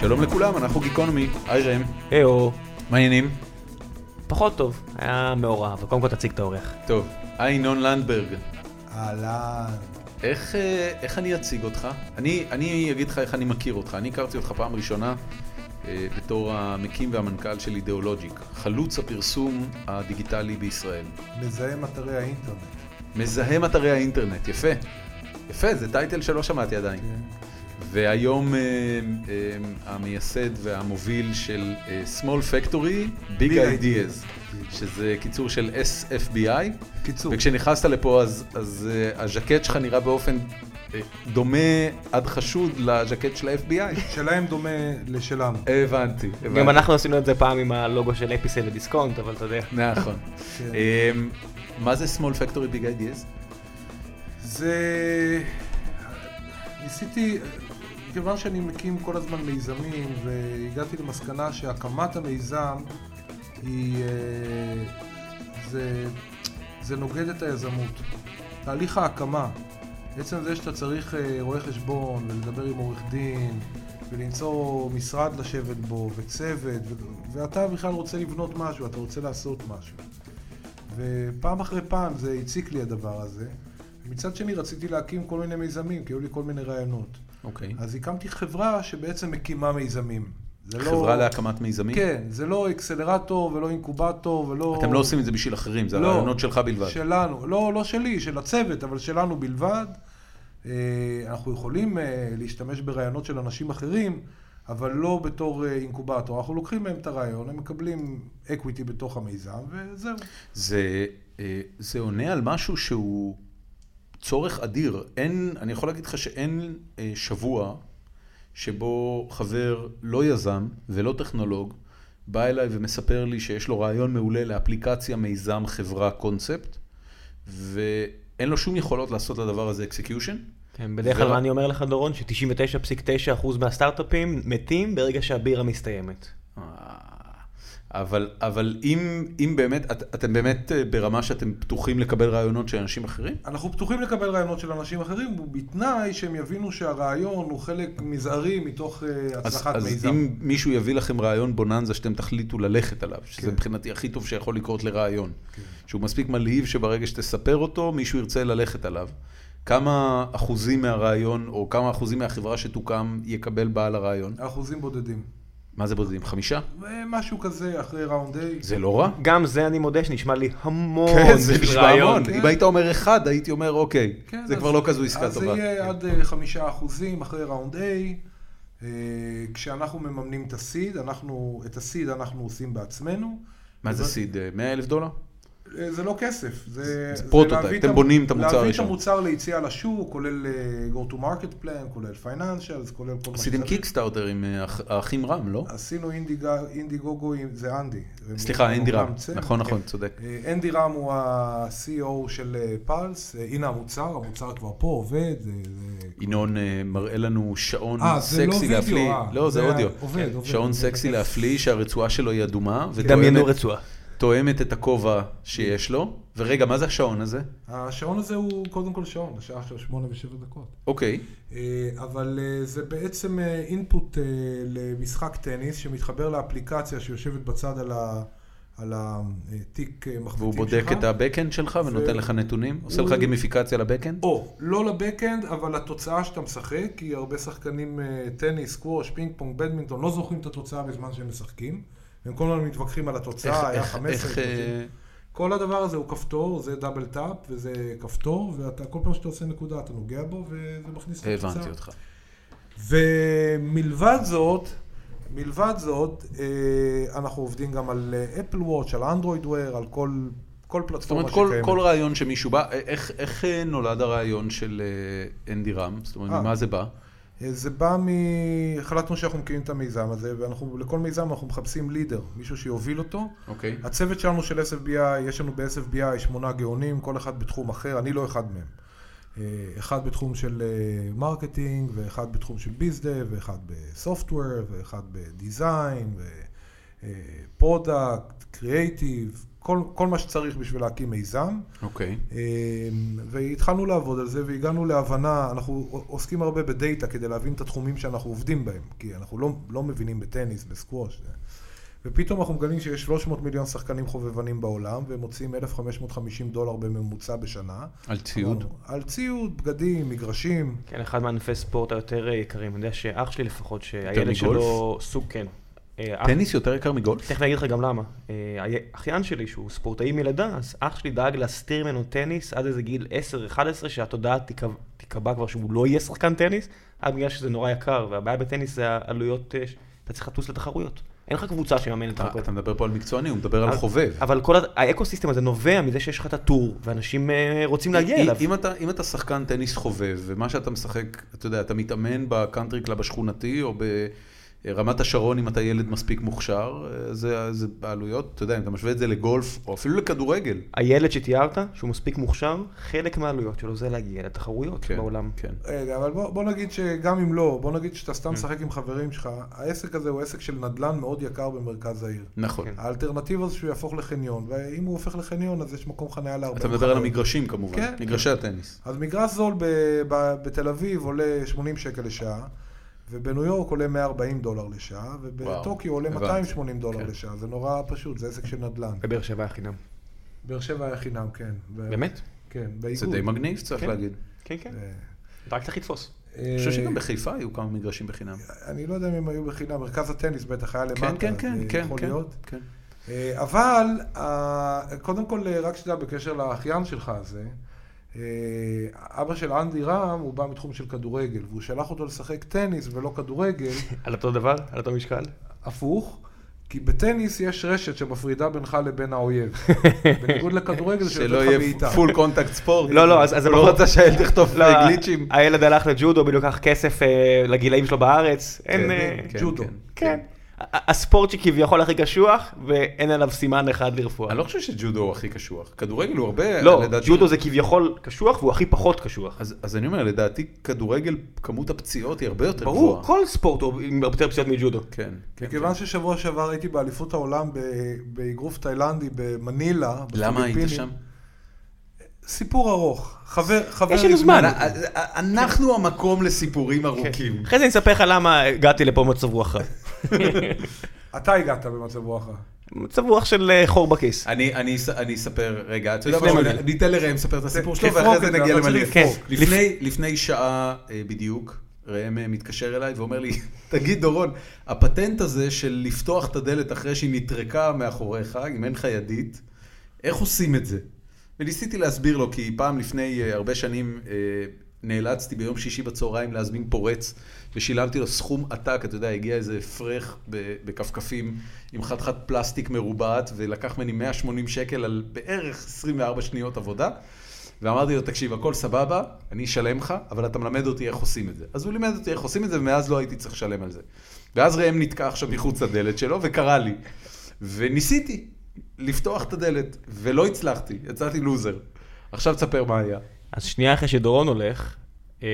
שלום לכולם, אנחנו גיקונומי, היי ראם, היו, מה העניינים? פחות טוב, היה מאורע, אבל קודם כל תציג את האורח. טוב, היי נון לנדברג, אהלן. איך, אה, איך אני אציג אותך? אני, אני אגיד לך איך אני מכיר אותך, אני הכרתי אותך פעם ראשונה אה, בתור המקים והמנכ"ל של אידיאולוג'יק, חלוץ הפרסום הדיגיטלי בישראל, מזהם אתרי האינטרנט. מזהם אתרי האינטרנט, יפה, יפה, זה טייטל שלא שמעתי עדיין. כן? והיום אה, אה, המייסד והמוביל של אה, Small Factory, Big Ideas, Big Ideas. שזה קיצור של SFBI. קיצור. וכשנכנסת לפה אז, אז אה, הז'קט שלך נראה באופן אה, דומה עד חשוד לז'קט של ה-FBI. שלהם דומה לשלנו. הבנתי, הבנתי. גם אנחנו עשינו את זה פעם עם הלוגו של אפיסל ודיסקונט, אבל אתה יודע. נכון. כן. אה, מה זה Small Factory Big Ideas? זה... ניסיתי, כיוון שאני מקים כל הזמן מיזמים, והגעתי למסקנה שהקמת המיזם היא... אה, זה, זה נוגד את היזמות. תהליך ההקמה, עצם זה שאתה צריך אה, רואה חשבון ולדבר עם עורך דין ולמצוא משרד לשבת בו וצוות, ו- ואתה בכלל רוצה לבנות משהו, אתה רוצה לעשות משהו. ופעם אחרי פעם זה הציק לי הדבר הזה. מצד שני רציתי להקים כל מיני מיזמים, כי היו לי כל מיני רעיונות. אוקיי. אז הקמתי חברה שבעצם מקימה מיזמים. זה לא... חברה להקמת מיזמים? כן, זה לא אקסלרטור ולא אינקובטור ולא... אתם לא עושים את זה בשביל אחרים, זה לא. הרעיונות שלך בלבד. שלנו, לא, לא שלי, של הצוות, אבל שלנו בלבד. אה, אנחנו יכולים אה, להשתמש ברעיונות של אנשים אחרים, אבל לא בתור אה, אינקובטור. אנחנו לוקחים מהם את הרעיון, הם מקבלים אקוויטי בתוך המיזם, וזהו. זה, אה, זה עונה על משהו שהוא צורך אדיר. אין, אני יכול להגיד לך שאין אה, שבוע שבו חבר לא יזם ולא טכנולוג בא אליי ומספר לי שיש לו רעיון מעולה לאפליקציה, מיזם, חברה, קונספט, ואין לו שום יכולות לעשות לדבר הזה אקסקיושן. כן, בדרך כלל מה אני אומר לך, דורון, ש-99.9% מהסטארט-אפים מתים ברגע שהבירה מסתיימת. אבל, אבל אם, אם באמת, את, אתם באמת אה, ברמה שאתם פתוחים לקבל רעיונות של אנשים אחרים? אנחנו פתוחים לקבל רעיונות של אנשים אחרים, בתנאי שהם יבינו שהרעיון הוא חלק מזערי מתוך אה, אז, הצלחת אז מיזם. אם מישהו יביא לכם רעיון בוננזה שאתם תחליטו ללכת עליו, שזה כן. מבחינתי הכי טוב שיכול לקרות לרעיון, שהוא מספיק מלהיב שברגע שתספר אותו, מישהו ירצה ללכת עליו. כמה אחוזים מהרעיון, או כמה אחוזים מהחברה שתוקם, יקבל בעל הרעיון? אחוזים בודדים. אה, מה זה בודדים? חמישה? משהו כזה אחרי ראונד איי. זה לא רע? גם זה, אני מודה, שנשמע לי המון כן, זה בשביל נשמע רעיון. המון. אם היית אומר אחד, הייתי אומר, אוקיי, כן, זה אז- כבר לא כזו עסקה אז זה טובה. יהיה עד אה, חמישה אחוזים אחרי ראונד איי. אה, כשאנחנו מממנים את הסיד, אנחנו, את הסיד אנחנו עושים בעצמנו. מה זה סיד? 100 אלף דולר? אה, זה לא כסף, זה... זה זה פרוטוטייפ, להביא אתם המ- בונים את המוצר להביא את הראשון. המוצר ליציאה לשוק, כולל אה, go to market plan, כולל פייננשלס, כולל כל מה עשיתם קיקסטארטר עם אה, האח- האחים רם, לא? עשינו אינדיגה- אינדיגוגו, עם- זה אנדי. סליחה, אנדי רם. רם צמח. נכון, נכון, צודק. אה, אנדי רם הוא ה-CO של אה, פלס, אה, הנה המוצר, המוצר כבר פה עובד. זה- זה- ינון אה, מראה לנו שעון אה, זה לא סקסי וידאו, להפליא, אה, לא זה זה אודיו, עובד, עובד. כן. שעון סקסי להפליא שהרצועה שלו היא אדומה, דמיינו ותואמת רצועה. תואמת את הכובע שיש לו, ורגע מה זה השעון הזה? השעון הזה הוא קודם כל שעון, השעה עכשיו שמונה ושבע דקות. אוקיי, אה, אבל אה, זה בעצם אה, אינפוט אה, למשחק טניס שמתחבר לאפליקציה שיושבת בצד על ה- על התיק אה, מחבטים שלך. והוא בודק את הבקאנד שלך ונותן לך נתונים, עושה לך הוא- גימיפיקציה לבקאנד? או, לא לבקאנד, אבל לתוצאה שאתה משחק, כי הרבה שחקנים אה, טניס, סקווש, פינג פונג, בדמינטון, לא זוכרים את התוצאה בזמן שהם משחקים. הם כל הזמן מתווכחים על איך- התוצאה, היה איך- 15. איך, אה, 30. כל הדבר הזה הוא כפתור, זה דאבל טאפ וזה כפתור, ואתה כל פעם שאתה עושה נקודה אתה נוגע בו וזה מכניס את התוצאה. הבנתי אותך. ומלבד זאת, מלבד זאת, אה, אנחנו עובדים גם על אפל וואץ', על אנדרואיד וויר, על כל, כל זאת פלטפורמה אומרת, כל- שקיימת. כל רעיון שמישהו בא, אה, איך- איך אה, נולד הרעיון של אה, אנדי רם? זאת אומרת, אה. ממה זה בא? אה, זה בא מ... החלטנו שאנחנו מקימים את המיזם הזה, ואנחנו, לכל מיזם אנחנו מחפשים לידר, מישהו שיוביל אותו. אוקיי. הצוות שלנו של SFBI, יש לנו ב-SFBI שמונה גאונים, כל אחד בתחום אחר, אני לא אחד מהם. אה, אחד בתחום של אה, מרקטינג, ואחד בתחום של ביזדב, ואחד בסופטוור, ואחד בדיזיין, ו- פרודקט, קריאייטיב, כל, כל מה שצריך בשביל להקים מיזם. אוקיי. אה, והתחלנו לעבוד על זה והגענו להבנה, אנחנו עוסקים הרבה בדאטה כדי להבין את התחומים שאנחנו עובדים בהם, כי אנחנו לא, לא מבינים בטניס, בסקווש. ופתאום אנחנו מגלים שיש 300 מיליון שחקנים חובבנים בעולם, והם מוציאים 1,550 דולר בממוצע בשנה. על ציוד? אמרנו, על ציוד, בגדים, מגרשים. כן, אחד מענפי ספורט היותר יקרים. אני יודע שאח שלי לפחות, מגולף? שהילד שלו סוג, כן. אה, אח- טניס יותר יקר מגולף? תכף אני אגיד לך גם למה. אה, היה- אחיין שלי, שהוא ספורטאי מלידה, אז אח שלי דאג להסתיר ממנו טניס עד איזה גיל 10-11, שהתודעה תיקב- תיקבע כבר שהוא לא יהיה שחקן טניס, רק בגלל שזה נורא יקר, והבעיה בטניס זה העלויות, אה, ש- אתה צריך לטוס לתחרויות. אין לך קבוצה שמאמנת אתה לך. אה, אתה מדבר פה על מקצועני, הוא מדבר על אבל- חובב. אה, אבל כל ה- האקוסיסטם הזה נובע מזה שיש לך את הטור, ואנשים אה, רוצים להגיע אם- אליו. אם אתה, אם אתה שחקן טניס חובב, ומה שאתה משחק, אתה יודע, אתה מתאמן בקאנטרי קלאב השכונתי, או ברמת השרון אם אתה ילד מספיק מוכשר, אה, זה, זה בעלויות, אתה יודע, אם אתה משווה את זה לגולף, או אפילו לכדורגל. הילד שתיארת, שהוא מספיק מוכשר, חלק מהעלויות שלו זה להגיע לתחרויות כן, בעולם. כן. רגע, אבל בוא, בוא נגיד שגם אם לא, בוא נגיד שאתה סתם משחק עם חברים שלך, העסק הזה הוא עסק של נדלן מאוד יקר במרכז העיר. נכון. כן. האלטרנטיבה זה שהוא יהפוך לחניון, ואם הוא הופך לחניון אז יש מקום חניה להרבה. אתה מדבר על חניות. המגרשים כמובן, כן. מגרשי הטניס. אז מגרש זול ב- ב- בתל אביב עולה 80 שקל לשעה, ובניו יורק עולה 140 דולר לשעה, ובטוקיו עולה הבנתי. 280 דולר כן. לשעה, זה נורא פשוט, זה עסק של נדל"ן. בבאר שבע היה חינם. באר שבע היה חינם, כן. ב- באמת? כן, זה באיגוד. די מגניב, צריך כן. להגיד. כן, כן. אה, אתה רק צריך לתפוס. אני חושב שגם אה, בחיפה היו כמה מגרשים בחינם. אני לא יודע אם הם היו בחינם, מרכז הטניס בטח היה למטה, כן, כן, אז, כן, אה, כן, יכול כן, להיות. כן. אה, אבל, אה, קודם כל, אה, רק שתדע, בקשר לאחיין שלך הזה, אה, אבא של אנדי רם, הוא בא מתחום של כדורגל, והוא שלח אותו לשחק טניס ולא כדורגל, על אותו דבר? על אותו משקל? הפוך, כי בטניס יש רשת שמפרידה בינך לבין האויב. בניגוד שלא לכדורגל שיוצא לך יהיה בעיטה. פול קונטקט ספורט. לא, לא, אז- אז זה לא פחות- רוצה שהילד יכתוב לא, גליצ'ים. הילד הלך לג'ודו, בדיוק לקח כסף אה, לגילאים שלו בארץ. אין... אה, כן, ג'ודו. כן, כן. ה- הספורט שכביכול הכי קשוח, ואין עליו סימן אחד לרפואה. אני לא חושב שג'ודו הוא הכי קשוח. כדורגל הוא הרבה, לא, לדעתי- ג'ודו זה כביכול קשוח, והוא הכי פחות קשוח. אז, אז אני אומר, לדעתי כדורגל, כמות הפציעות היא הרבה יותר ברור, גבוהה. כל ספורט הוא עם יותר פציעות מג'ודו. כן, כן. כן. מכיוון ששבוע שעבר הייתי באליפות העולם ב- באגרוף תאילנדי במנילה, למה היית בפיליפינים. שם? סיפור אנ- חבר, חבר... יש לנו זמן. לימד- אנחנו המקום לסיפורים ארוכים. אחרי זה אני אספר לך למה הגעתי לפה במצב רוח רע. אתה הגעת במצב רוח. רע. מצב רוח של אה, חור בכיס. אני, אני, אס- אני אספר, רגע, אתה יודע לפני מה, מגעיל. ניתן לראם לספר את הסיפור כן, שלו, לפרוק ואחרי את זה זה, נגיע אבל צריך למגעיל. לפרוק. כן. לפני, לפני שעה אה, בדיוק, ראם אה, מתקשר אליי ואומר לי, תגיד דורון, הפטנט הזה של לפתוח את הדלת אחרי שהיא נטרקה מאחוריך, אם אין לך ידית, איך עושים את זה? וניסיתי להסביר לו, כי פעם לפני אה, הרבה שנים אה, נאלצתי ביום שישי בצהריים להזמין פורץ, ושילמתי לו סכום עתק, אתה יודע, הגיע איזה פרח ב- בכפכפים עם חתיכת פלסטיק מרובעת, ולקח ממני 180 שקל על בערך 24 שניות עבודה. ואמרתי לו, תקשיב, הכל סבבה, אני אשלם לך, אבל אתה מלמד אותי איך עושים את זה. אז הוא לימד אותי איך עושים את זה, ומאז לא הייתי צריך לשלם על זה. ואז ראם נתקע עכשיו מחוץ לדלת שלו, וקרא לי. וניסיתי לפתוח את הדלת, ולא הצלחתי, יצאתי לוזר. עכשיו תספר מה היה. אז שנייה אחרי שדורון הולך, אה,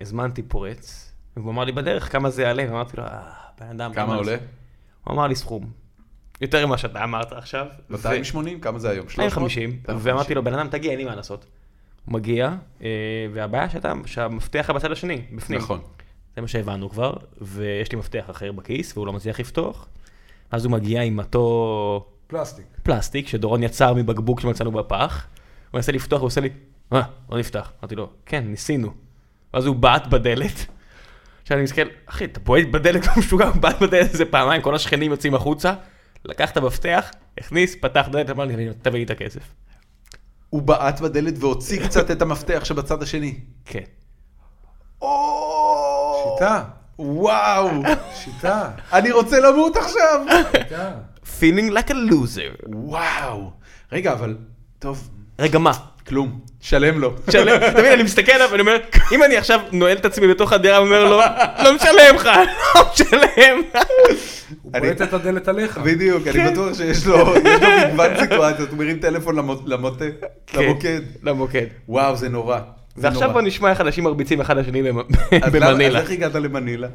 הזמנתי פורץ, והוא אמר לי בדרך כמה זה יעלה, ואמרתי לו, אה, בן אדם. כמה זה-" עולה? הוא אמר לי סכום. יותר ממה שאתה אמרת עכשיו. 280? כמה זה היום? 250, 300? ואמרתי לו, בן אדם, תגיע, אין לי מה לעשות. הוא מגיע, אה, והבעיה שאתה, שהמפתח היה בצד השני, בפנים. נכון. זה מה שהבנו כבר, ויש לי מפתח אחר בכיס, והוא לא מצליח לפתוח. אז הוא מגיע עם אותו פלסטיק. פלסטיק שדורון יצר מבקבוק שמצאנו בפח. הוא מנסה לפתוח, הוא עושה לי, מה, לא נפתח. אמרתי לו, כן, ניסינו. ואז הוא בעט בדלת. עכשיו אני מסתכל, אחי, אתה בועט בדלת כמו משוגע, הוא בעט בדלת איזה פעמיים, כל השכנים יוצאים החוצה, לקח את המפתח, הכניס, פתח דלת, אמר לי, "אני- תביא לי את הכסף. הוא בעט בדלת והוציא קצת את המפתח שבצד השני. כן. או! שיטה, וואו! שיטה, אני רוצה למות עכשיו! שיטה. feeling like a loser. וואו. רגע, אבל, טוב, רגע, מה? כלום. שלם לו. שלם, אתה מבין, אני מסתכל עליו ואני אומר, אם אני עכשיו נועל את עצמי בתוך הדירה ואומר לו, לא משלם לך, לא משלם. הוא אני- בועט את הדלת עליך. בדיוק, כן. אני בטוח שיש לו יש לו מגוון סיטואציות, הוא מרים טלפון למו- למוטה, למוקד. למוקד. וואו, זה נורא. זה כן. ועכשיו נורא. בוא נשמע איך אנשים מרביצים אחד לשני במ- אז למה- במנילה. אז איך הגעת למנילה?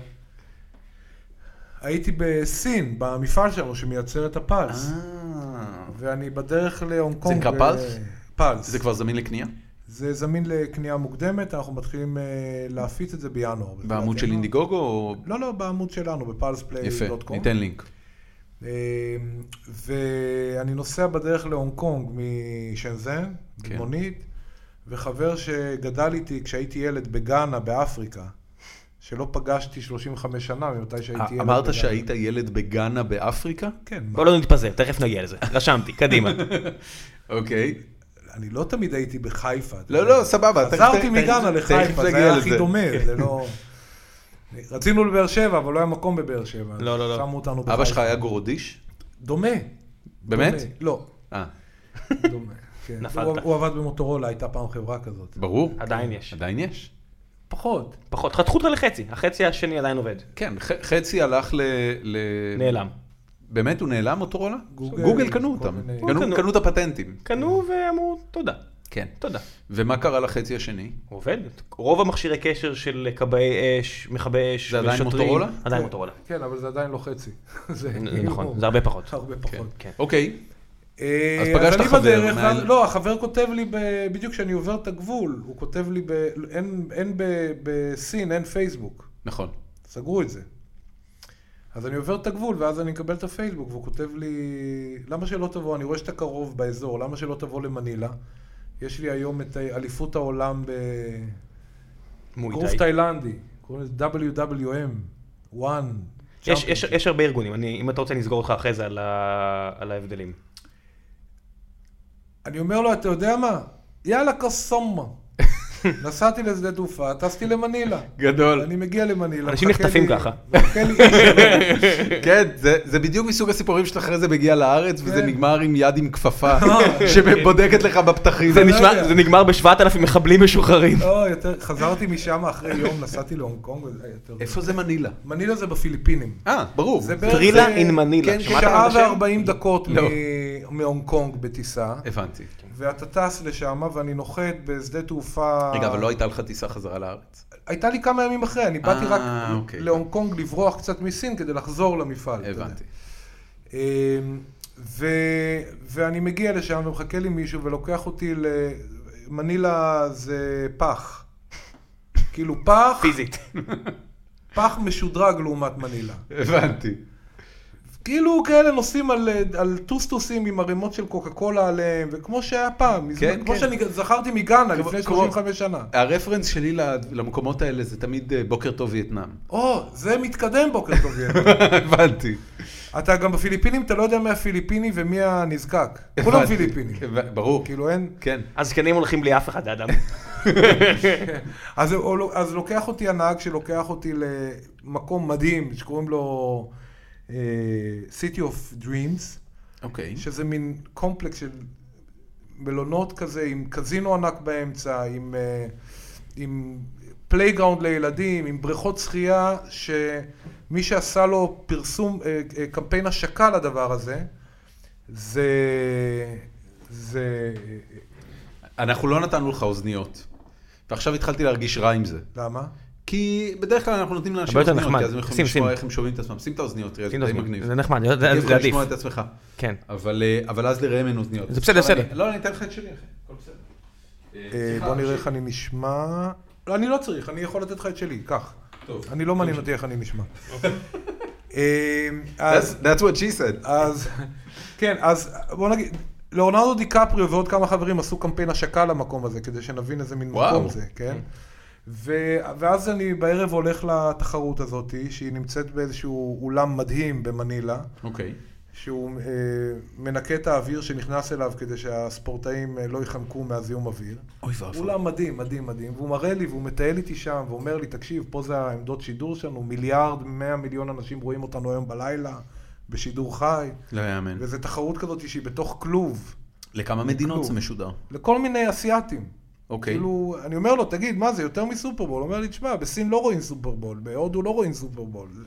הייתי בסין, במפעל שלנו שמייצר את הפלס. אה, ואני בדרך להונג קונג. נקרא ב- פלס? פלס. זה כבר זמין לקנייה? זה זמין לקנייה מוקדמת, אנחנו מתחילים אה, להפיץ את זה בינואר. בתחילת בעמוד של ינואר. אינדיגוגו? או- לא, לא, בעמוד שלנו, יפה, בפלספליי.קום. ניתן לינק. אה, ואני נוסע בדרך להונג קונג משנזן, כן. במונית, וחבר שגדל איתי כשהייתי ילד בגאנה, באפריקה, שלא פגשתי 35 שנה ממתי שהייתי ילד. אה, אמרת בגאנה. שהיית ילד בגאנה באפריקה? כן, מה, בוא לא נתפזר, תכף נגיע לזה. רשמתי, קדימה. אוקיי. אני לא תמיד הייתי בחיפה. אתה לא, יודע. לא, סבבה. תכף- חזרתי תכף- מגאנה תכף לחיפה, זה נגיע היה לזה. כן. הכי דומה, זה לא... רצינו לבאר שבע, אבל לא היה מקום בבאר שבע. אז לא, לא, לא. שמו אותנו אבא שלך היה גורודיש? דומה. באמת? דומה. לא, אה, דומה. כן. נפלת. הוא- הוא עבד במוטורולה, הייתה פעם חברה כזאת. ברור. עדיין יש. עדיין יש. פחות. פחות, חתכו אותך לחצי, החצי השני עדיין עובד. כן, ח- חצי הלך ל... ל- נעלם. באמת הוא נעלם מוטורולה? גוגל, גוגל קנו כל אותם. מיני- קנו- קנו. קנו את הפטנטים. קנו ואמרו, תודה, כן. תודה. ומה קרה לחצי השני? הוא עובד. רוב המכשירי קשר של כבאי אש, מכבי אש זה עדיין ושוטרים- מוטורולה? עדיין כן. מוטורולה. כן, אבל זה עדיין לא חצי. זה נ- כאילו- נכון, זה הרבה פחות. הרבה פחות. כן. אוקיי, אה, אז פגשת אני חבר בדרך, מעל- לא, החבר כותב לי, ב- בדיוק כשאני עובר את הגבול, הוא כותב לי, ב- אין- אין ב- בסין, אין פייסבוק. נכון. סגרו את זה. אז אני עובר את הגבול, ואז אני מקבל את הפייסבוק, והוא כותב לי, למה שלא תבוא, אני רואה שאתה קרוב באזור, למה שלא תבוא למנילה? יש לי היום את אה, אליפות העולם בגרוף מויטאי. תאילנדי, קוראים לזה WWM, one. יש- יש- יש הרבה ארגונים, אני- אם אתה רוצה נסגור אותך אחרי זה על ה- על ההבדלים. אני אומר לו, אתה יודע מה? יאללה קוסומה. נסעתי לשדה תעופה, טסתי למנילה. גדול. אני מגיע למנילה. אנשים מחכה נחטפים לי- ככה. מחכה לי איש. כן, זה- זה בדיוק מסוג הסיפורים שאתה אחרי זה מגיע לארץ, וזה כן. אה. נגמר עם יד עם כפפה שבודקת לך בפתחים. זה לא נשמע- יודע. זה נגמר ב-7,000 מחבלים משוחררים. לא, יותר, חזרתי משם אחרי יום, נסעתי להונג קונג. וזה היה יותר- איפה זה מנילה? מנילה זה בפיליפינים. אה, ברור. זה בערך- טרילה זה- אין מנילה. כן, שמעת על שעה השם? וארבעים דקות לא. מ- מהונג קונג בטיסה, אה. הבנתי. ואתה טס לשם ואני נוחת בשדה תעופה... רגע, אבל לא הייתה לך טיסה חזרה לארץ? הייתה לי כמה ימים אחרי, אני באתי אה, רק אוקיי. להונג קונג לברוח קצת מסין כדי לחזור למפעל. אתה יודע. הבנתי. אמ, ו... ואני מגיע לשם ומחכה לי מישהו ולוקח אותי ל... מנילה זה פח. כאילו פח, פיזית. פח משודרג לעומת מנילה. הבנתי. כאילו כאלה נוסעים על, על טוסטוסים עם ערימות של קוקה קולה עליהם, וכמו שהיה פעם, מזמן, כן, כמו כן. שאני זכרתי מגאנה כמו- לפני כמו- 35 שנה. הרפרנס שלי ל- למקומות האלה זה תמיד אה, בוקר טוב וייטנאם. או, זה מתקדם בוקר טוב ילד. הבנתי. אתה גם בפיליפינים, אתה לא יודע מי הפיליפיני ומי הנזקק. כולם הבנתי. כן. פיליפינים. ב- ברור. כאילו אין... כן. הזקנים הולכים בלי אף אחד, אדם. אז, הוא לוק- אז לוקח אותי הנהג שלוקח אותי למקום מדהים שקוראים לו אה, City of Dreams. אוקיי. שזה מין קומפלקס של מלונות כזה, עם קזינו ענק באמצע, עם, אה, עם פלייגראונד לילדים, עם בריכות שחייה, שמי שעשה לו פרסום, אה, אה, קמפיין השקה לדבר הזה, זה... זה... אנחנו לא נתנו לך אוזניות. ועכשיו התחלתי להרגיש רע עם זה. למה? אה, כי בדרך כלל אנחנו נותנים לאנשים הרבה יותר אוזניות, נחמד. כי אז הם יכולים שים, לשמוע שים. איך הם שומעים את עצמם. שים את האוזניות, תראה, זה שים די אוזניות. מגניב. זה נחמד, זה- אתה זה יכול עדיף. לשמוע את עצמך. כן. אבל אה, אבל אז לראם אין אוזניות. זה בסדר, לא, אני- בסדר. לא, אני אתן לך את שלי אחי. הכל בסדר. אה, אה, סליחה, בוא נראה אנשים. איך אני נשמע... לא, אני לא צריך, אני יכול לתת לך את שלי, קח. טוב. אני לא מעניין אותי איך אני נשמע. אוקיי. אה, אז... That's- That's what she said. אז, כן, אז בוא נגיד, לאונרדו דיקפריו ועוד כמה חברים עשו קמפיין השקה למקום הזה, כדי שנבין איזה מין וואו. מקום זה, כן? ו- ואז אני בערב הולך לתחרות הזאת, שהיא נמצאת באיזשהו אולם מדהים במנילה, אוקיי. שהוא אה, מנקה את האוויר שנכנס אליו כדי שהספורטאים אה, לא ייחנקו מהזיהום אוויר. אוי ואבוי. אולם מדהים, מדהים, מדהים, והוא מראה לי והוא מטייל איתי שם ואומר לי, תקשיב, פה זה העמדות שידור שלנו, מיליארד, מאה מיליון אנשים רואים אותנו היום בלילה, בשידור חי. לא כן. יאמן. וזו תחרות כזאת שהיא בתוך כלוב, לכמה מדינות זה משודר? לכל מיני אסייתים. אוקיי. כאילו, אני אומר לו, תגיד, מה זה, יותר מסופרבול? הוא אומר לי, תשמע, בסין לא רואים סופרבול, בהודו לא רואים סופרבול. זה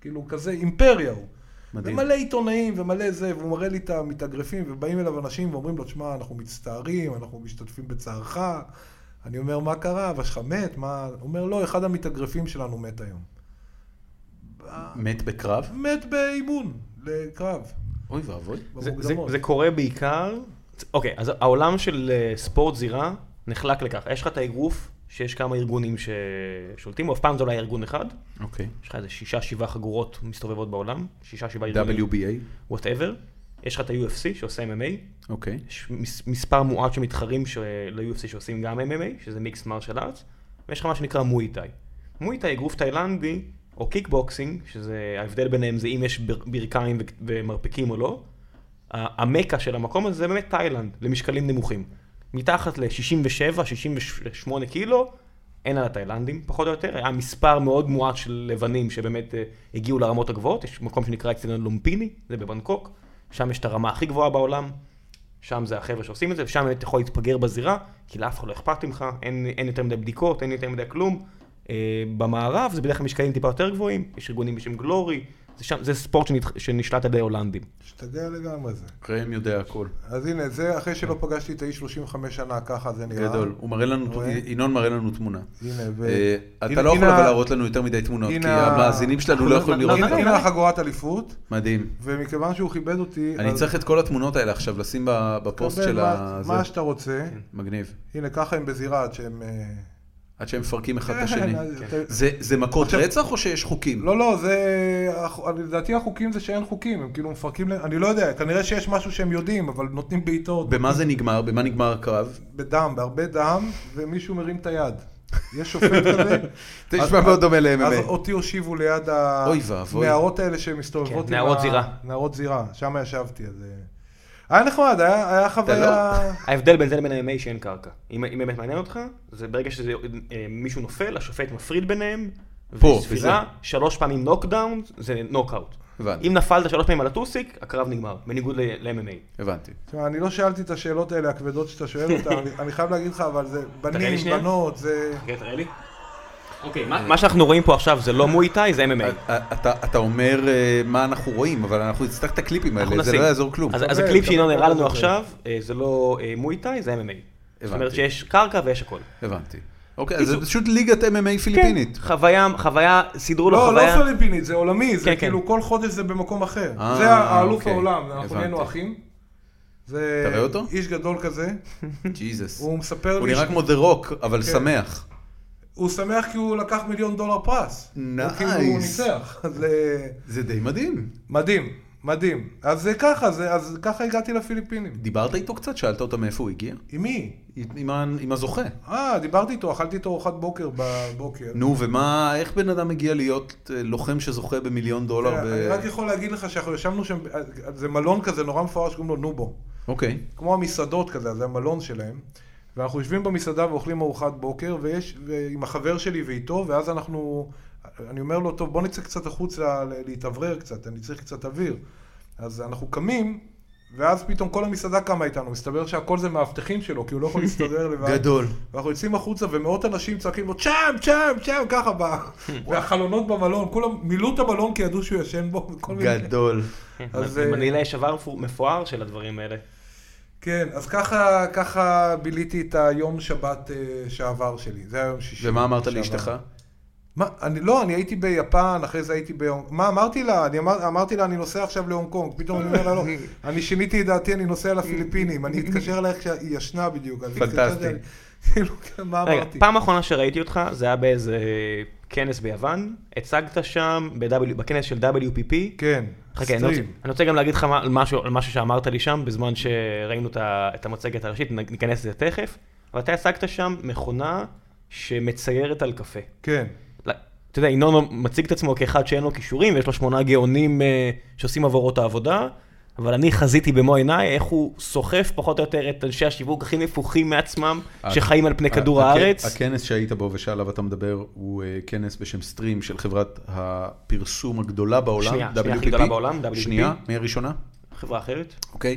כאילו, כזה אימפריה הוא. מדהים. ומלא עיתונאים ומלא זה, והוא מראה לי את המתאגרפים, ובאים אליו אנשים ואומרים לו, תשמע, אנחנו מצטערים, אנחנו משתתפים בצערך. אני אומר, מה קרה? אבא שלך מת? מה... הוא אומר, לא, אחד המתאגרפים שלנו מת היום. ה- מת בקרב? מת באימון, לקרב, אוי ואבוי. זה- במוקדמות. זה- זה קורה בעיקר, אוקיי, אז העולם של אה, ספורט זירה נחלק לכך. יש לך את האגרוף, שיש כמה ארגונים ששולטים, בו, אף פעם זה לא היה ארגון אחד. אוקיי. יש לך איזה שישה, שבעה חגורות מסתובבות בעולם, שישה, שבעה ארגונים, WBA? וואטאבר. יש לך את ה-UFC שעושה MMA, אוקיי. יש מס- מספר מועט של מתחרים ל-UFC שעושים גם MMA, שזה מיקס מרשל ארץ, ויש לך מה שנקרא מויטאי. מויטאי, אגרוף תאילנדי, או קיקבוקסינג, שזה, ההבדל ביניהם זה אם יש בר- ברכיים ו- ומרפקים או לא. ה- המקה של המקום הזה זה באמת תאילנד, למשקלים נמוכים. מתחת ל-67, 68 קילו, אין על התאילנדים, פחות או יותר. היה מספר מאוד מועט של לבנים שבאמת אה, הגיעו לרמות הגבוהות. יש מקום שנקרא אצטדיון לומפיני, זה בבנקוק. שם יש את הרמה הכי גבוהה בעולם. שם זה החבר'ה שעושים את זה, ושם באמת אתה יכול להתפגר בזירה, כי לאף אחד לא אכפת ממך, אין, אין יותר מדי בדיקות, אין יותר מדי כלום. אה, במערב זה בדרך כלל משקלים טיפה יותר גבוהים, יש ארגונים בשם גלורי, זה, שם, זה ספורט שנתח, שנשלט על ידי הולנדים. השתגע לגמרי זה. ראם יודע הכל. אז הנה, זה אחרי שלא פגשתי את האיש 35 שנה, ככה זה נראה. גדול. הוא מראה לנו, רואה? ינון מראה לנו תמונה. הנה, ו... אה, אתה הנה- לא יכול הנה- אבל להראות לנו יותר מדי תמונות, כי הנה- המאזינים שלנו לא יכולים לראות הנה- אותם. הנה החגורת אליפות, מדהים. ומכיוון שהוא כיבד אותי, אני אז צריך את כל התמונות האלה עכשיו לשים ב- בפוסט קבל של מה- ה... מה זה. שאתה רוצה. מגניב. הנה, ככה הם בזירה עד שהם... אה, עד שהם מפרקים אחד את כן, השני. אז כן. אתה- זה- זה מכות רצח או שיש חוקים? לא, לא, זה... הח- לדעתי החוקים זה שאין חוקים, הם כאילו מפרקים... ל- אני לא יודע, כנראה שיש משהו שהם יודעים, אבל נותנים בעיטות, במה זה נגמר? במה נגמר הקרב? בדם, בהרבה דם, ומישהו מרים את היד. יש שופט כזה. תשמע, אז- מאוד דומה ל-MMA. אז אותי הושיבו ליד אוי ואבוי. הנערות האלה שמסתובבות כן, נערות ה- זירה. נערות זירה, שם ישבתי, אז... אה, היה נחמד, היה היה חוויה... לא- ההבדל בין זה לבין ה-MMA שאין קרקע. אם, אם באמת מעניין אותך, זה ברגע שמישהו נופל, השופט מפריד ביניהם, פה, וספירה, שלוש פעמים נוקדאון, זה נוקאוט. הבנתי. אם נפלת שלוש פעמים על הטוסיק, הקרב נגמר, בניגוד ל-MMA. הבנתי. תשמע, אני לא שאלתי את השאלות האלה, הכבדות שאתה שואל אותן, אני- אני חייב להגיד לך, אבל זה תראה לי בנים, שנייה. בנות, זה... כן, תראה לי. אוקיי, מה מה שאנחנו רואים פה עכשיו זה לא מויטאי, זה MMA. אתה- אה, אתה אתה אומר אה, מה אנחנו רואים, אבל אנחנו נצטרך את הקליפים אנחנו האלה, זה נשים. לא יעזור כלום. אז אז מקבל, הקליפ שינון מקבל הראה לנו את זה. עכשיו, אה, זה לא אה, מויטאי, זה MMA. זאת אומרת הבנתי. שיש קרקע ויש הכל. הבנתי. אוקיי, אז זה פשוט ליגת כן. MMA פיליפינית. כן, חוויה, חוויה, סידרו לו לא, לא חוויה. פיליפינית, זה עולמי, זה כן, כן. כאילו כל חודש זה במקום אחר. אה, זה האלוף אוקיי, העולם, אנחנו הבנתי. נהיינו אחים. זה אתה רואה אותו? איש גדול כזה, ג'יזוס. הוא מספר הוא לי, נראה ש- כן. כמו The Rock, אבל שמח. הוא שמח כי הוא לקח מיליון דולר פרס. Nice. הוא כאילו הוא ניצח. אז, אה, זה די מדהים. מדהים, מדהים. אז זה ככה, זה- אז ככה הגעתי לפיליפינים. דיברת איתו קצת? שאלת אותו מאיפה הוא הגיע? עם מי? עם ה- עם הזוכה. אה, דיברתי איתו, אכלתי איתו ארוחת בוקר בבוקר. נו, ומה, איך בן אדם מגיע להיות אה, לוחם שזוכה במיליון דולר? תראה, ב- אה, אני רק יכול להגיד לך שאנחנו ישבנו שם, זה מלון כזה נורא מפואר שקוראים לו נובו. אוקיי. כמו המסעדות כזה, אז זה המלון שלהם. ואנחנו יושבים במסעדה ואוכלים ארוחת בוקר, ויש, עם החבר שלי ואיתו, ואז אנחנו, אני אומר לו, טוב, בוא נצא קצת החוצה ל- להתאוורר קצת, אני צריך קצת אוויר. אז אנחנו קמים, ואז פתאום כל המסעדה קמה איתנו, מסתבר שהכל זה מאבטחים שלו, כי הוא לא יכול להסתדר לבד. גדול. ואנחנו יוצאים החוצה ומאות אנשים צועקים לו צ'אם, צ'אם, צ'אם, ככה ב... והחלונות במלון, כולם מילאו את המלון כי ידעו שהוא ישן בו, וכל מיני... גדול. כן, אז, אה, מנהילה יש עבר מפו- מפואר של הדברים האלה. כן, אז ככה, ככה ביליתי את היום שבת אה, שעבר שלי, זה היום שישי. ומה אמרת שעבר. לאשתך? מה, אני, לא, אני הייתי ביפן, אחרי זה הייתי בהונג... מה אמרתי לה? אני אמר, אמרתי לה, אני נוסע עכשיו להונג קונג. פתאום אני אומר לה, לא, אני שיניתי את דעתי, אני נוסע לפיליפינים. אני אתקשר אליה כשהיא ישנה בדיוק. אז פנטסטי. התקשרתי אליה, כאילו, כן, מה רגע, אמרתי? פעם אחרונה שראיתי אותך, זה היה באיזה אה, כנס ביוון, הצגת שם ב-W- בכנס של WPP. כן, חכה, אני רוצה- סטרים. אני רוצה גם להגיד לך מה- על משהו- על משהו שאמרת לי שם, בזמן שראינו את ה- את המצגת הראשית, נ- ניכנס לזה תכף, אבל אתה הצגת שם מכונה שמציירת על קפה. כן. לא, אתה יודע, ינון מציג את עצמו כאחד שאין לו כישורים, ויש לו שמונה גאונים אה, שעושים עבורו את העבודה, אבל אני חזיתי במו עיניי איך הוא סוחף פחות או יותר את אנשי השיווק הכי נפוחים מעצמם, אה, שחיים על פני כדור הכ- הארץ. הכנס שהיית בו ושעליו אתה מדבר הוא אה, כנס בשם סטרים של חברת הפרסום הגדולה בעולם, שנייה, שנייה, WPP. הכי גדולה בעולם, WPP. שנייה, מי הראשונה? חברה אחרת. אוקיי?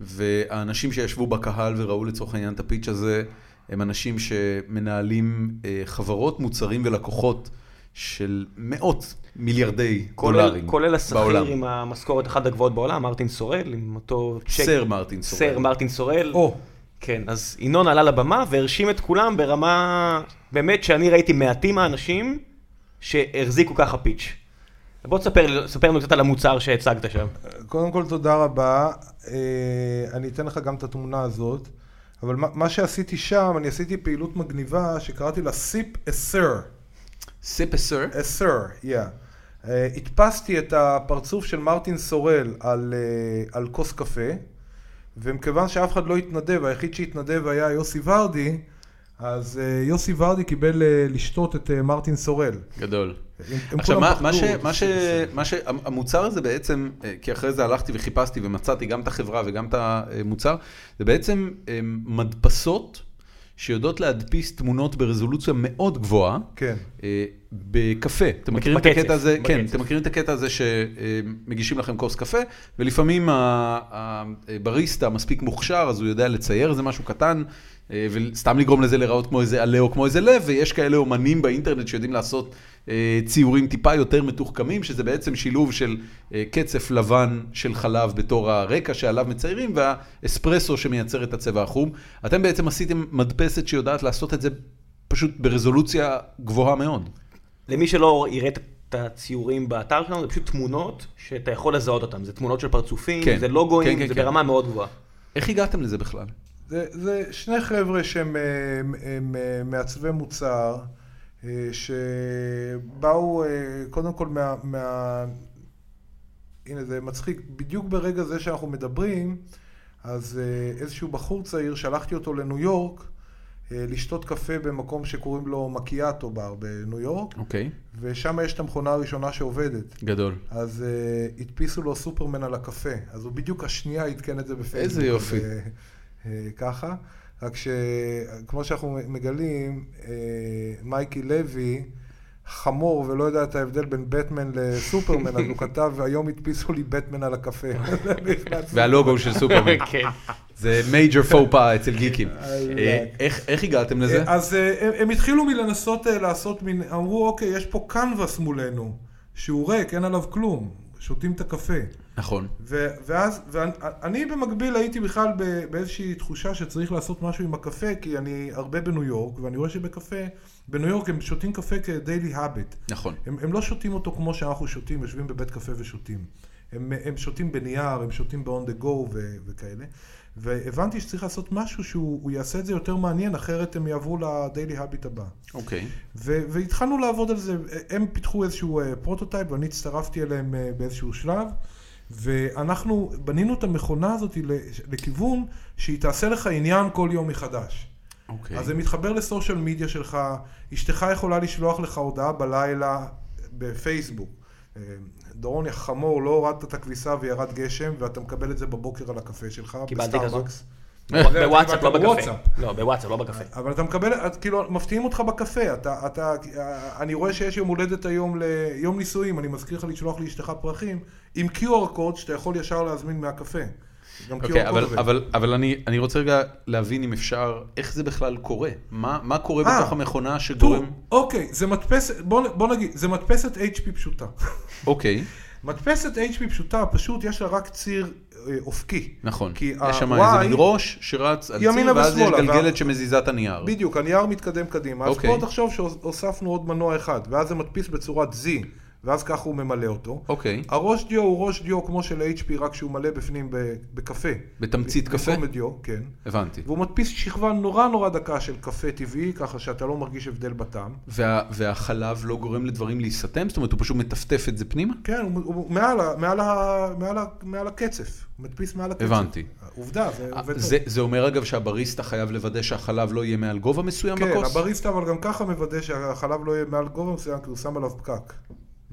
והאנשים שישבו בקהל וראו לצורך העניין את הפיץ' הזה, הם אנשים שמנהלים אה, חברות, מוצרים ולקוחות של מאות מיליארדי כולל, דולרים כולל השכיר בעולם. עם המשכורת אחת הגבוהות בעולם, מרטין סורל, עם אותו צ'ק. סר מרטין סורל. סר מרטין סורל. או, כן, אז ינון עלה לבמה והרשים את כולם ברמה, באמת שאני ראיתי מעטים האנשים שהחזיקו ככה פיץ'. בוא תספר לי- ספר לנו קצת על המוצר שהצגת שם. קודם כל, תודה רבה. אה, אני אתן לך גם את התמונה הזאת. אבל מה, מה שעשיתי שם, אני עשיתי פעילות מגניבה שקראתי לה סיפ אסר. סיפסר. אסר, יא. אה, הדפסתי את הפרצוף של מרטין סורל על, אה, על כוס קפה, ומכיוון שאף אחד לא התנדב, היחיד שהתנדב היה יוסי ורדי, אז אה, יוסי ורדי קיבל אה, לשתות את אה, מרטין סורל. גדול. הם- הם עכשיו, כולם מה, מה, ש, פחדו, מה, ש, בסדר. מה ש... המוצר הזה בעצם, אה, כי אחרי זה הלכתי וחיפשתי ומצאתי גם את החברה וגם את המוצר, זה בעצם אה, מדפסות שיודעות להדפיס תמונות ברזולוציה מאוד גבוהה. כן. אה, בקפה, אתם מכירים את בקצף, הקטע הזה, כן, בקצף. אתם מכירים את הקטע הזה שמגישים לכם כוס קפה, ולפעמים ה- הבריסטה מספיק מוכשר, אז הוא יודע לצייר איזה משהו קטן, אה, וסתם לגרום לזה להיראות כמו איזה עלה או כמו איזה לב, ויש כאלה אומנים באינטרנט שיודעים לעשות אה, ציורים טיפה יותר מתוחכמים, שזה בעצם שילוב של אה, קצף לבן של חלב בתור הרקע שעליו מציירים, והאספרסו שמייצר את הצבע החום. אתם בעצם עשיתם מדפסת שיודעת לעשות את זה. פשוט ברזולוציה גבוהה מאוד. למי שלא יראה את- את הציורים באתר שלנו, זה פשוט תמונות שאתה יכול לזהות אותן. זה תמונות של פרצופים, כן. זה לוגוים, כן, כן, זה כן. ברמה מאוד גבוהה. איך הגעתם לזה בכלל? זה, זה שני חבר'ה שהם אה, הם, הם, אה, מעצבי מוצר, אה, שבאו אה, קודם כל מה, מה... הנה זה מצחיק, בדיוק ברגע זה שאנחנו מדברים, אז אה, איזשהו בחור צעיר, שלחתי אותו לניו יורק אה, לשתות קפה במקום שקוראים לו מקיאטו בר בניו יורק, אוקיי, ושם יש את המכונה הראשונה שעובדת. גדול. אז uh, הדפיסו לו סופרמן על הקפה, אז הוא בדיוק השנייה עדכן את זה בפייסבוק. איזה יופי. אז, אה, אה, ככה, רק שכמו שאנחנו מגלים, uh, מייקי לוי חמור ולא יודע את ההבדל בין בטמן לסופרמן, אז הוא כתב, היום הדפיסו לי בטמן על הקפה. והלוגו של סופרמן. כן. זה מייג'ר פו פא אצל גיקים. איי, אה, רק. איך איך הגעתם לזה? אה, אז אה, הם, הם התחילו מלנסות אה, לעשות מין, אמרו, אוקיי, יש פה קנבס מולנו, שהוא ריק, אין עליו כלום, שותים את הקפה. נכון. ו- ואז, ואני במקביל הייתי בכלל ב- באיזושהי תחושה שצריך לעשות משהו עם הקפה, כי אני הרבה בניו יורק, ואני רואה שבקפה, בניו יורק הם שותים קפה כ-daily habit. נכון. הם, הם לא שותים אותו כמו שאנחנו שותים, יושבים בבית קפה ושותים. הם, הם שותים בנייר, הם שותים ב-on the go ו- וכאלה. והבנתי שצריך לעשות משהו שהוא הוא יעשה את זה יותר מעניין, אחרת הם יעברו ל-daily habit הבא. אוקיי. ו- והתחלנו לעבוד על זה, הם פיתחו איזשהו אה, פרוטוטייפ ואני הצטרפתי אליהם אה, באיזשהו שלב ואנחנו בנינו את המכונה הזאת ל- לכיוון שהיא תעשה לך עניין כל יום מחדש. אוקיי. Okay. אז זה מתחבר לסושיאל מדיה שלך, אשתך יכולה לשלוח לך הודעה בלילה בפייסבוק. אה, דורון, יא חמור, לא הורדת את הכביסה וירד גשם ואתה מקבל את זה בבוקר על הקפה שלך, קיבלתי כזו. בסטארבקס. בוואטסאפ, לא בקפה. בוואטסאפ. לא, בוואטסאפ, לא כן, בקפה. אבל אתה מקבל, את, כאילו, מפתיעים אותך בקפה, אתה, אתה, אני רואה שיש יום הולדת היום ליום נישואים, אני מזכיר לך לשלוח לאשתך פרחים, עם QR קוד שאתה יכול ישר להזמין מהקפה. גם QR אוקיי, קוד אבל- עובד. אבל- אבל אני אני רוצה רגע להבין אם אפשר, איך זה בכלל קורה? מה מה קורה אה, בתוך המכונה טוב, שגורם... אוקיי, זה מדפסת, בוא, נ- בוא נגיד, זה מדפסת HP פשוטה. אוקיי, מדפסת HP פשוטה, פשוט יש לה רק ציר אה, אופקי. נכון. כי יש שם איזה ה-Y- מין ראש שרץ על ימינה ציר, ואז יש ושמאלה, גלגלת וה- שמזיזה את הנייר. בדיוק, הנייר מתקדם קדימה. אז אוקיי. פה תחשוב שהוספנו עוד מנוע אחד, ואז זה מדפיס בצורת Z, ואז ככה הוא ממלא אותו. אוקיי. הראש דיו הוא ראש דיו כמו של HP, רק שהוא מלא בפנים ב- בקפה. בתמצית במקום קפה? בדיו, כן. הבנתי. והוא מדפיס שכבה נורא נורא דקה של קפה טבעי, ככה שאתה לא מרגיש הבדל בטעם. וה- והחלב לא גורם לדברים להיסתם? זאת אומרת, הוא פשוט מטפטף את זה פנימה? כן, הוא, הוא מעל, ה- מעל, ה- מעל, ה- מעל הקצף, הוא מדפיס מעל הקצף. הבנתי. עובדה, זה עובד אה, זה, זה אומר אגב שהבריסטה חייב לוודא שהחלב לא יהיה מעל גובה מסוים כן, בכוס? הבריסטה אבל גם ככה מוודא שהחלב לא יהיה מעל גובה מסוים, כי הוא שם עליו פקק.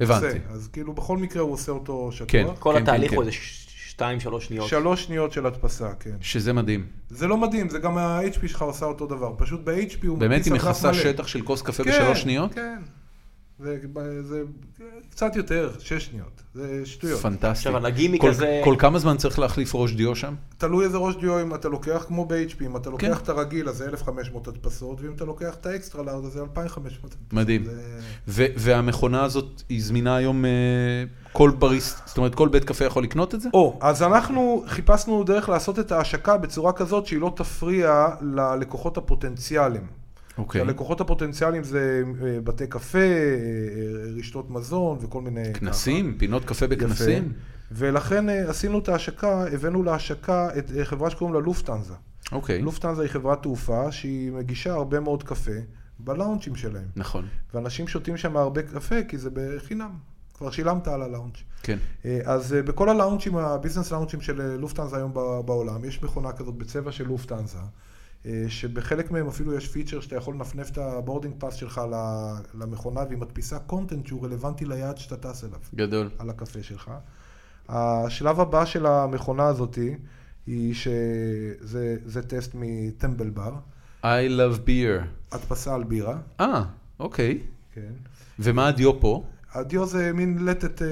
הבנתי. עושה, אז כאילו בכל מקרה הוא עושה אותו שטוח. כן. כל כן, התהליך כן. הוא איזה ש- שתיים, שלוש שניות. שלוש שניות של הדפסה, כן. שזה מדהים. זה לא מדהים, זה גם ה-HP שלך עושה אותו דבר. פשוט ב-HP הוא באמת היא על דף מכסה מלא. שטח של כוס קפה כן, בשלוש שניות? כן. זה, זה קצת יותר, שש שניות. זה שטויות. פנ... פנטסטי. עכשיו, על הגימיק כל- הזה- כל כמה זמן צריך להחליף ראש דיו שם? תלוי איזה ראש דיו אם אתה לוקח כמו ב-HP, אם אתה לוקח כן. את הרגיל אז זה 1,500 הדפסות, ואם אתה לוקח את האקסטרה לארד אז זה 2,500 הדפסות. מדהים. זה... ו- והמכונה הזאת היא זמינה היום אה, כל בריסט, זאת אומרת כל בית קפה יכול לקנות את זה? או, אז אנחנו חיפשנו דרך לעשות את ההשקה בצורה כזאת שהיא לא תפריע ללקוחות הפוטנציאליים. אוקיי. הלקוחות הפוטנציאליים זה אה, בתי קפה, אה, אה, רשתות מזון וכל מיני... כנסים, פינות קפה בכנסים? ולכן אה, עשינו את ההשקה, הבאנו להשקה את אה, חברה שקוראים לה לופטנזה. אוקיי, לופטנזה היא חברת תעופה שהיא מגישה הרבה מאוד קפה בלאונצ'ים שלהם. נכון, ואנשים שותים שם הרבה קפה כי זה בחינם. כבר שילמת על הלאונג'. כן. אה, אז אה, בכל הלאונג'ים, הביזנס לאונג'ים של אה, לופטנזה היום ב- בעולם, יש מכונה כזאת בצבע של לופטנזה, אה, שבחלק מהם אפילו יש פיצ'ר שאתה יכול לנפנף את הבורדינג פאס שלך ל- למכונה והיא מדפיסה קונטנט שהוא רלוונטי ליעד שאתה טס אליו. גדול. על הקפה שלך. השלב הבא של המכונה הזאתי, היא שזה זה טסט מטמבל בר, I love beer. הדפסה על בירה, אה, אוקיי. כן. ומה הדיו פה? הדיו זה מין לטת... אה,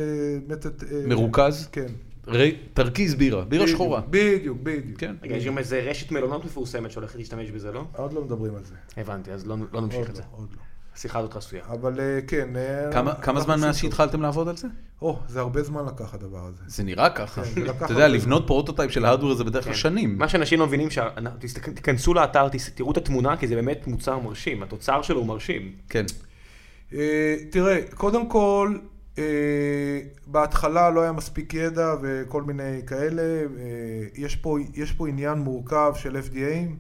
מתת... אה, מרוכז? כן. ר- תרכיז בירה, בירה בדיוק, שחורה. בדיוק, בדיוק. כן. רגע, יש גם איזה רשת מלונות מפורסמת שהולכת להשתמש בזה, לא? עוד לא מדברים על זה. הבנתי, אז לא לא עוד נמשיך את לא, זה. עוד לא. השיחה הזאת חסויה. אבל אה, כן. אה, כמה- כמה אנחנו זמן מאז עושים- שהתחלתם לעבוד על זה? או, זה הרבה זמן לקח הדבר הזה. זה נראה ככה. כן, זה לקח אתה יודע, הרבה לבנות פרוטוטייפ של הארדוור זה בדרך כלל כן. שנים. מה שאנשים לא מבינים, שה- אנחנו- תסתכל- תיכנסו לאתר, תס- תראו את התמונה, כי זה באמת מוצר מרשים, התוצר שלו הוא מרשים. כן, אה, תראה, קודם כל, אה, בהתחלה לא היה מספיק ידע וכל מיני כאלה. אה, יש פה, יש פה עניין מורכב של FDA,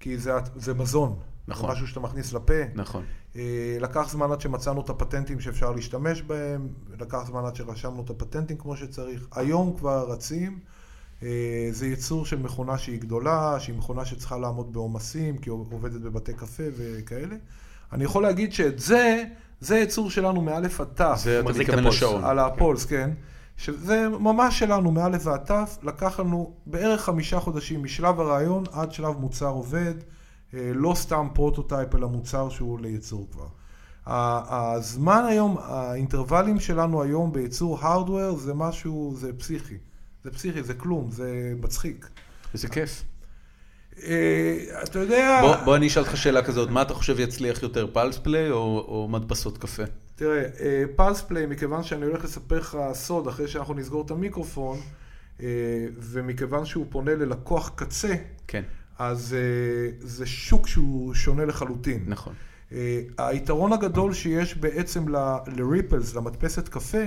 כי זה, זה מזון. נכון. זה משהו שאתה מכניס לפה. נכון. אה, לקח זמן עד שמצאנו את הפטנטים שאפשר להשתמש בהם, לקח זמן עד שרשמנו את הפטנטים כמו שצריך. היום כבר רצים. אה, זה ייצור של מכונה שהיא גדולה, שהיא מכונה שצריכה לעמוד בעומסים, כי היא עובדת בבתי קפה וכאלה. אני יכול להגיד שאת זה, זה ייצור שלנו מאלף עד תף. זה אתה מחזיק את מתכוון הפולס. לשעון. על הפולס, כן. שזה ממש שלנו, מאלף ועד תף, לקח לנו בערך חמישה חודשים משלב הרעיון עד שלב מוצר עובד, אה, לא סתם פרוטוטייפ, אלא מוצר שהוא לייצור כבר. ה- הזמן היום, האינטרוולים שלנו היום בייצור הארדוור זה משהו, זה פסיכי. זה פסיכי, זה כלום, זה מצחיק. איזה כיף. אה, אתה יודע... בוא- בוא אני אשאל אותך שאלה כזאת, מה אתה חושב יצליח יותר, פלס פליי או או מדפסות קפה? תראה, אה, פלס פליי, מכיוון שאני הולך לספר לך סוד אחרי שאנחנו נסגור את המיקרופון, אה, ומכיוון שהוא פונה ללקוח קצה, כן, אז אה, זה שוק שהוא שונה לחלוטין. נכון. אה, היתרון הגדול שיש בעצם ל- לריפלס, למדפסת קפה,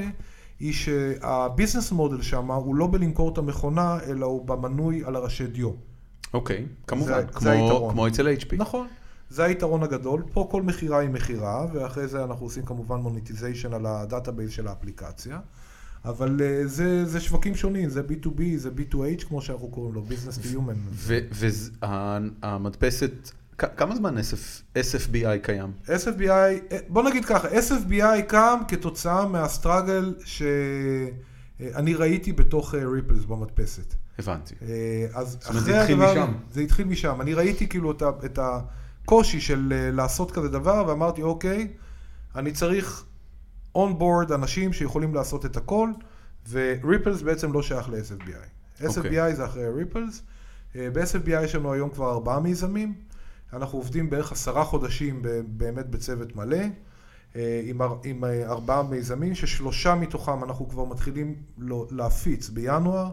היא שהביזנס מודל שם הוא לא בלמכור את המכונה, אלא הוא במנוי על הראשי דיו. אוקיי, כמובן, זה כמו- היתרון. כמו אצל HP. נכון. זה היתרון הגדול, פה כל מכירה היא מכירה, ואחרי זה אנחנו עושים כמובן מוניטיזיישן על הדאטאבייס של האפליקציה. אבל אה, זה, זה שווקים שונים, זה B2B, זה B2H, כמו שאנחנו קוראים לו, Business to Human. והמדפסת, כמה זמן SF SFBI קיים? SFBI, אה, בוא נגיד ככה, SFBI קם כתוצאה מהסטראגל שאני ראיתי בתוך ריפלס במדפסת. הבנתי. אה, אז זאת אומרת, אחרי זה התחיל הדבר, משם. זה התחיל משם. אני ראיתי כאילו את, ה, את הקושי של אה, לעשות כזה דבר, ואמרתי, אוקיי, אני צריך אונבורד אנשים שיכולים לעשות את הכל, וריפלס בעצם לא שייך ל-SFBI. אוקיי. SFBI זה אחרי ריפלס. אה, ב-SFBI יש לנו היום כבר ארבעה מיזמים. אנחנו עובדים בערך עשרה חודשים ב- באמת בצוות מלא. אה, עם, אר- עם אה, ארבעה מיזמים, ששלושה מתוכם אנחנו כבר מתחילים לו- להפיץ בינואר.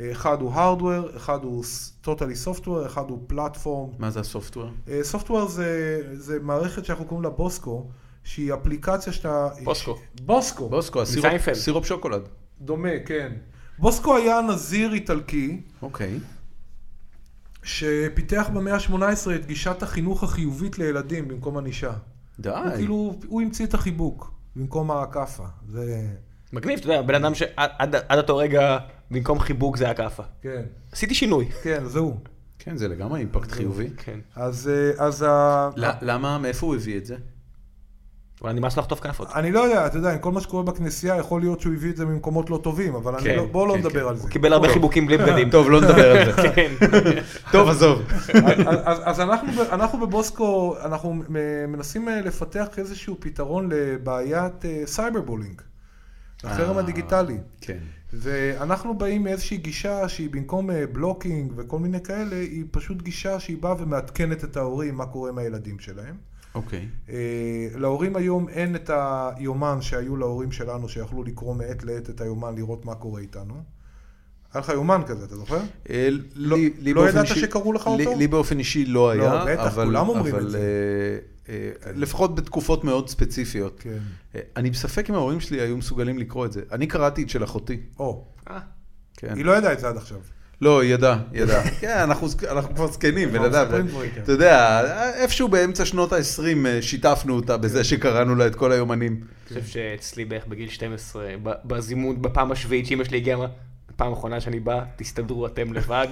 אה, אחד הוא Hardware, אחד הוא s- Totally Software, אחד הוא Platform. מה זה הסופטוור? אה, Software זה, זה מערכת שאנחנו קוראים לה בוסקו, שהיא אפליקציה שאתה... בוסקו. בוסקו. בוסקו, הסירופ- מסיינפלד. סירופ שוקולד. דומה, כן. בוסקו היה נזיר איטלקי, אוקיי. שפיתח במאה ה-18 את גישת החינוך החיובית לילדים במקום ענישה. די. הוא כאילו, הוא המציא את החיבוק במקום הכאפה. זה... מגניב, אתה יודע, בן אדם שעד עד- עד אותו רגע, במקום חיבוק זה היה כאפה. כן. עשיתי שינוי. כן, זה הוא. כן, זה לגמרי אימפקט חיובי. כן. אז, אה, אז ה... ל- למה, מאיפה הוא הביא את זה? אבל נמאס לחטוף כאפות. אני לא יודע, אתה יודע, עם כל מה שקורה בכנסייה, יכול להיות שהוא הביא את זה ממקומות לא טובים, אבל אני כן, לא- בואו לא כן, כן. נדבר על זה. הוא קיבל הרבה חיבוקים בלי בגדים. טוב, לא נדבר על זה. כן. טוב, עזוב. אז- אז אז אנחנו ב- אנחנו בבוסקו, אנחנו מ- מנסים אה, לפתח איזשהו פתרון לבעיית סייבר בולינג, החרם אה. הדיגיטלי. כן. ואנחנו באים מאיזושהי גישה שהיא במקום אה, בלוקינג וכל מיני כאלה, היא פשוט גישה שהיא באה ומעדכנת את ההורים מה קורה עם הילדים שלהם. אוקיי. אה, להורים היום אין את היומן שהיו להורים שלנו, שיכלו לקרוא מעת לעת את היומן, לראות מה קורה איתנו. היה לך יומן כזה, אתה זוכר? אה, לא- לי- לי לא באופן ידעת אישי- שקראו לך לי- אותו? לי באופן אישי לא היה, לא, בטח, אבל- כולם אומרים אבל, את זה. אה, אה, לפחות בתקופות מאוד ספציפיות. כן. אה, אני בספק אם ההורים שלי היו מסוגלים לקרוא את זה. אני קראתי את של אחותי. או, אה, כן. היא לא ידעה את זה עד עכשיו. לא, היא ידעה, היא ידעה. כן, אנחנו זק- אנחנו כבר זקנים, כבר בן אדם. מספרים דברים, כן. אתה יודע, איפשהו באמצע שנות ה-20 שיתפנו אותה בזה שקראנו לה את כל היומנים. אני חושב שאצלי בערך בגיל 12, ב- בזימון, בפעם השביעית שאמא שלי הגיעה, אמרה, פעם אחרונה שאני בא, תסתדרו אתם לבד.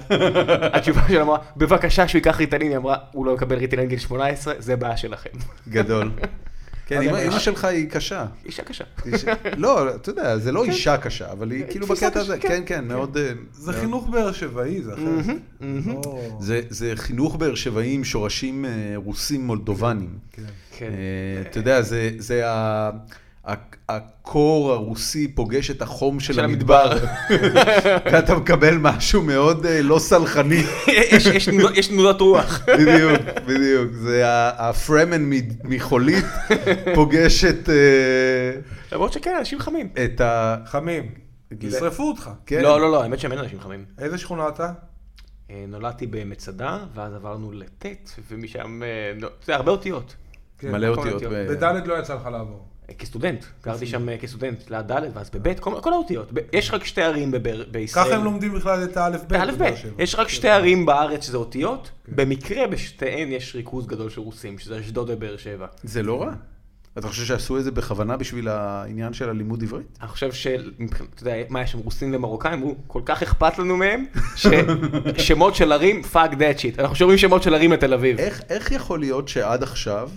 התשובה שלה אמרה, בבקשה שהוא ייקח ריטלין, היא אמרה, הוא לא יקבל ריטלין גיל 18, זה בעיה שלכם. גדול. כן, אבל אמא- הם- אמא שלך היא קשה. אישה קשה. אישה- לא, אתה יודע, זה לא אישה קשה, אבל היא כאילו תפיסה בקטע קשה, הזה, כן, כן, כן, מאוד... אה, זה מאוד- חינוך באר שבעי, זה אחרת. לא- זה, זה חינוך באר שבעי עם שורשים אה, רוסים מולדובנים. כן. כן. אה, אתה יודע, זה, זה ה, ה, הקור הרוסי פוגש את החום של, של המדבר. המדבר. ואתה מקבל משהו מאוד אה, לא סלחני. יש- יש תנודות- יש תנודות רוח. בדיוק, בדיוק. זה ה- הפרמן מ- מחולית פוגש את, אה, למרות שכן, אנשים חמים. את ה... חמים, גילה- ישרפו אותך. כן. לא, לא, לא, האמת שהם אין אנשים חמים. איזה שכונה אתה? אה, נולדתי במצדה, ואז עברנו לט', ומשם, אה, נו, זה הרבה אותיות. כן. מלא כל אותיות. האותיות. ב- בדלת לא יצא לך לעבור. אה, כסטודנט, גרתי שם אה, כסטודנט, ליד ד' ואז בב', כל כל האותיות. ב- יש רק שתי ערים בבאר- בישראל. ככה הם לומדים בכלל כן. את האלף בית. באלף בבאר שבע. כן. ב', יש רק שתי ערים בארץ שזה אותיות, במקרה בשתיהן יש ריכוז גדול של רוסים, שזה אשדוד ובאר שבע. זה לא רע. אתה חושב שעשו את זה בכוונה בשביל העניין של הלימוד עברית? אני חושב שמבחינת, אתה יודע, מה, יש שם רוסים ומרוקאים, אמרו, כל כך אכפת לנו מהם, ששמות של ערים, fuck that shit. אנחנו שומעים שמות של ערים לתל אביב. איך, איך יכול להיות שעד עכשיו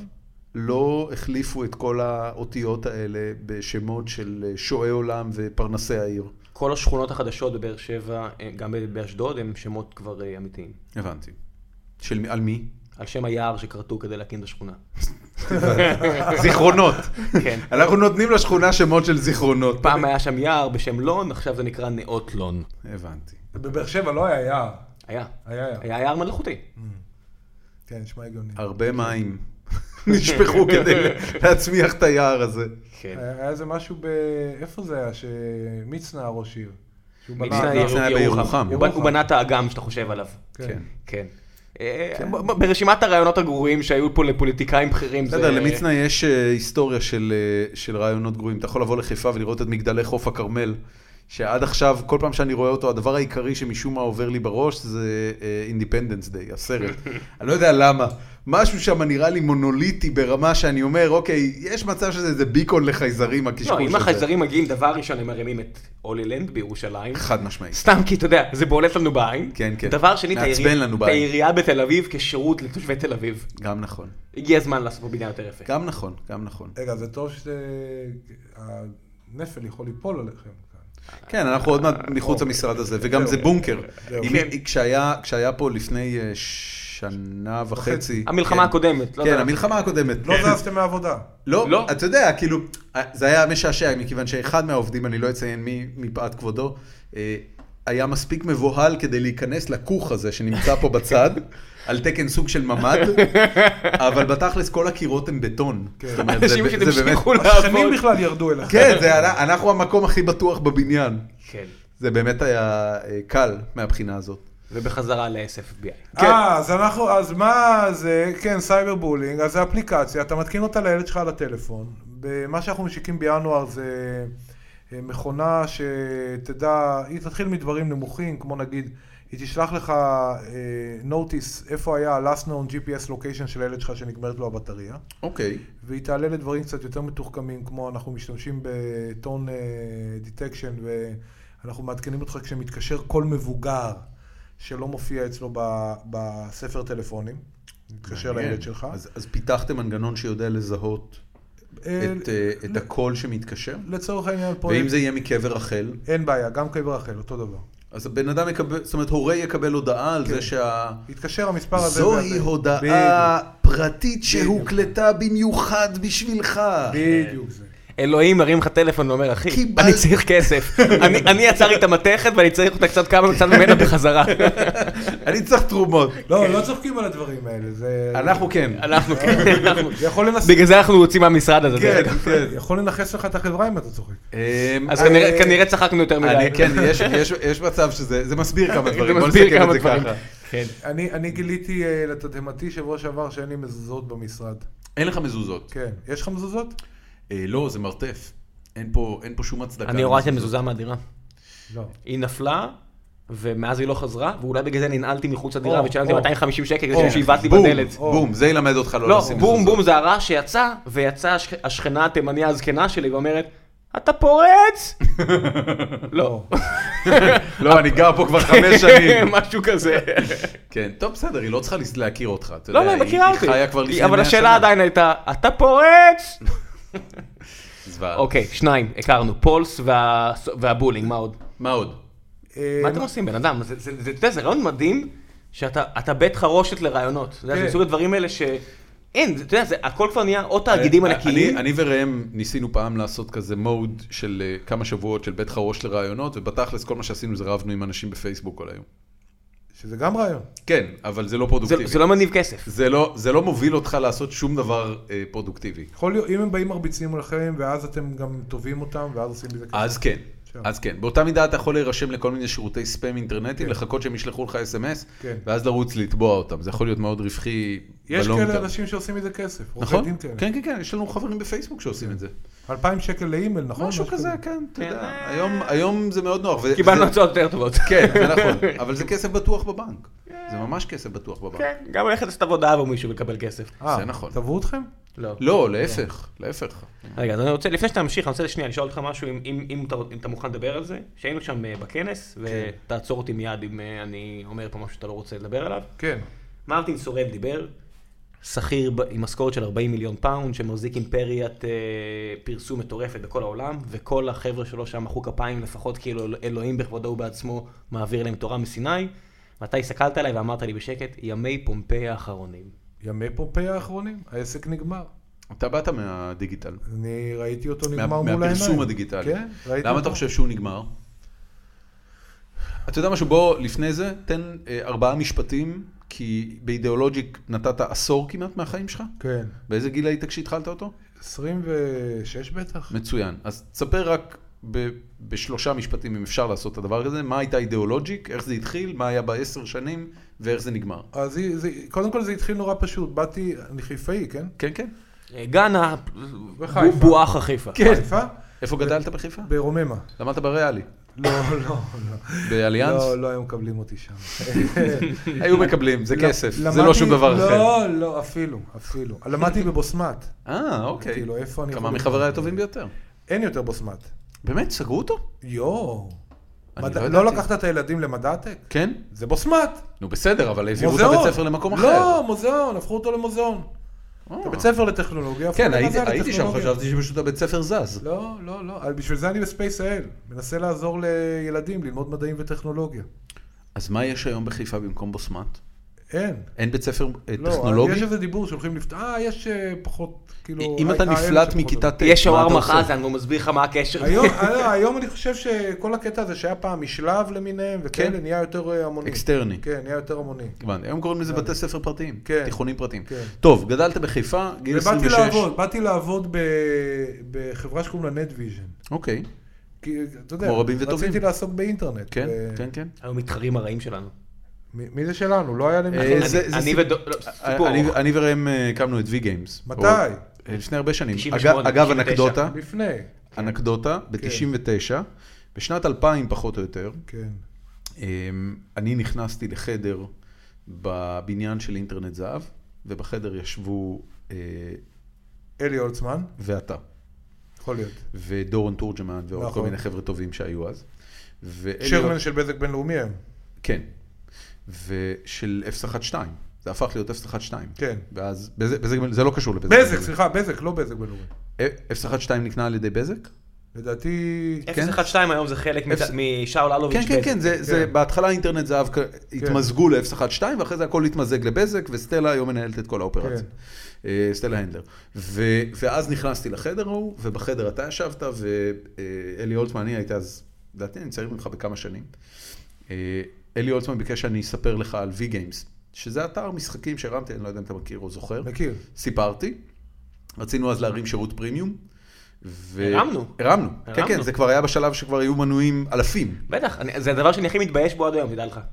לא החליפו את כל האותיות האלה בשמות של אה, שועי עולם ופרנסי העיר? כל השכונות החדשות בבאר שבע, אה, גם באשדוד, הם שמות כבר אה, אמיתיים. הבנתי. של, מי- על מי? על שם היער שכרתו כדי להקים את השכונה. זיכרונות. כן. אנחנו נותנים לשכונה שמות של זיכרונות. פעם היה שם יער בשם לון, עכשיו זה נקרא נאות לון. הבנתי. בבאר שבע לא היה יער. היה. היה יער. היה יער מלאכותי. כן, נשמע הגיוני. הרבה מים נשפכו כדי להצמיח את היער הזה. כן. היה היה איזה משהו ב... איפה זה היה? שמצנע ראש עיר. שהוא בנה- מצנע ירוחם. ירוחם. בירוחם. הוא בנ- הוא בנה את האגם שאתה חושב עליו. כן. כן. אה, ב- ב- ברשימת הרעיונות הגרועים שהיו פה לפוליטיקאים בכירים, זה... בסדר, למצנע יש אה, היסטוריה של, אה, של רעיונות גרועים. אתה יכול לבוא לחיפה ולראות את מגדלי חוף הכרמל, שעד עכשיו, כל פעם שאני רואה אותו, הדבר העיקרי שמשום מה עובר לי בראש זה אינדיפנדנס דיי, הסרט. אני לא יודע למה. משהו שם נראה לי מונוליטי ברמה שאני אומר, אוקיי, יש מצב שזה איזה ביקון לחייזרים, לא, הקשקוש אם הזה. החייזרים מגיעים, דבר ראשון, הם מרימים את הולי לנד בירושלים. חד משמעית. סתם כי אתה יודע, זה בולט לנו בעין. כן, כן. דבר שני, את מעצבן העירייה- לנו את בעין. העירייה בתל אביב כשירות לתושבי תל אביב. גם נכון. הגיע הזמן לעשות פה בניין יותר יפה. גם נכון, גם נכון. רגע, זה טוב שהנפל יכול ליפול עליכם. כאן. כן, אנחנו עוד מעט מחוץ למשרד הזה, וגם זה בונקר. אוקיי. זהו. אם- כן. כשהיה כשהיה פה לפני אה, שנה וחצי... המלחמה כן. הקודמת, לא כן, יודע. המלחמה הקודמת. לא זזתם מהעבודה. לא, לא. אתה יודע, כאילו, זה היה משעשע, מכיוון שאחד מהעובדים, אני לא אציין מי מפאת כבודו, אה, היה מספיק מבוהל כדי להיכנס לכוך הזה שנמצא פה בצד, על תקן סוג של ממ"ד, אבל בתכלס כל הקירות הם בטון. כן. זאת אומרת, זה- אנשים זה באמת- שהמשיכו השכנים לעבוד. בכלל ירדו אליכם. כן, זה- אנחנו המקום הכי בטוח בבניין. כן. זה באמת היה אה, קל מהבחינה הזאת. ובחזרה ל-SFBI. כן. אה, אז אנחנו, אז מה זה, כן, סייבר בולינג, אז זה אפליקציה, אתה מתקין אותה לילד שלך על הטלפון. מה שאנחנו משיקים בינואר זה אה, מכונה שתדע, היא תתחיל מדברים נמוכים, כמו נגיד, היא תשלח לך נוטיס איפה היה ה-last known GPS location של הילד שלך שנגמרת לו הבטריה. אוקיי. והיא תעלה לדברים קצת יותר מתוחכמים, כמו אנחנו משתמשים בטון דיטקשן, ואנחנו מעדכנים אותך כשמתקשר כל מבוגר שלא מופיע אצלו ב- בספר טלפונים, מתקשר לילד שלך. אז, אז פיתחתם מנגנון שיודע לזהות אה, את, אה, את הקול שמתקשר? לצורך העניין פה ואם זה יהיה מקבר רחל, אין בעיה, גם קבר רחל, אותו דבר. אז הבן אדם יקבל, זאת אומרת, הורה יקבל הודעה על זה שה... התקשר המספר הזה. זוהי והזה. הודעה פרטית בדיוק. שהוקלטה במיוחד בשבילך. בדיוק, בדיוק זה. אלוהים מרים לך טלפון ואומר, אחי, קיבלת." אני צריך כסף. אני- אני יצר את המתכת ואני צריך אותה קצת כמה קצת ממנה בחזרה. אני צריך תרומות. לא, לא צוחקים על הדברים האלה, זה... כן. אנחנו כן. אנחנו, כן, אנחנו. זה יכול לנס- בגלל זה אנחנו יוצאים מהמשרד הזה. כן, דרך אגב. כן. יכול לנכס לך את החברה אם אתה צוחק. אמ, אז אה, כנראה- כנראה צחקנו יותר מדי. אני, כן, יש, יש, יש מצב שזה זה מסביר כמה זה דברים, בוא מסביר נסכם כמה את זה דברים. ככה. כן. אני אני גיליתי אה, לתדהמתי שבוע שעבר שאין לי מזוזות במשרד. אין לך מזוזות. כן. יש לך מזוזות? אה, לא, זה מרתף. אין פה, אין פה שום הצדקה. אני הורדתי מזוזה מהדירה. לא. היא נפלה, ומאז היא לא חזרה, ואולי בגלל זה ננעלתי מחוץ לדירה או, ושילמתי או. 250 שקל או, כדי שאיבדתי בום, בדלת. בום, זה ילמד אותך לא לא, לשים בום מזוזות. בום זה הרעש שיצא, ויצאה השכ- השכנה התימניה הזקנה שלי ואומרת, אתה פורץ? לא. לא, אני גר פה כבר חמש שנים. משהו כזה. כן, טוב, בסדר, היא לא צריכה לס- להכיר אותך. אתה לא, יודע, לא, היא מכירה אותי. היא חיה כבר היא- לפני 100 שנה. אבל השאלה עדיין הייתה, אתה פורץ? זוועה. אוקיי, שניים, הכרנו, פולס וה- והבולינג, מה עוד? מה עוד? אה, מה אתם עושים, בן אדם? זה- זה- זה- אתה יודע, זה רעיון מדהים, שאתה אתה בית חרושת לרעיונות. אתה יודע, זה כן. מסוג הדברים האלה ש... אין, אתה יודע, זה- הכל כבר נהיה או תאגידים אני- ענקיים. אה, אני- אני וראם ניסינו פעם לעשות כזה מוד של אה, כמה שבועות של בית חרוש לרעיונות, ובתכלס כל מה שעשינו זה רבנו עם אנשים בפייסבוק כל היום. שזה גם רעיון. כן, אבל זה לא זה- פרודוקטיבי. זה לא מניב כסף. זה לא- זה לא מוביל אותך לעשות שום דבר אה, פרודוקטיבי. יכול להיות, אם הם באים מרביצים לכם, ואז אתם גם תובעים אותם, ואז עושים מזה כסף. אז כן, שם. אז כן. באותה מידה אתה יכול להירשם לכל מיני שירותי ספאם אינטרנטיים, לחכות שהם ישלחו לך אס.אם.אס, כן. ואז לרוץ לתבוע אותם. זה יכול להיות מאוד רווחי יש בלונג כאלה טרם. אנשים שעושים מזה כסף. עורכי נכון? דין כאלה. כן, כן, כן, יש לנו חברים בפייסבוק שעושים את זה. 2,000 שקל לאימייל, נכון? משהו כזה, כן, אתה יודע. כן. היום- היום זה מאוד נוח. וזה- קיבלנו הצעות יותר טובות. כן, זה נכון, אבל זה כסף בטוח בבנק. זה ממש כסף בטוח בבנק. כן, גם ללכת לעשות עבודה עבור מישהו ולקבל כסף. אה, זה נכון. תבעו אתכם? לא. לא, להפך, להפך. רגע, אז אני רוצה, לפני שאתה ממשיך, אני רוצה שנייה לשאול אותך משהו, אם- אם אם אתה- אם אתה מוכן לדבר על זה, שהיינו שם אה, כן. בכנס, ותעצור אותי מיד אם אה, אני אומר פה משהו שאתה לא רוצה לדבר עליו. כן. מרטין סורב דיבר, שכיר ב- עם משכורת של 40 מיליון פאונד, שמחזיק אימפריית אה, פרסום מטורפת בכל העולם, וכל החבר'ה שלו שם מחאו כפיים, לפחות כאילו אלוהים בכבודו ובעצמו מעביר להם תורה מסיני. ואתה הסתכלת עליי ואמרת לי בשקט, ימי פומפיי האחרונים. ימי פומפיי האחרונים, העסק נגמר. אתה באת מהדיגיטל. אני ראיתי אותו מה- נגמר מול העיניים. מהפרסום הדיגיטלי. כן, ראיתי למה אתה חושב שהוא נגמר? אתה יודע משהו, בוא, לפני זה, תן אה, ארבעה משפטים, כי באידיאולוג'יק נתת עשור כמעט מהחיים שלך. כן. באיזה גיל היית כשהתחלת אותו? 26 בטח? מצוין. אז תספר רק ב- בשלושה משפטים, אם אפשר לעשות את הדבר הזה, מה הייתה אידיאולוג'יק, איך זה התחיל, מה היה בעשר שנים, ואיך זה נגמר. אז זה- זה- קודם כל זה התחיל נורא פשוט, באתי, אני חיפאי, כן? כן, כן. אה, גאנה, וחיפה. בו- בואך החיפה. כן. חיפה? איפה גדלת בחיפה? ברוממה. למדת בריאלי, לא, לא, לא. באליאנס? לא, לא היו מקבלים אותי שם. היו מקבלים, זה כסף, למדתי- זה לא שום דבר אחר. לא, לא, אפילו, אפילו. למדתי בבוסמת. אה, אוקיי. כאילו, איפה אני כמה יכול- מחבריי הטובים ביותר. אין יותר בוסמת. באמת, סגרו אותו? יואו. אני מדע- לא לא ידעתי. לקחת את הילדים למדעטק? כן? זה בוסמת. נו בסדר, אבל העבירו את מוזיאון. הבית ספר למקום אחר. לא, מוזיאון, הפכו אותו למוזיאון. אה. בית ספר לטכנולוגיה. הפכו כן, אותו הייתי- למוזיאון הייתי שם, לטכנולוגיה. חשבתי שפשוט הבית ספר זז. לא, לא, לא. אבל בשביל זה אני בספייס האל. מנסה לעזור לילדים ללמוד מדעים וטכנולוגיה. אז מה יש היום בחיפה במקום בוסמת? אין. אין בית ספר אה, לא, טכנולוגי? יש איזה דיבור שהולכים לפתח... אה, יש אה, פחות, כאילו... אם אתה ה- ה- נפלט שפחות מכיתה עובד. ט', אה, יש מה אתה שווארמה עושה? חזן, והוא מסביר לך מה הקשר. היום, אה, היום אני חושב שכל הקטע הזה שהיה פעם משלב למיניהם וכאלה, כן. נהיה יותר אה, המוני. אקסטרני. כן, נהיה יותר המוני. הבנתי, היום קוראים לזה בתי ספר פרטיים, כן. תיכונים פרטיים. כן. טוב, גדלת בחיפה, גיל ובאתי 26. לעבוד, באתי לעבוד ב- בחברה שקוראים לה נטוויז'ן. אוקיי, כי, אתה יודע, כמו רבים וטובים. רציתי לעסוק באינטרנט. כן, ו- כן, כן. היו מתחרים הרעים שלנו. מי מי זה שלנו? לא היה אה, להם... אני- זה- זה אני סיפ- ודו... לא, סיפור אני- ארוך. אני וראם אה, הקמנו את V-Games. מתי? אה, לפני הרבה שנים. 98, אגב- אגב, 99. אנקדוטה, לפני. כן. אנקדוטה, ב-99, בשנת 2000 פחות או יותר, כן. אמ, אני נכנסתי לחדר בבניין של אינטרנט זהב, ובחדר ישבו אה, אלי הולצמן, ואתה, יכול להיות. ודורון תורג'מן, ועוד כל נכון. מיני חבר'ה טובים שהיו אז. ואלי- שרמן של בזק בינלאומי הם. כן. ושל 012. זה הפך להיות 012. כן. ואז, בזק, בזק, זה לא קשור לבזק. בזק, סליחה, בזק, לא בזק בינלאומי. סליחה. 012 נקנה על ידי בזק? לדעתי... אה. 012 היום זה חלק מת- כן. אפס- משאול אלוביץ'. כן, כן, בזק. כן, זה, זה בהתחלה אינטרנט זהב כ- התמזגו ל-012, ואחרי זה הכל התמזג לבזק, וסטלה היום מנהלת את כל האופרציה. אה, סטלה הנדלר. ו, ואז נכנסתי לחדר ההוא, ובחדר אתה ישבת, ואלי הולצמן, אני הייתי אז, לדעתי אני צעיר ממך בכמה שנים. אה, אלי הולצמן ביקש שאני אספר לך על V-Games, שזה אתר משחקים שהרמתי, אני לא יודע אם אתה מכיר או זוכר. מכיר. סיפרתי. רצינו אז להרים שירות פרימיום. ו... הרמנו. הרמנו. כן, כן, הרמנו. זה כבר היה בשלב שכבר היו מנויים אלפים. בטח, אני- זה הדבר שאני הכי מתבייש בו עד היום, תדע לך.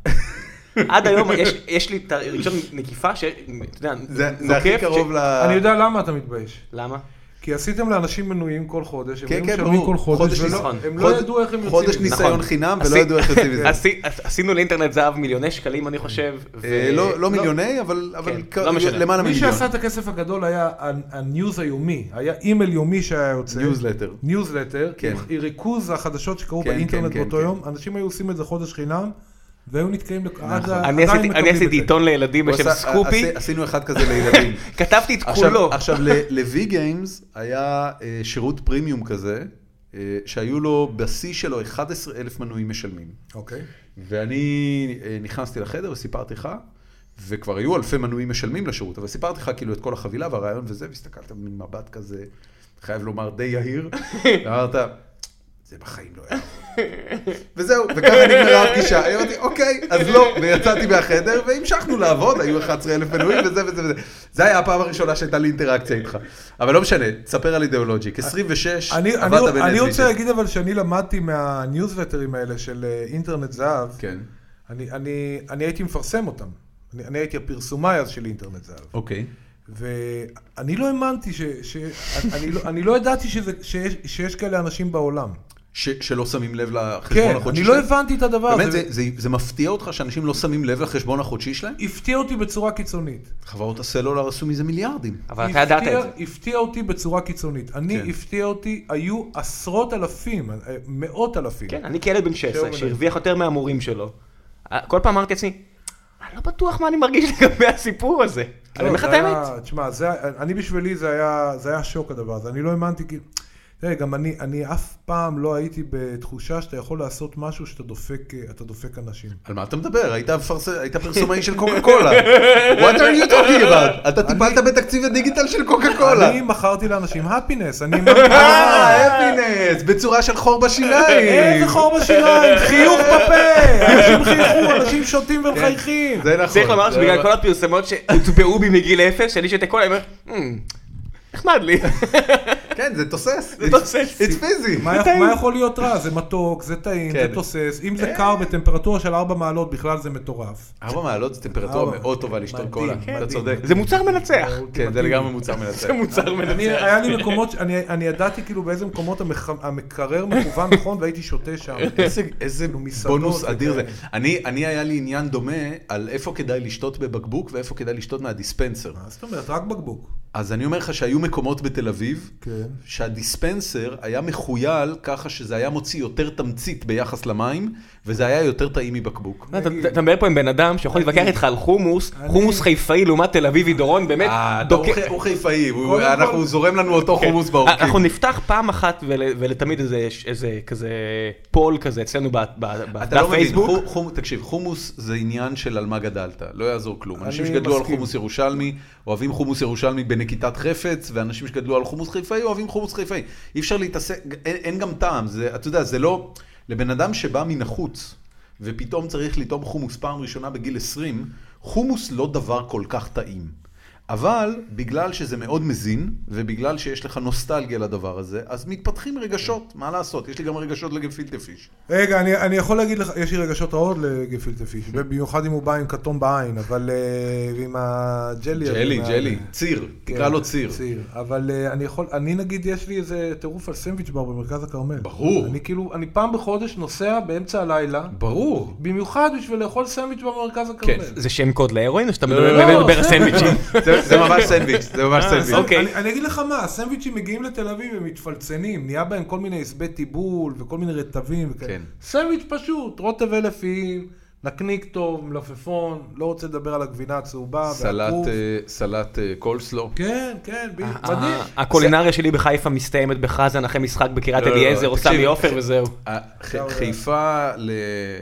עד היום יש- יש לי את הרגשת נקיפה, ש- אתה יודע, זה זה נוקף הכי ש- קרוב ל... אני יודע למה אתה מתבייש. למה? כי עשיתם לאנשים מנויים כל חודש, הם כן, היו כן, משלמים ברור. כל חודש, חודש ולא- ניסיון. הם לא חודש- ידעו איך הם יוצאים. חודש מזה. ניסיון נכון. חינם, ולא עשי- ידעו איך יוצאים מזה. עשי- עשינו לאינטרנט זהב מיליוני שקלים, אני חושב. ו- אה, לא לא מיליוני, אבל אבל כן, כ- לא משנה. למעלה מי ממיליון. שעשה את הכסף הגדול היה ה- הניוז היומי, היה אימייל יומי שהיה יוצא. ניוזלטר. ניוזלטר, כן. עם ריכוז החדשות שקרו כן, באינטרנט כן, כן, באותו כן. יום, אנשים היו עושים את זה חודש חינם, והיו נתקעים, נכון. לק- עד ה- אני עדיין עשיתי- אני מקבלים את עשיתי זה. עיתון לילדים הוא בשם עשה- סקופי, עשי- עשינו אחד כזה לילדים. כתבתי את עכשיו- כולו. עכשיו, ל-V Games היה אה, שירות פרימיום כזה, אה, שהיו לו, בשיא שלו, 11 אלף מנויים משלמים. אוקיי. ואני אה, נכנסתי לחדר וסיפרתי לך, וכבר היו אלפי מנויים משלמים לשירות, אבל סיפרתי לך כאילו את כל החבילה והרעיון וזה, והסתכלת במין מבט כזה, חייב לומר די יהיר, ואמרת, זה בחיים לא יעבור. וזהו, וככה נגמרה הפגישה. אמרתי, אוקיי, אז לא, ויצאתי מהחדר, והמשכנו לעבוד, היו 11,000 מנויים וזה וזה וזה. זה היה הפעם הראשונה שהייתה לי אינטראקציה איתך. אבל לא משנה, תספר על אידיאולוג'יק. 26, אני, עבדת אני, אני בנטוויץ'. רוצה להגיד אבל שאני למדתי מהניוזלטרים האלה של אה, אינטרנט זהב, כן, אני, אני, אני הייתי מפרסם אותם. אני, אני הייתי הפרסומאי אז של אינטרנט זהב. אוקיי. ואני לא האמנתי ש... ש אני, לא, אני לא ידעתי שזה, שיש, שיש כאלה אנשים בעולם. ש- שלא שמים לב לחשבון כן, החודשי אני לא שלהם? הבנתי את הדבר הזה. באמת, זה, זה, זה מפתיע אותך שאנשים לא שמים לב לחשבון החודשי שלהם? הפתיע אותי בצורה קיצונית. חברות הסלולר עשו מזה מיליארדים. אבל אתה ידעת הפתיע- את זה. הפתיע אותי בצורה קיצונית. אני, כן. הפתיע אותי, היו עשרות אלפים, אה, מאות אלפים. כן, אני כילד בן 16 שאומרים. שהרוויח יותר מהמורים שלו. אה, כל פעם אמרתי לעצמי, אני לא בטוח מה אני מרגיש לגבי הסיפור הזה. אני אומר לך לא, את זה האמת. היה- תשמע, זה היה- אני בשבילי זה היה, זה היה שוק הדבר הזה, אני לא האמנתי, כי... תראה, גם אני, אני אף פעם לא הייתי בתחושה שאתה יכול לעשות משהו שאתה דופק, אה, אתה דופק אנשים. על מה אתה מדבר? היית, מפרס... היית פרסומאי של קוקה קולה. What are you talking about? אתה טיפלת בתקציב הדיגיטל של קוקה קולה. אני מכרתי לאנשים הפינס, אני אמרתי, אה, הפינס, בצורה של חור בשיניים. איזה חור בשיניים, אה, חיוך בפה, אנשים חייכו, אנשים שותים ומחייכים. כן. זה נכון. צריך לומר זה שבגלל נכון. כל הפרסומות שהוטבעו בי מגיל אפס, שאני שותה קולה, אני אומר, "מ, נחמד לי. כן, זה תוסס. זה תוסס. It's busy. מה יכ- טעים. מה יכול להיות רע? זה מתוק, זה טעים, כן. זה תוסס, אם זה קר בטמפרטורה של 4 מעלות, בכלל זה מטורף. ארבע מעלות זה טמפרטורה ארבע. מאוד טובה לשתות מדהים, קולה. כן. אתה צודק. זה מוצר מנצח. כן, זה לגמרי מוצר מנצח. זה מוצר אני, מנצח. היה לי מקומות, ש- אני, אני ידעתי כאילו באיזה מקומות המח, המקרר מכוון נכון והייתי שותה שם. איזה, איזה כאילו מסעדות בונוס וכאלה. אדיר זה. אני, אני היה לי עניין דומה על איפה כדאי לשתות בבקבוק ואיפה כדאי לשתות מהדיספנסר. מה זאת אומרת? רק בקבוק. אז אני אומר לך שהיו מקומות בתל אביב, כן. שהדיספנסר היה מחוייל ככה שזה היה מוציא יותר תמצית ביחס למים, וזה היה יותר טעים מבקבוק. אתה- אתה אתה מדבר פה עם בן אדם שיכול להתווכח איתך על חומוס, חומוס חיפאי לעומת תל אביבי דורון, באמת, אה, אתה- הוא דוקר- חי- הוא חיפאי, הוא- קודם כל- אנחנו זורם לנו אותו חומוס כן. אנחנו בעורקים. נפתח פעם אחת ול- ולתמיד איזה- איזה כזה פול כזה אצלנו ב- ב- אתה בדף לא מבין, חו- פייסבוק. חומ- תקשיב, חומוס זה עניין של על מה גדלת, לא יעזור כלום. אנשים אני שגדלו על מסכים. חומוס ירושלמי, אוהבים חומוס ירושלמי בנקיטת חפץ, ואנשים שגדלו על חומוס חיפאי, אוהבים חומוס חיפאי. אי אפשר להתעסק, אין, אין גם טעם, זה, אתה יודע, זה לא... לבן אדם שבא מן החוץ, ופתאום צריך לטעום חומוס פעם ראשונה בגיל 20, חומוס לא דבר כל כך טעים. אבל בגלל שזה מאוד מזין, ובגלל שיש לך נוסטלגיה לדבר הזה, אז מתפתחים רגשות, מה לעשות? יש לי גם רגשות לגפילטה פיש. רגע, אני, אני יכול להגיד לך, יש לי רגשות רעות לגפילטה פיש, במיוחד אם הוא בא עם כתום בעין, אבל אה, ועם הג'לי. הזה ג'לי, מה- ג'לי, ציר, כן, תקרא לו ציר. ציר. אבל אה, אני יכול, אני נגיד, יש לי איזה טירוף על סנדוויץ' בר במרכז הכרמל. ברור. אני כאילו, אני פעם בחודש נוסע באמצע הלילה, ברור. במיוחד בשביל לאכול סנדוויץ' בר במרכז הכרמל. כן, זה שם קוד להרואין או שאתה לא, מדבר לא, מדבר לא, על זה- סנדוויצ'ים? זה זה ממש סנדוויץ', זה ממש סנדוויץ'. אוקיי. אני, אני אגיד לך מה, הסנדוויצ'ים מגיעים לתל אביב, הם מתפלצנים, נהיה בהם כל מיני הסבי טיבול וכל מיני רטבים וכאלה. כן. סנדוויץ' פשוט, רוטב אלף איים, נקניק טוב, מלפפון, לא רוצה לדבר על הגבינה הצהובה, סלט, והכרוב. אה, סלט אה, קולסלו. כן, כן, ב- מדהים. אה, הקולינריה שלי בחיפה מסתיימת בחזן אחרי משחק בקריית לא, לא, אליעזר או תקשיב, סמי עופר וזהו. ה- ח- חיפה, ל-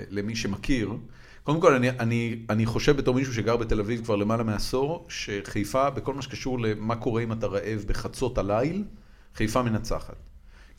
למי שמכיר, קודם כל, אני, אני, אני חושב בתור מישהו שגר בתל אביב כבר למעלה מעשור, שחיפה, בכל מה שקשור למה קורה אם אתה רעב בחצות הליל, חיפה מנצחת.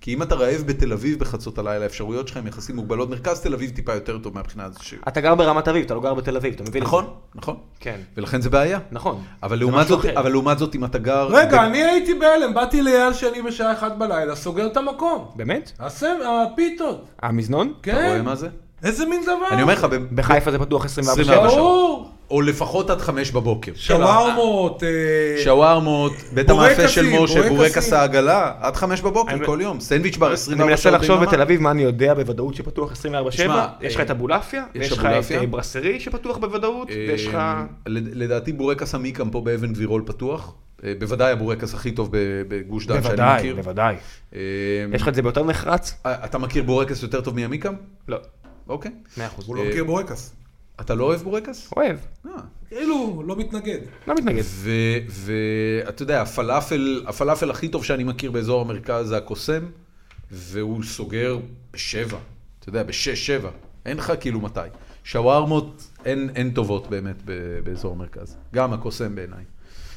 כי אם אתה רעב בתל אביב בחצות הליל, האפשרויות שלך הן יחסית מוגבלות. מרכז תל אביב טיפה יותר טוב מהבחינה הזאת. ש... אתה גר ברמת אביב, אתה לא גר בתל אביב, אתה מבין? את נכון, זה? נכון. כן. ולכן זה בעיה. נכון. אבל זה לעומת, משהו זאת, אחר. אבל לעומת זאת, אם אתה גר... ב- רגע, אני הייתי בהלם, באתי לאייל שני בשעה אחת בלילה, סוגר את המקום. באמת? הסם, הפיתות. המזנון? כן. אתה רואה מה זה? איזה מין דבר? אני אומר לך, ב- בחיפה זה פתוח 24 24 שעות. שעות. ברור. או לפחות עד חמש בבוקר. שווארמות. אה, שווארמות, בית בורקסים, המאפה של משה, בורקסים. בורקס העגלה, עד חמש בבוקר אני- כל יום, סנדוויץ' בר אני 24 מנסה שעות לחשוב ביממה. בתל אביב מה אני יודע בוודאות שפתוח 24-7. תשמע, יש לך אה, את אבולעפיה, יש ויש לך את אבולעפיה. אה, ברסרי שפתוח בוודאות, אה, ויש לך... לד- לדעתי בורקס עמיקם פה באבן גבירול פתוח, אה, בוודאי הבורקס הכי טוב ב- בגוש דן שאני בוודאי, מכיר. בוודאי. אה, יש לך את זה ביותר נחרץ? אה, אתה מכיר בורקס יותר טוב מעמיקם? לא. אוקיי. מאה אחוז. הוא לא מכיר בורקס. אתה לא אוהב בורקס? אוהב, אה. כאילו, לא מתנגד. לא מתנגד. ו- ואתה יודע, הפלאפל, הפלאפל הכי טוב שאני מכיר באזור המרכז זה הקוסם, והוא סוגר בשבע, אתה יודע, בשש, שבע. אין לך כאילו מתי. שווארמות אין, אין טובות באמת ב- באזור המרכז. גם הקוסם בעיניי.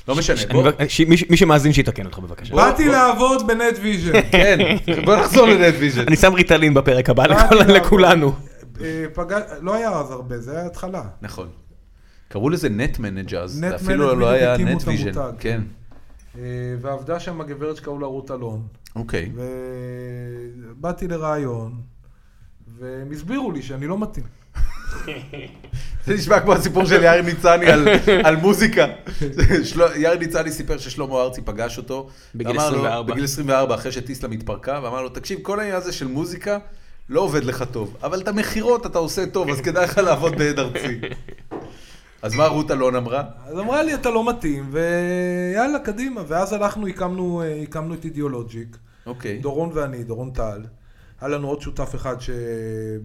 לא משנה, אני בוא, מבק- ש- מי ש- מי שמאזין שיתקן אותך בבקשה. בוא, באתי בוא. לעבוד בנט ויז'ן. כן, בוא נחזור לנטוויז'ן. אני שם ריטלין בפרק הבא באתי לכל- לעבוד. לכולנו. אה, פגע- לא היה אז הרבה, זה היה התחלה. נכון. קראו לזה נט מנג' אז, זה Net Manage, אפילו לא בדיוק היה הקימו נט את ויז'ן. המותג. כן, אה, ועבדה שם הגברת שקראו לה רות אלון. אוקיי. ובאתי לראיון, והם הסבירו לי שאני לא מתאים. זה נשמע כמו הסיפור של יאיר ניצני על, על מוזיקה. של- יאיר ניצני סיפר ששלמה ארצי פגש אותו. בגיל ואמר לו- 24. בגיל 24, אחרי שטיסלאם התפרקה, ואמר לו, תקשיב, כל העניין הזה של מוזיקה לא עובד לך טוב, אבל את המכירות אתה עושה טוב, אז כדאי לך לעבוד בעד ארצי. אז מה רות אלון אמרה? אז אמרה לי, אתה לא מתאים, ויאללה, קדימה. ואז הלכנו, הקמנו, אה, הקמנו את אידיאולוג'יק. אוקיי. דורון ואני, דורון טל. היה לנו עוד שותף אחד ש...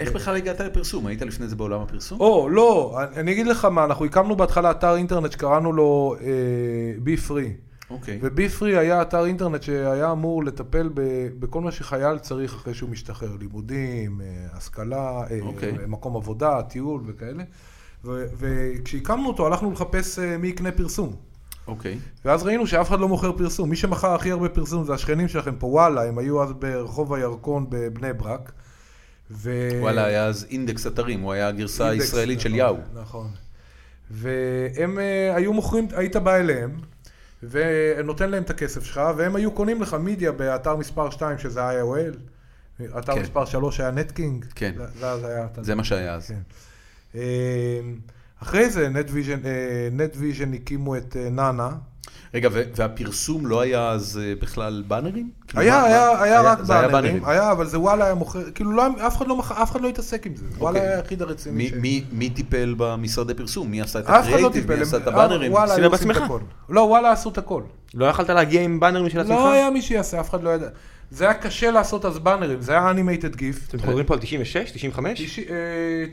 איך בכלל הגעת לפרסום? היית לפני זה בעולם הפרסום? או, לא, אני- אני אגיד לך מה, אנחנו הקמנו בהתחלה אתר אינטרנט שקראנו לו אה, בי פרי. אוקיי. ובי פרי היה אתר אינטרנט שהיה אמור לטפל ב, בכל מה שחייל צריך אחרי שהוא משתחרר, לימודים, אה, השכלה, אה, אוקיי. מקום עבודה, טיול וכאלה. ו- וכשהקמנו אותו הלכנו לחפש אה, מי יקנה פרסום. אוקיי. ואז ראינו שאף אחד לא מוכר פרסום. מי שמכר הכי הרבה פרסום זה השכנים שלכם פה, וואלה, הם היו אז ברחוב הירקון בבני ברק. ו... וואלה, היה אז אינדקס אתרים, הוא היה הגרסה אה- אינדקס, הישראלית של נכון, יאו. נכון. והם אה, היו מוכרים, היית בא אליהם, ונותן להם את הכסף שלך, והם היו קונים לך מידיה באתר מספר 2, שזה IOL, אתר כן. מספר 3 היה נטקינג, כן. זה- זה אז היה אתר. זה מה שהיה אז. כן. אה, אחרי זה נטוויז'ן, נטוויז'ן הקימו את אה, נאנה. רגע, ו- והפרסום לא היה אז אה, בכלל באנרים? כאילו, היה, מה- היה, מה- היה רק זה היה באנרים, היה, אבל זה וואלה היה מוכר, כאילו לא, היה- אף אחד לא מכר- אף אחד לא התעסק עם זה, וואלה היה היחיד הרציני. אוקיי. מי- ש- מי- מי טיפל במשרדי פרסום? מי עשה את אף אחד לא הקריאייטיב? טיפל, מי עשה הם- את הבאנרים? וואלה, עשית היו עושים את בעצמך? הכל. לא, וואלה עשו את הכל. לא יכלת להגיע עם באנר משל עצמך? לא היה מי שיעשה, אף אחד לא ידע. זה היה קשה לעשות אז באנרים, זה היה אנימייטד גיף. אתם מדברים פה על 96? 95? אה,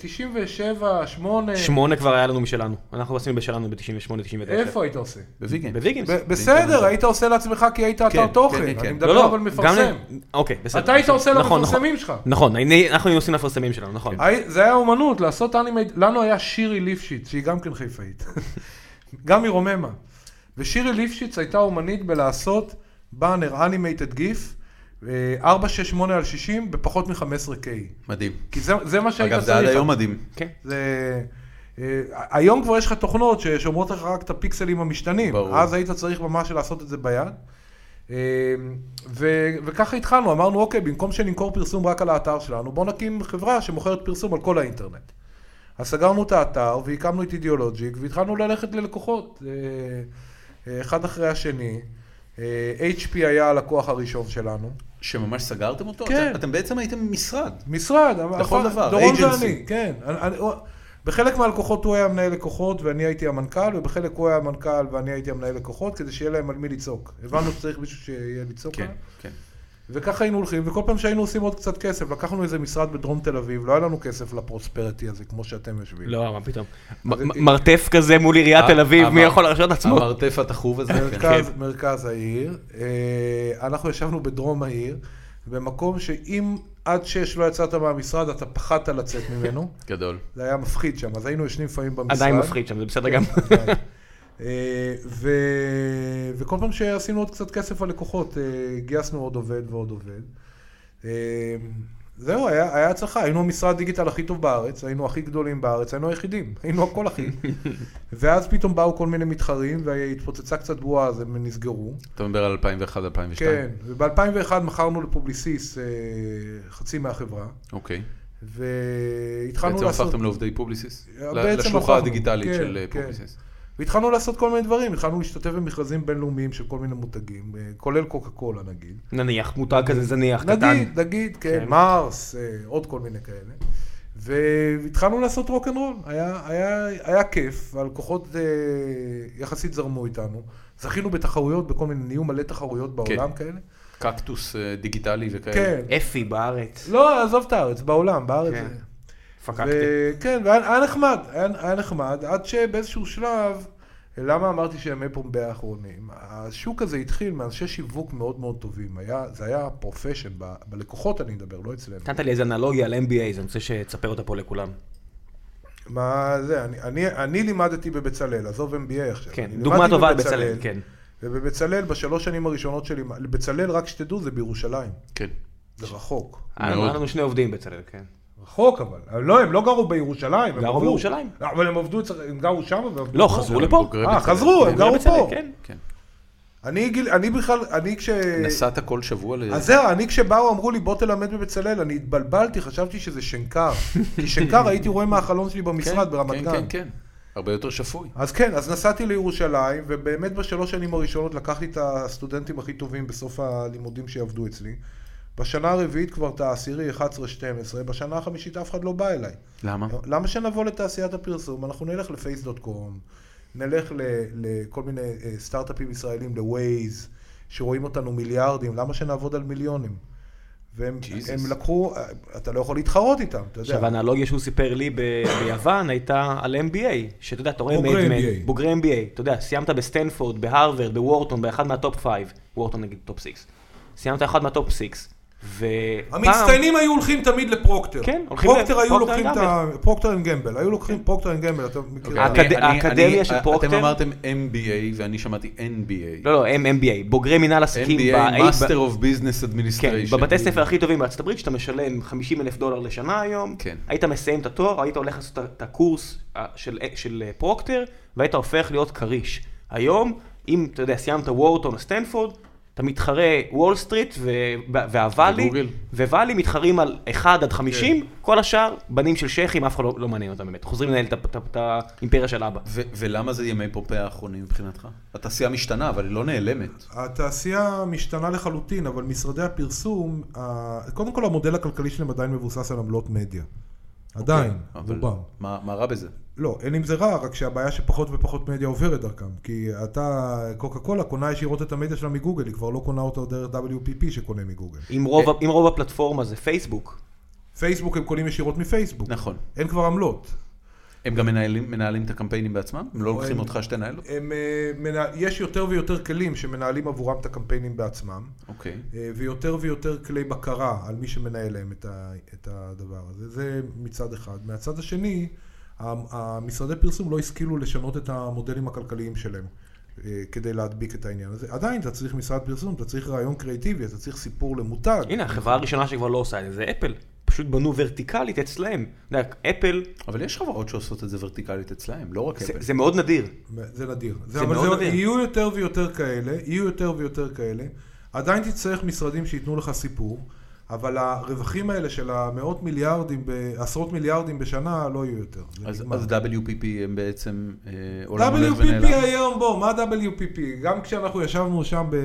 97, 8, 8 כבר היה לנו משלנו. אנחנו עשינו בשלנו ב-98, 99. איפה היית עושה? בוויגן. בוויגינס. ב- בסדר, היית עושה לעצמך כי היית אתר כן, תוכן, כן, כן. אני לא, לא, מדבר אבל גם מפרסם. ל- אוקיי, בסדר. אתה היית בסדר. עושה נכון, למפרסמים כן. נכון. שלך. נכון, אני- אנחנו היינו עושים למפרסמים שלנו, נכון. הי- זה היה אומנות, לעשות אנימייט, לנו היה שירי ליפשיץ, שהיא גם כן חיפאית, גם מרוממה. ושירי ליפשיץ הייתה אומנית בלעשות באנר אנימייטד גיף, אה, 468 על 60 בפחות מ-15K. מדהים. כי זה, זה מה שהיית אגב, צריך. זה עד היום מדהים. כן. זה... אה, היום כבר יש לך תוכנות ששומרות לך רק את הפיקסלים המשתנים. ברור. אז היית צריך ממש לעשות את זה ביד. אה, ו... וככה התחלנו, אמרנו, אוקיי, במקום שנמכור פרסום רק על האתר שלנו, בוא נקים חברה שמוכרת פרסום על כל האינטרנט. אז סגרנו את האתר והקמנו את אידיאולוג'יק והתחלנו ללכת ללקוחות, אה, אה, אחד אחרי השני. אה, HP היה הלקוח הראשון שלנו. שממש סגרתם אותו? כן. אתם- אתם בעצם הייתם משרד. משרד, לכל הפ- דבר, דורון agency. ואני, כן. אני, אני, הוא- בחלק מהלקוחות הוא היה מנהל לקוחות ואני הייתי המנכ"ל, ובחלק הוא היה המנכ"ל ואני הייתי המנהל לקוחות, כדי שיהיה להם על מי לצעוק. הבנו שצריך מישהו שיהיה לצעוק כן, עליו. כן. וככה היינו הולכים, וכל פעם שהיינו עושים עוד קצת כסף, לקחנו איזה משרד בדרום תל אביב, לא היה לנו כסף לפרוספרטי הזה, כמו שאתם יושבים. לא, מה פתאום. מ- מ- מרתף כזה מול עיריית אה, תל אביב, מי אמר- יכול להרשות עצמו? המרתף התחוב הזה, כן. מרכז, מרכז העיר, אה, אנחנו ישבנו בדרום העיר, במקום שאם עד שש לא יצאת מהמשרד, אתה פחדת לצאת ממנו. גדול. זה היה מפחיד שם, אז היינו ישנים לפעמים במשרד. עדיין מפחיד שם, זה בסדר גם. אה, ו... וכל פעם שעשינו עוד קצת כסף על לקוחות, אה, גייסנו עוד עובד ועוד עובד. אה, זהו, היה, היה הצלחה, היינו המשרד דיגיטל הכי טוב בארץ, היינו הכי גדולים בארץ, היינו היחידים, היינו הכל הכי. ואז פתאום באו כל מיני מתחרים, והתפוצצה קצת בועה, אז הם נסגרו. אתה מדבר על 2001-2002? כן, וב-2001 מכרנו לפובליסיס אה, חצי מהחברה, אוקיי. והתחלנו בעצם לעשות... אה, הפכתם לעובדי פובליסיס? בעצם ל- לשלוחה הפכנו, הדיגיטלית כן, של אה, כן. פובליסיס. והתחלנו לעשות כל מיני דברים, התחלנו להשתתף במכרזים בינלאומיים של כל מיני מותגים, אה, כולל קוקה קולה נגיד. נניח, מותג כזה זניח, קטן. נגיד, נגיד, כן, כן. מרס, אה, עוד כל מיני כאלה. והתחלנו לעשות רוק אנד רול, היה, היה, היה כיף, והלקוחות אה, יחסית זרמו איתנו. זכינו בתחרויות, בכל מיני, נהיו מלא תחרויות בעולם כאלה. קקטוס אה, דיגיטלי וכאלה? כן. אפי בארץ. לא, עזוב את הארץ, בעולם, בארץ. כן. זה- פקקתי. כן, והיה היה נחמד, היה, היה נחמד, עד שבאיזשהו שלב, למה אמרתי שהם מפומבי האחרונים? השוק הזה התחיל מאנשי שיווק מאוד מאוד טובים, היה, זה היה פרופשן, ב, בלקוחות אני מדבר, לא אצלנו. נתת לי איזה אנלוגיה על MBA, אני רוצה שתספר אותה פה לכולם. כן, מה זה, אני, אני, אני לימדתי בבצלאל, עזוב MBA עכשיו. כן, אני דוגמה לימדתי טובה על בצלאל, כן. ובבצלאל, בשלוש שנים הראשונות שלי, בצלאל, רק שתדעו, זה בירושלים, כן. זה רחוק. אה, מאוד. אמר לנו שני עובדים בצלאל, כן. רחוק אבל, לא, הם לא גרו בירושלים, הם גרו עבדו. בירושלים. אבל הם עבדו, אצל- הם גרו שם ועבדו. לא, פה. חזרו לפה. בוגרי אה, בצלאל. חזרו, הם כן, גרו בצלאל, פה. כן. כן. אני, גיל, אני בכלל, אני כש... נסעת כל שבוע ל... אה, אז זהו, אני כשבאו אמרו לי בוא תלמד בבצלאל, אני התבלבלתי, חשבתי שזה שנקר. כי שנקר הייתי רואה מהחלון שלי כן, במשרד ברמת כן, גן. כן, כן. הרבה יותר שפוי. אז כן, אז נסעתי לירושלים, ובאמת בשלוש שנים הראשונות לקחתי את הסטודנטים הכי טובים בסוף הלימודים שעבדו אצלי. בשנה הרביעית כבר את העשירי, 11-12, בשנה החמישית אף אחד לא בא אליי. למה? למה שנבוא לתעשיית הפרסום? אנחנו נלך לפייס.קום, נלך ל- לכל מיני אה, סטארט-אפים ישראלים, ל-Waze, שרואים אותנו מיליארדים, למה שנעבוד על מיליונים? והם Jesus. הם לקחו, אה, אתה לא יכול להתחרות איתם, אתה יודע. עכשיו, האנלוגיה שהוא סיפר לי ב- ביוון הייתה על MBA, שאתה יודע, אתה רואה בוגרי מדמן, MBA. בוגרי MBA, אתה יודע, סיימת בסטנפורד, בהרווארד, בוורטון, באחד מהטופ 5, וורטון נגיד טופ 6, סיימת אחד מהטופ 6, ופעם, המצטיינים היו הולכים תמיד לפרוקטר. כן, הולכים פרוקטר ל- היו פרוקטר לוקחים את ה... פרוקטר אנד גמבל, היו לוקחים פרוקטר אנד גמבל, אתה מכיר? אוקיי. את אני- האקד- ה- אני- האקדמיה אני- של אה, אתם פרוקטר? אמרתם MBA ואני שמעתי NBA. לא, לא, הם MBA, בוגרי מנהל עסקים, ב- MBA, ב- Master of Business כן, Administration. בבתי ספר הכי טובים בארצות הברית, שאתה משלם 50 אלף דולר לשנה היום, כן. היית מסיים את התואר, היית הולך לעשות את הקורס אה, של, של אה, פרוקטר, והיית הופך להיות כריש. היום, אם, אתה יודע, סיימת וורטון או סטנפורד, אתה מתחרה וול סטריט ו- והוואלי, וגוגל. כן. ווואלי מתחרים על 1 עד 50, כל השאר, בנים של שייחים, אף אחד לא, לא מעניין אותם באמת. חוזרים לנהל את ה- את ה- את האימפריה של אבא. ו- ולמה זה ימי פופי האחרונים מבחינתך? התעשייה משתנה, אבל היא לא נעלמת. התעשייה משתנה לחלוטין, אבל משרדי הפרסום, ה- קודם כל המודל הכלכלי שלהם עדיין מבוסס על עמלות מדיה. אוקיי, עדיין, אבל רובם. מה מה רע בזה? לא, אין עם זה רע, רק שהבעיה שפחות ופחות מדיה עוברת דרכם. כי אתה, קוקה קולה קונה ישירות את המדיה שלה מגוגל, היא כבר לא קונה אותה דרך WPP שקונה מגוגל. אם אה. רוב, ה- אם רוב הפלטפורמה זה פייסבוק, פייסבוק הם קונים ישירות מפייסבוק. נכון. אין כבר עמלות. הם גם מנהלים מנהלים את הקמפיינים בעצמם? הם לא לוקחים הם- אותך שתנהל אותם? הם, אה, מנה- יש יותר ויותר כלים שמנהלים עבורם את הקמפיינים בעצמם. אוקיי. אה, ויותר ויותר כלי בקרה על מי שמנהל להם את, ה, את הדבר הזה. זה מצד אחד. מהצד השני, המ- המשרדי פרסום לא השכילו לשנות את המודלים הכלכליים שלהם אה, כדי להדביק את העניין הזה. עדיין אתה צריך משרד פרסום, אתה צריך רעיון קריאיטיבי, אתה צריך סיפור למותג. הנה, החברה הראשונה שכבר לא עושה את זה, זה אפל. פשוט בנו ורטיקלית אצלהם. אתה יודע, אפל, כן, אבל יש חברות שעושות את זה ורטיקלית אצלהם, לא רק זה- אפל. זה מאוד נדיר. זה נדיר. זה אבל מאוד נדיר. יהיו יותר ויותר כאלה, יהיו יותר ויותר כאלה. עדיין תצטרך משרדים שייתנו לך סיפור, אבל הרווחים האלה של המאות מיליארדים, ב- עשרות מיליארדים בשנה, לא יהיו יותר. זה אז נגמר. אז WPP הם בעצם אה, עולם הולך WPP ונעלם. היום, בוא, מה WPP? גם כשאנחנו ישבנו שם ב,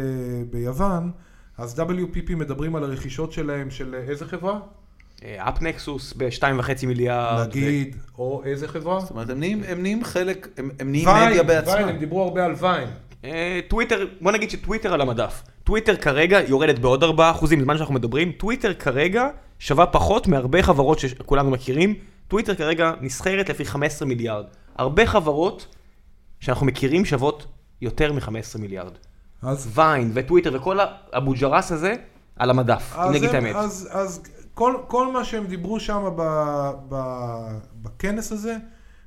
ביוון, אז WPP מדברים על הרכישות שלהם של איזה חברה? אה, אפ נקסוס בשתיים וחצי מיליארד. נגיד, או איזה חברה? אה, זאת אומרת, הם נהיים- הם נהיים חלק, הם הם נהיים מדיה ויין, ויין, בעצמם. הם דיברו הרבה על ויין. ו- אה, טוויטר, בוא נגיד שטוויטר על המדף. טוויטר כרגע יורדת בעוד 4% בזמן שאנחנו מדברים. טוויטר כרגע שווה פחות מהרבה חברות שכולנו מכירים. טוויטר כרגע נסחרת לפי 15 מיליארד. הרבה חברות שאנחנו מכירים שוות יותר מ-15 מיליארד. אז, ויין וטוויטר וכל האבו ג'רס הזה על המדף, אם אז, נגיד את הם, האמת. אז, אז כל, כל מה שהם דיברו שם ב, ב, בכנס הזה,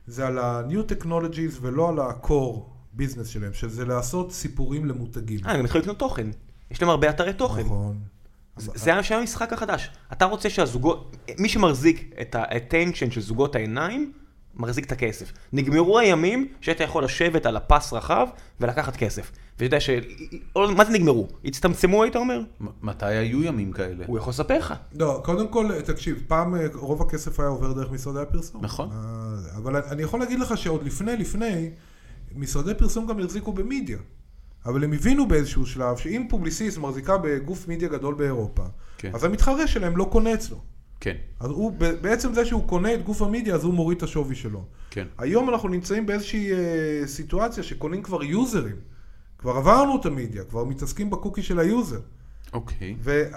זה על ה-new technologies ולא על ה-core business שלהם, שזה לעשות סיפורים למותגים. אה, הם התחילו לקנות תוכן. יש להם הרבה אתרי תוכן. נכון. זה- זה היה שם המשחק החדש. אתה רוצה שהזוגות, מי שמחזיק את ה-attention של זוגות העיניים, מחזיק את הכסף. נגמרו הימים שהיית יכול לשבת על הפס רחב ולקחת כסף. ואתה יודע ש... או- מה זה נגמרו? הצטמצמו היית אומר? מ- מתי היו ימים כאלה? הוא יכול לספר לך. לא, קודם כל, תקשיב, פעם אה, רוב הכסף היה עובר דרך משרדי הפרסום. נכון. אה, אבל אני- אני יכול להגיד לך שעוד לפני, לפני, משרדי פרסום גם החזיקו במדיה. אבל הם הבינו באיזשהו שלב שאם פובליסיסט מחזיקה בגוף מדיה גדול באירופה, כן. אז המתחרה שלהם לא קונה אצלו. כן, אז הוא, ב- בעצם זה שהוא קונה את גוף המדיה, אז הוא מוריד את השווי שלו. כן. היום אנחנו נמצאים באיזושהי אה, סיטואציה שקונים כבר יוזרים. כבר עברנו את המדיה, כבר מתעסקים בקוקי של היוזר. אוקיי. ואני,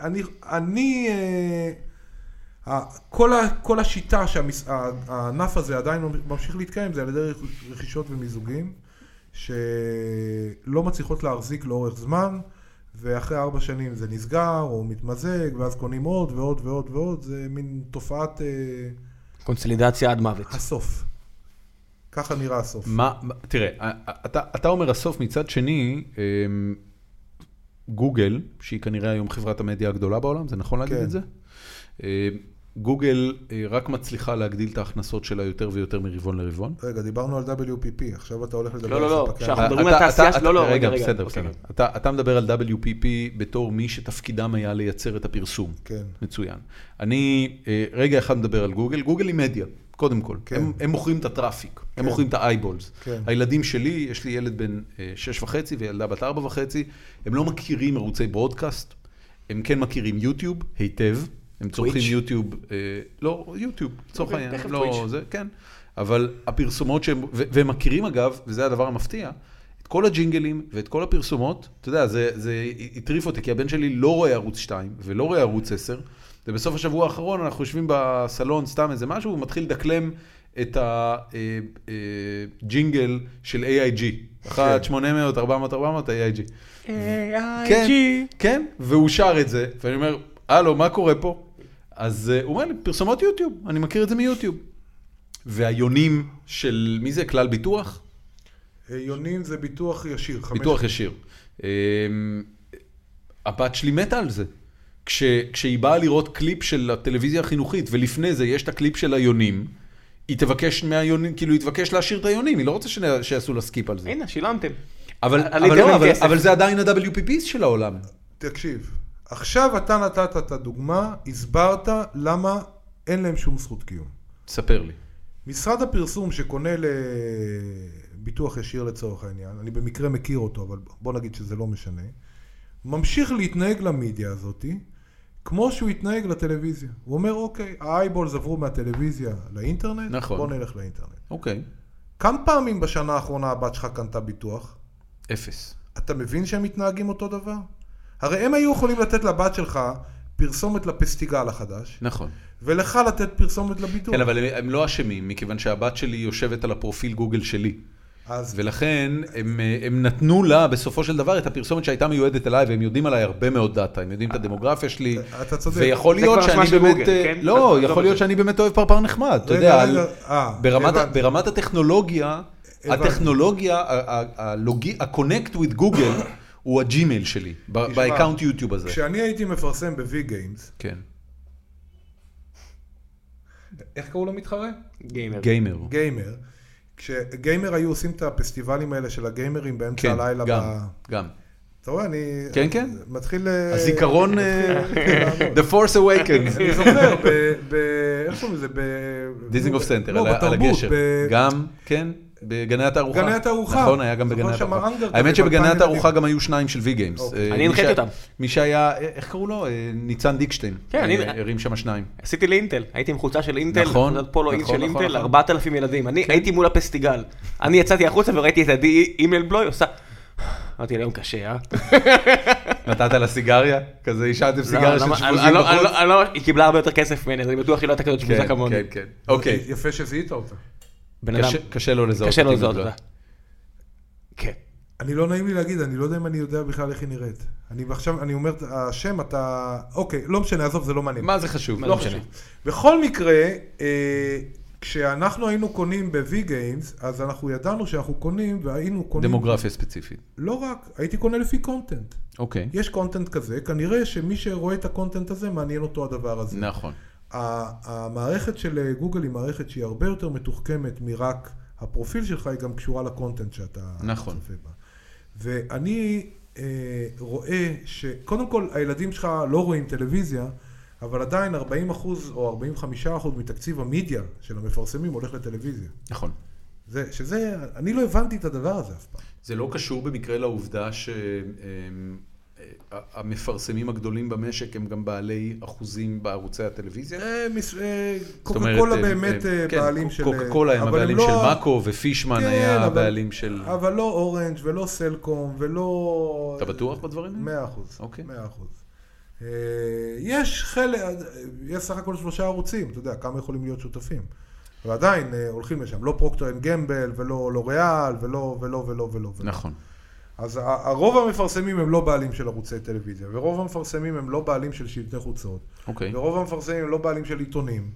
אני, אני אה, ה- כל, ה, כל השיטה שהענף הזה עדיין ממשיך להתקיים זה על ידי רכישות ומיזוגים שלא מצליחות להחזיק לאורך זמן ואחרי ארבע שנים זה נסגר או מתמזג ואז קונים עוד ועוד ועוד ועוד זה מין תופעת אה, קונסולידציה עד מוות. הסוף. ככה נראה הסוף. מה, מה- תראה, אתה, אתה אומר הסוף, מצד שני, אמ, גוגל, שהיא כנראה היום חברת המדיה הגדולה בעולם, זה נכון להגיד כן. את זה? אמ, גוגל אה, רק מצליחה להגדיל את ההכנסות שלה יותר ויותר מרבעון לרבעון. רגע, דיברנו על WPP, עכשיו אתה הולך לדבר לא, לא, על לא, ספקי שאנחנו ה- מדברים על אתה- התעשייה אתה- של- לא, לא, רגע, רגע, רגע, בסדר, אוקיי. בסדר. אתה, אתה מדבר על WPP בתור מי שתפקידם היה לייצר את הפרסום. כן. מצוין. אני אה, רגע אחד מדבר על גוגל, גוגל היא מדיה, קודם כל. כן. הם, הם מוכרים את הטראפיק, הם מוכרים את האייבולס. כן. הילדים שלי, יש לי ילד בן אה, שש וחצי וילדה בת ארבע וחצי, הם לא מכירים ערוצי ברודקאסט, הם כן מכירים יוטיוב היטב, הם צורכים Twitch? יוטיוב, אה, לא, יוטיוב, לצורך אוקיי, העניין, תכף לא Twitch. זה, כן. אבל הפרסומות שהם, ו- והם מכירים אגב, וזה הדבר המפתיע, את כל הג'ינגלים ואת כל הפרסומות, אתה יודע, זה, זה הטריף אותי, כי הבן שלי לא רואה ערוץ 2 ולא רואה ערוץ 10, ובסוף השבוע האחרון אנחנו יושבים בסלון, סתם איזה משהו, הוא מתחיל לדקלם את הג'ינגל של AIG, 1 800 400 400 AIG. כן, כן, והוא שר את זה, ואני אומר, הלו, מה קורה פה? אז אה, הוא אומר לי, פרסומות יוטיוב, אני מכיר את זה מיוטיוב. והיונים של, מי זה? כלל ביטוח? אה, יונים זה ביטוח ישיר. חמש- ביטוח ישיר. אמ, הבת שלי מתה על זה. כש, כשהיא באה לראות קליפ של הטלוויזיה החינוכית, ולפני זה יש את הקליפ של היונים, היא תבקש מהיונים, כאילו היא תבקש להשאיר את היונים, היא לא רוצה שנ- שיעשו לה סקיפ על זה. הנה, שילמתם. אבל, עליתם אבל, עם לא, אבל, כסף. אבל זה עדיין ה-WPPs של העולם. תקשיב, עכשיו אתה נתת את הדוגמה, הסברת למה אין להם שום זכות קיום. ספר לי. משרד הפרסום שקונה לביטוח ישיר לצורך העניין, אני במקרה מכיר אותו, אבל בוא נגיד שזה לא משנה, ממשיך להתנהג למדיה הזאתי, כמו שהוא התנהג לטלוויזיה. הוא אומר, אוקיי, האייבולס עברו מהטלוויזיה לאינטרנט, נכון. בוא נלך לאינטרנט. אוקיי, כמה פעמים בשנה האחרונה הבת שלך קנתה ביטוח? אפס. אתה מבין שהם מתנהגים אותו דבר? הרי הם היו יכולים לתת לבת שלך פרסומת לפסטיגל החדש, נכון. ולך לתת פרסומת לביטוח. כן, אבל הם, הם לא אשמים, מכיוון שהבת שלי יושבת על הפרופיל גוגל שלי. אז ולכן הם, אה, הם נתנו לה בסופו של דבר את הפרסומת שהייתה מיועדת אליי, והם יודעים עליי הרבה מאוד דאטה, הם יודעים את הדמוגרפיה שלי. אתה צודק. ויכול זה להיות כבר שאני אשמה של באמת, גוגל, אה, כן? לא, עזוב יכול את להיות זה. שאני באמת אוהב פרפר נחמד, אתה רגע, יודע, רגע, על- אה, ברמת ה- הבנתי. ברמת הטכנולוגיה, הבנתי. הטכנולוגיה, ה-connect with גוגל הוא הג'ימייל שלי, תשמע, באקאונט יוטיוב הזה. כשאני הייתי מפרסם בווי גיימס, כן, איך קראו למתחרה? גיימר. גיימר. גיימר. כשגיימר היו עושים את הפסטיבלים האלה של הגיימרים באמצע כן, הלילה. גם, ב- גם. אתה רואה, אני... כן, כן. מתחיל... אה, הזיכרון, אה, מתחיל לעבוד. The Force Awakens. אני זוכר, ב... ב- איך קוראים לזה? ב... דיזינגוף סנטר, לא, על ה- על בתרבות, הגשר. ב- גם, כן, בגני התערוכה. גני התערוכה. נכון, היה גם זוכר בגני שם התערוכה. האנגר כזה, האמת שבגני 200 התערוכה ילדים. גם היו שניים של וי גיימס. אוקיי. אה, אני מי הנחיתי שה- אותם. מי שהיה, אה, איך קראו לו? אה, ניצן דיקשטיין. כן, אני- אה, הרים שם שניים. עשיתי לאינטל, הייתי עם חולצה של אינטל, נכון, חולצת פולו איקס נכון, של נכון, אינטל, נכון. 4,000 ילדים. אני הייתי מול הפסטיגל. אני יצאתי החוצה וראיתי את עדי אימייל בלוי עושה... אמרתי לה, יום קשה, אה? נתת לה סיגריה? כזה עישנתם סיגריה של למה- שבוזים אני לא- אני בחוץ? לא- אני לא- היא קיבלה הרבה יותר כסף ממני, אז אני בטוח שהיא לא הייתה כזאת שבוזה כן, כמוני. כן, כן. אוקיי, יפה שזיהית אותה. בן אדם, קשה- קשה לו לזהות. קשה לו אותי לזהות בגלל. אותה. כן. אני לא נעים לי להגיד, אני לא יודע אם אני יודע בכלל איך היא נראית. אני עכשיו, אני אומר, השם אתה... אוקיי, לא משנה, עזוב, זה לא מעניין. מה זה חשוב? מה לא זה משנה? חשוב. בכל מקרה, אה, כשאנחנו היינו קונים ב-V Games, אז אנחנו ידענו שאנחנו קונים, והיינו קונים... דמוגרפיה ספציפית. לא רק, הייתי קונה לפי קונטנט. אוקיי. יש קונטנט כזה, כנראה שמי שרואה את הקונטנט הזה, מעניין אותו הדבר הזה. נכון. ה- המערכת של אה, גוגל היא מערכת שהיא הרבה יותר מתוחכמת מרק הפרופיל שלך, היא גם קשורה לקונטנט שאתה נכון. צופה בה. ואני אה, רואה ש... קודם כל, הילדים שלך לא רואים טלוויזיה, אבל עדיין 40 אחוז או 45 אחוז מתקציב המדיה של המפרסמים הולך לטלוויזיה. נכון. זה, שזה, אני לא הבנתי את הדבר הזה אף פעם. זה לא קשור במקרה לעובדה שהמפרסמים הגדולים במשק הם גם בעלי אחוזים בערוצי הטלוויזיה? אה, מס- אה, זאת אומרת, קוקה קולה הם- באמת הם- אה, כן, בעלים של... קוקה קולה הם אבל הבעלים לא של ה- מאקו ופישמן כן, היה אבל- הבעלים של... אבל לא אורנג' ולא סלקום ולא... אתה בטוח בדברים האלה? מאה אחוז. אוקיי. מאה אחוז. אה, יש חלק, יש סך הכל שלושה ערוצים, אתה יודע, כמה יכולים להיות שותפים. ועדיין אה, הולכים לשם, לא פרוקטור אנד גמבל ולא לוריאל ולא ולא ולא ולא. ולא. נכון. אז ה- הרוב המפרסמים הם לא בעלים של ערוצי טלוויזיה, ורוב המפרסמים הם לא בעלים של שלטי חוצות, אוקיי. ורוב המפרסמים הם לא בעלים של עיתונים.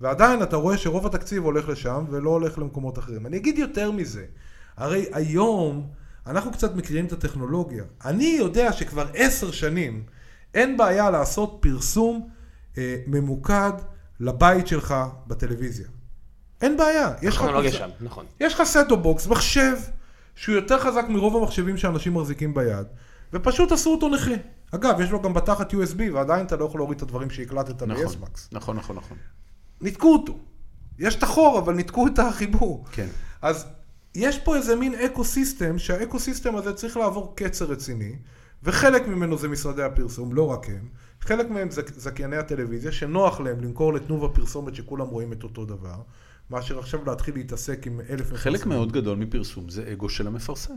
ועדיין אתה רואה שרוב התקציב הולך לשם ולא הולך למקומות אחרים. אני אגיד יותר מזה, הרי היום אנחנו קצת מכירים את הטכנולוגיה. אני יודע שכבר עשר שנים אין בעיה לעשות פרסום אה, ממוקד לבית שלך בטלוויזיה. אין בעיה. יש לך טכנולוגיה קבוצה- שם, נכון. יש לך סטו בוקס, מחשב, שהוא יותר חזק מרוב המחשבים שאנשים מחזיקים ביד, ופשוט עשו אותו נכה. אגב, יש לו גם בתחת USB, ועדיין אתה לא יכול להוריד את הדברים שהקלטת נכון, ב-SMAX. נכון, נכון, נכון. ניתקו אותו. יש את החור, אבל ניתקו את החיבור. כן. אז יש פה איזה מין אקו-סיסטם, שהאקו-סיסטם הזה צריך לעבור קצר רציני, וחלק ממנו זה משרדי הפרסום, לא רק הם. חלק מהם זה זכייני הטלוויזיה, שנוח להם למכור לתנובה פרסומת שכולם רואים את אותו דבר, מאשר עכשיו להתחיל להתעסק עם אלף... חלק מפרסמים. מאוד גדול מפרסום זה אגו של המפרסם.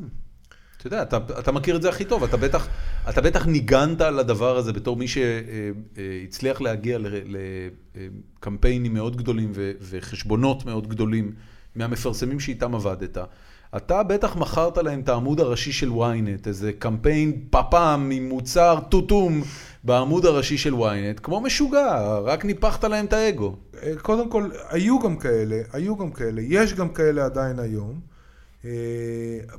אתה יודע, אתה, אתה מכיר את זה הכי טוב, אתה בטח, אתה בטח ניגנת על הדבר הזה בתור מי שהצליח אה, להגיע לקמפיינים מאוד גדולים ו, וחשבונות מאוד גדולים מהמפרסמים שאיתם עבדת. אתה בטח מכרת להם את העמוד הראשי של ynet, איזה קמפיין פפם עם מוצר טוטום בעמוד הראשי של ynet, כמו משוגע, רק ניפחת להם את האגו. אה, קודם כל, היו גם כאלה, היו גם כאלה, יש גם כאלה עדיין היום. אה,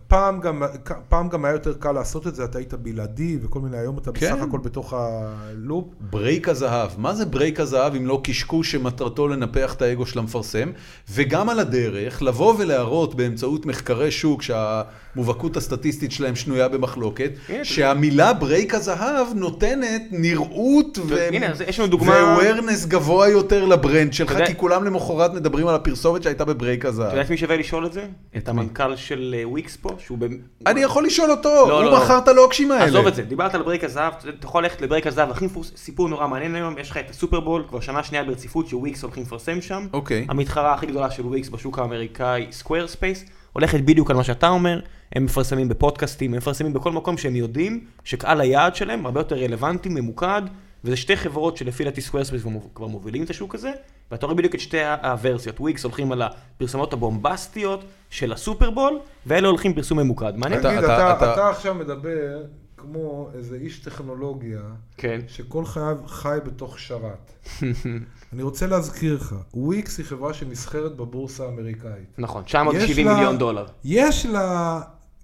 פעם גם, פעם גם היה יותר קל לעשות את זה, אתה היית בלעדי וכל מיני, היום אתה כן. בסך הכל בתוך הלופ. ברייק הזהב. מה זה ברייק הזהב אם לא קשקוש שמטרתו לנפח את האגו של המפרסם? וגם על הדרך, לבוא ולהראות באמצעות מחקרי שוק שהמובהקות הסטטיסטית שלהם שנויה במחלוקת, הנה, אתה- שהמילה ברייק הזהב נותנת נראות ו... הנה, אז יש לנו דוגמה- ו-awareness גבוה יותר לברנד אתה שלך, יודע- כי כולם למחרת מדברים על הפרסומת שהייתה בברייק אתה הזהב. יודע את מי שווה לשאול את זה? את מי? המנכ"ל של אה, וויקס פה, שהוא... במ- אני יכול לשאול אותו, לא, לא, הוא לא. מכר את הלוקשים האלה. עזוב את זה, דיברת על ברייק הזהב, אתה אתה יכול ללכת לברייק הזהב, הכי מפורס- סיפור נורא מעניין היום, יש לך את הסופרבול, כבר שנה שנייה ברציפות שוויקס הולכים לפרסם שם. אוקיי. המתחרה הכי גדולה של וויקס בשוק האמריקאי, סקוויר ספייס, הולכת בדיוק על מה שאתה אומר, הם מפרסמים בפודקאסטים, הם מפרסמים בכל מקום שהם יודעים שקהל היעד שלהם הרבה יותר רלוונטי, ממוקד, וזה שתי חברות שלפי דעתי סקוויר ספייס כבר מובילים את השוק הזה, ואתה רואה בדיוק את שתי ה- הוורסיות, וויקס הולכים על הפרסומות הבומבסטיות של הסופרבול, ואלה הולכים פרסום ממוקד, מעניין? אתה- תגיד, אתה, אתה- אתה, אתה עכשיו מדבר כמו איזה איש טכנולוגיה כן. שכל חייו חי בתוך שרת. אני רוצה להזכיר לך, וויקס היא חברה שנסחרת בבורסה האמריקאית. נכון, יש 970 לה- מיליון דולר. יש לה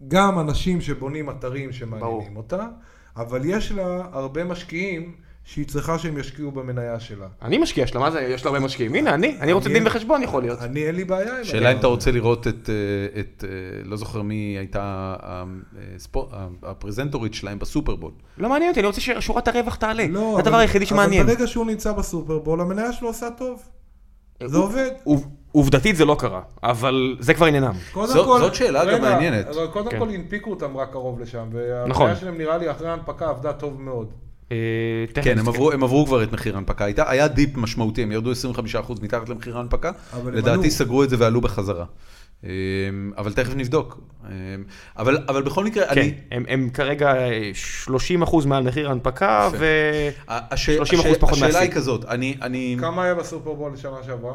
גם אנשים שבונים אתרים שמעניינים ברור. אותה, אבל יש לה הרבה משקיעים שהיא צריכה שהם ישקיעו במניה שלה. אני משקיע שלה, מה זה, יש לה הרבה משקיעים. הנה, אני, אני רוצה דין וחשבון יכול להיות. אני, אין לי בעיה עם שאלה אם אתה הדבר הזה. רוצה לראות את, אה, את, אה, לא זוכר מי הייתה הספו- הפרזנטורית שלהם בסופרבול. לא מעניין אותי, אני רוצה ששורת הרווח תעלה. לא, זה הדבר אבל- היחידי שמעניין. אבל ברגע שהוא נמצא בסופרבול, המניה שלו עושה טוב. זה אוקיי. עובד. עוב- עובדתית זה לא קרה, אבל זה כבר עניינם. קודם זו- כל- זאת שאלה גם רגע, מעניינת. אבל קודם כן. כל הנפיקו אותם רק קרוב לשם, נכון. והמניה שלהם נראה לי אחרי ההנפקה עבדה טוב מאוד. אה, תכף כן, הם נסתכל. עברו, הם עברו כבר את מחיר ההנפקה. הייתה, היה דיפ משמעותי, הם ירדו 25% מתחת למחיר ההנפקה. אבל הם לדעתי עלו. סגרו את זה ועלו בחזרה. אה, אבל תכף נבדוק. אה, אבל, אבל בכל מקרה, כן, אני... הם- הם כרגע אה, 30% מעל מחיר ההנפקה, יפה. ו... ה- הש- 30% הש- פחות השאלה מהשיא. היא כזאת, אני... אני כמה היה בסופרבול לשנה שעברה?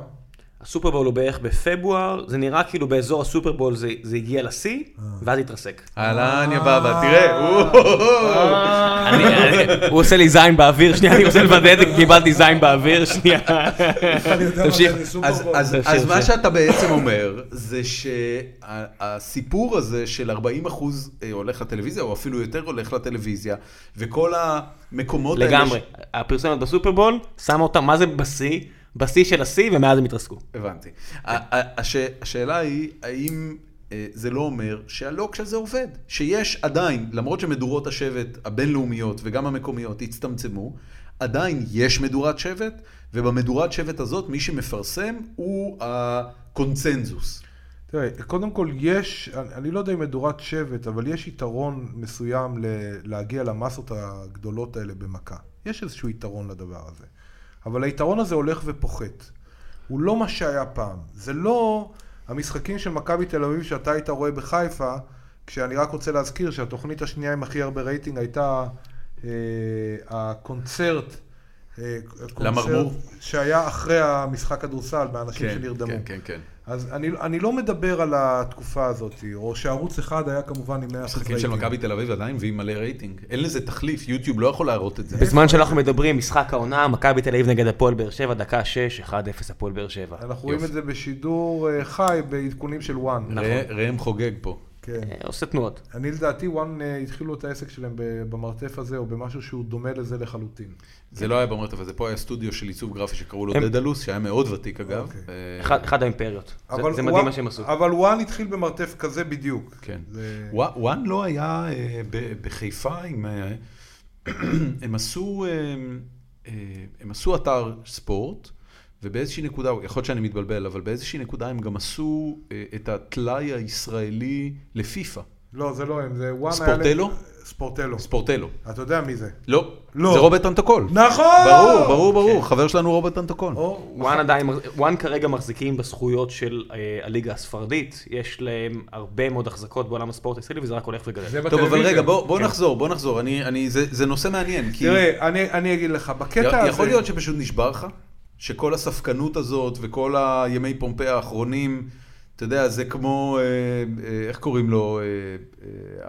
הסופרבול הוא בערך בפברואר, זה נראה כאילו באזור הסופרבול זה, זה הגיע לשיא, אה. ואז התרסק. אהלן, יא בבא, תראה. אני, אני, הוא עושה לי זין באוויר, שנייה, אני רוצה לוודא את זה, קיבלתי זין באוויר, שנייה. אני יודע מה תמשיך. זה, אני סופר אז- בול. אז- תמשיך, אז מה תמשיך. שאתה בעצם אומר, זה שהסיפור הזה של 40 אחוז הולך לטלוויזיה, או אפילו יותר הולך לטלוויזיה, וכל המקומות האלה... לגמרי. ש- הפרסומת בסופרבול, שמה אותה, מה זה בשיא? בשיא של השיא, ומאז הם התרסקו. הבנתי. ה- ה- הש- השאלה היא, האם אה, זה לא אומר שהלוקש הזה עובד? שיש עדיין, למרות שמדורות השבט הבינלאומיות וגם המקומיות הצטמצמו, עדיין יש מדורת שבט, ובמדורת שבט הזאת מי שמפרסם הוא הקונצנזוס. תראה, קודם כל יש, אני- אני לא יודע אם מדורת שבט, אבל יש יתרון מסוים ל- להגיע למסות הגדולות האלה במכה. יש איזשהו יתרון לדבר הזה. אבל היתרון הזה הולך ופוחת. הוא לא מה שהיה פעם. זה לא המשחקים של מכבי תל אביב שאתה היית רואה בחיפה, כשאני רק רוצה להזכיר שהתוכנית השנייה עם הכי הרבה רייטינג הייתה אה, הקונצרט. אה, הקונצרט למרמור. שהיה אחרי המשחק כדורסל, מהאנשים כן, שנרדמו. כן, כן, כן. אז אני, אני לא מדבר על התקופה הזאת, או שערוץ אחד היה כמובן עם 100 משחקים של מכבי תל אביב עדיין מביאים מלא רייטינג. אין לזה תחליף, יוטיוב לא יכול להראות את זה. בזמן שאנחנו מדברים, משחק העונה, מכבי תל אביב נגד הפועל באר שבע, דקה 6, 1-0 הפועל באר שבע. אנחנו רואים יופי. את זה בשידור אה, חי בעדכונים של וואן. נכון. ראה- ראם חוגג פה. כן. אה, עושה תנועות. אני לדעתי וואן אה, התחילו את העסק שלהם ב- במרתף הזה, או במשהו שהוא דומה לזה לחלוטין. זה לא היה במרתף הזה, פה היה סטודיו של עיצוב גרפי שקראו לו הם- דדלוס, שהיה מאוד ותיק אגב. אוקיי. אה, אחד אחד האימפריות. זה- אבל זה מדהים וואן- מה שהם עשו. אבל וואן התחיל במרתף כזה בדיוק. כן. זה- ווא- וואן לא היה אה, ב- בחיפה, עם, אה, הם עשו אה, אה, הם עשו אתר ספורט, ובאיזושהי נקודה, יכול להיות שאני מתבלבל, אבל באיזושהי נקודה הם גם עשו אה, את הטלאי הישראלי לפיפ"א, לא, זה לא הם, זה וואן היה... ספורטלו? להם- ספורטלו. ספורטלו. אתה יודע מי זה. לא, לא. זה רוברט אנטוקול. נכון! ברור, כן. ברור, ברור, חבר שלנו רוברט אנטוקול. או- וואן עדיין, וואן כרגע מחזיקים בזכויות של אה, הליגה הספרדית, יש להם הרבה מאוד החזקות בעולם הספורט הישראלי וזה רק הולך וגדל. זה טוב, אבל בטלוויזיה. רגע, בוא בוא כן. נחזור, בוא נחזור. אני- אני- זה זה נושא מעניין, כי... תראה, אני- אני אגיד לך, בקטע הזה... יכול להיות שפשוט נשבר לך? שכל הספקנות הזאת וכל הימי פומפיי האחרונים, אתה יודע, זה כמו, אה, אה, איך קוראים לו, אה,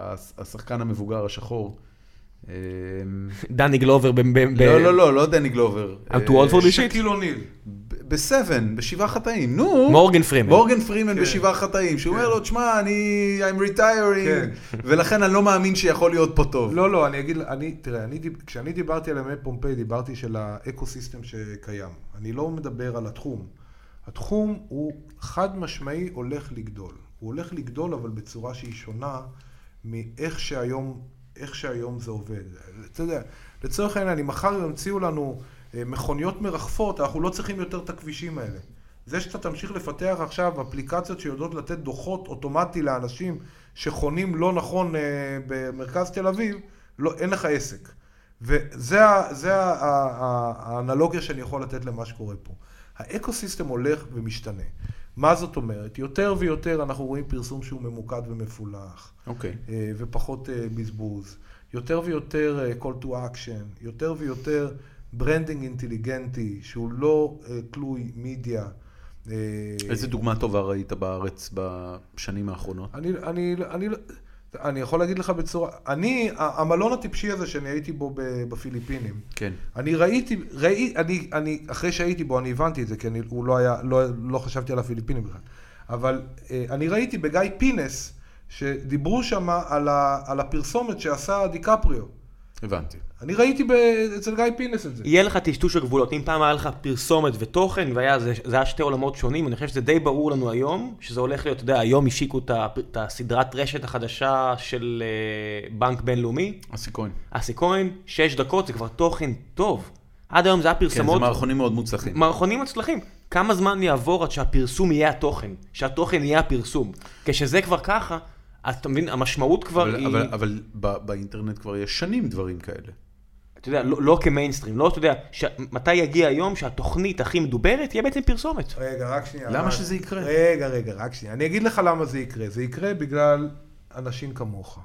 אה, הש- השחקן המבוגר השחור. אה, דני גלובר ב... ב- ב- לא, לא, לא, לא דני גלובר. אנטו אה, וולפורד? שקיל אוניל. ב- בסבן, בשבעה חטאים, נו. מורגן פרימן. מורגן פרימן כן. בשבעה חטאים, שהוא אומר לו, תשמע, אני, I'm retiring, כן. ולכן אני לא מאמין שיכול להיות פה טוב. לא, לא, אני אגיד, אני, תראה, אני, דיב- כשאני דיברתי על ימי פומפיי, דיברתי של האקו-סיסטם שקיים. אני לא מדבר על התחום. התחום הוא חד משמעי הולך לגדול. הוא הולך לגדול, אבל בצורה שהיא שונה מאיך שהיום, איך שהיום זה עובד. אתה יודע, לצורך העניין, אם מחר ימציאו לנו אה, מכוניות מרחפות, אנחנו לא צריכים יותר את הכבישים האלה. זה שאתה תמשיך לפתח עכשיו אפליקציות שיודעות לתת דוחות אוטומטי לאנשים שחונים לא נכון אה, במרכז תל אביב, לא, אין לך עסק. וזה ה- זה ה- ה- ה- האנלוגיה שאני יכול לתת למה שקורה פה. האקו-סיסטם הולך ומשתנה. מה זאת אומרת? יותר ויותר אנחנו רואים פרסום שהוא ממוקד ומפולח. אוקיי. אה, ופחות אה, בזבוז. יותר ויותר אה, call to action, יותר ויותר ברנדינג אינטליגנטי, שהוא לא אה, תלוי מידיה. אה, איזה דוגמה טובה ראית בארץ בשנים האחרונות? אני, אני, אני, אני יכול להגיד לך בצורה, אני, ה- המלון הטיפשי הזה שאני הייתי בו ב- בפיליפינים, כן. אני ראיתי, ראי, אני, אני, אחרי שהייתי בו, אני הבנתי את זה, כי אני, הוא לא היה, לא, לא חשבתי על הפיליפינים בכלל. אבל אה, אני ראיתי בגיא פינס, שדיברו שם על, ה, על הפרסומת שעשה דיקפריו. הבנתי. אני ראיתי ב, אצל גיא פינס את זה. יהיה לך טשטוש הגבולות, אם פעם היה לך פרסומת ותוכן והיה, זה, זה היה שתי עולמות שונים, אני חושב שזה די ברור לנו היום, שזה הולך להיות, אתה יודע, היום השיקו את הפ- את הסדרת רשת החדשה של אה, בנק בינלאומי, אסי כהן. אסי כהן, שש דקות זה כבר תוכן טוב. עד היום זה היה כן, זה פרסמות, מערכונים מאוד מוצלחים. מערכונים מוצלחים. כמה זמן יעבור עד שהפרסום יהיה התוכן? שהתוכן יהיה הפרסום. כשזה כבר ככה, אז אתה מבין, המשמעות כבר אבל, היא... אבל, אבל ב- באינטרנט כבר יש שנים דברים כאלה. אתה יודע, לא, לא כמיינסטרים, לא, אתה יודע, ש... מתי יגיע היום שהתוכנית הכי מדוברת תהיה בעצם פרסומת. רגע, רק שנייה. למה רק- שזה יקרה? רגע, רגע, רק שנייה. אני אגיד לך למה זה יקרה. זה יקרה בגלל אנשים כמוך.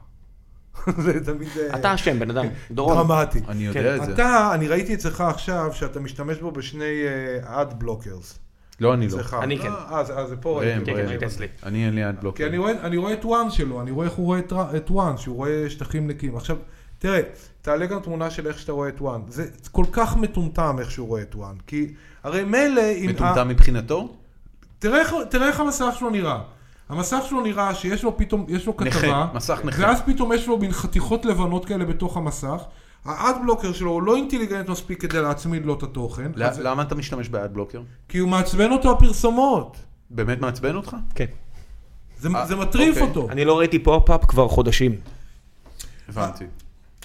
זה תמיד... אה, אתה אשם, בן אדם, דורון. דרמטי. אני יודע כן, את זה. אתה, אני ראיתי אצלך עכשיו שאתה משתמש בו בשני uh, אה, ad blockers. לא, אני לא. אצלך. אני כן. אה, אז- אז זה פה. ראם, כן, ראם. ראית אצלי. אני אין לי עד בלוק. כי אני רואה, אני רואה את וואן שלו, אני רואה איך הוא רואה את, ר- את וואן, שהוא רואה שטחים נקיים. עכשיו, תראה, תעלה גם תמונה של איך שאתה רואה את וואן. זה כל כך מטומטם איך שהוא רואה את וואן. כי הרי מילא אם... מטומטם מבחינתו? תראה איך- תראה איך המסך שלו נראה. המסך שלו נראה שיש לו פתאום, יש לו נכה, כתבה, מסך נכה. ואז פתאום יש לו מין חתיכות לבנות כאלה בתוך המסך. האד בלוקר שלו הוא לא אינטליגנט מספיק כדי להצמיד לו את התוכן, ל- אז- למה אתה משתמש באד בלוקר? כי הוא מעצבן אותו הפרסומות. באמת מעצבן אותך? כן. זה- אה, זה מטריף אוקיי. אותו. אני לא ראיתי פופ-אפ כבר חודשים. הבנתי.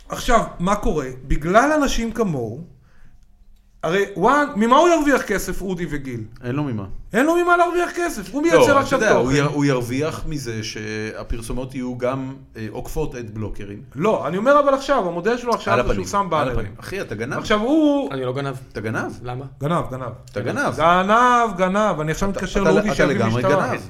עכשיו, מה קורה? בגלל אנשים כמוהו, הרי וואן, ממה הוא ירוויח כסף, אודי וגיל? אין לו ממה. אין לו ממה להרוויח כסף, הוא מייצר לא, אתה עכשיו יודע, הוא תוכן. יר- הוא ירוויח מזה שהפרסומות יהיו גם אה, עוקפות אד בלוקרים. לא, אני אומר אבל עכשיו, המודל שלו עכשיו על זה הפנים. שהוא שם על באנרים. הפנים. אחי, אתה גנב. עכשיו הוא... אני לא גנב. אתה גנב. למה? גנב, גנב. אתה גנב. גנב, גנב, אני עכשיו מתקשר אתה- לאודי אתה שיביא לגמרי משטרה. גנב.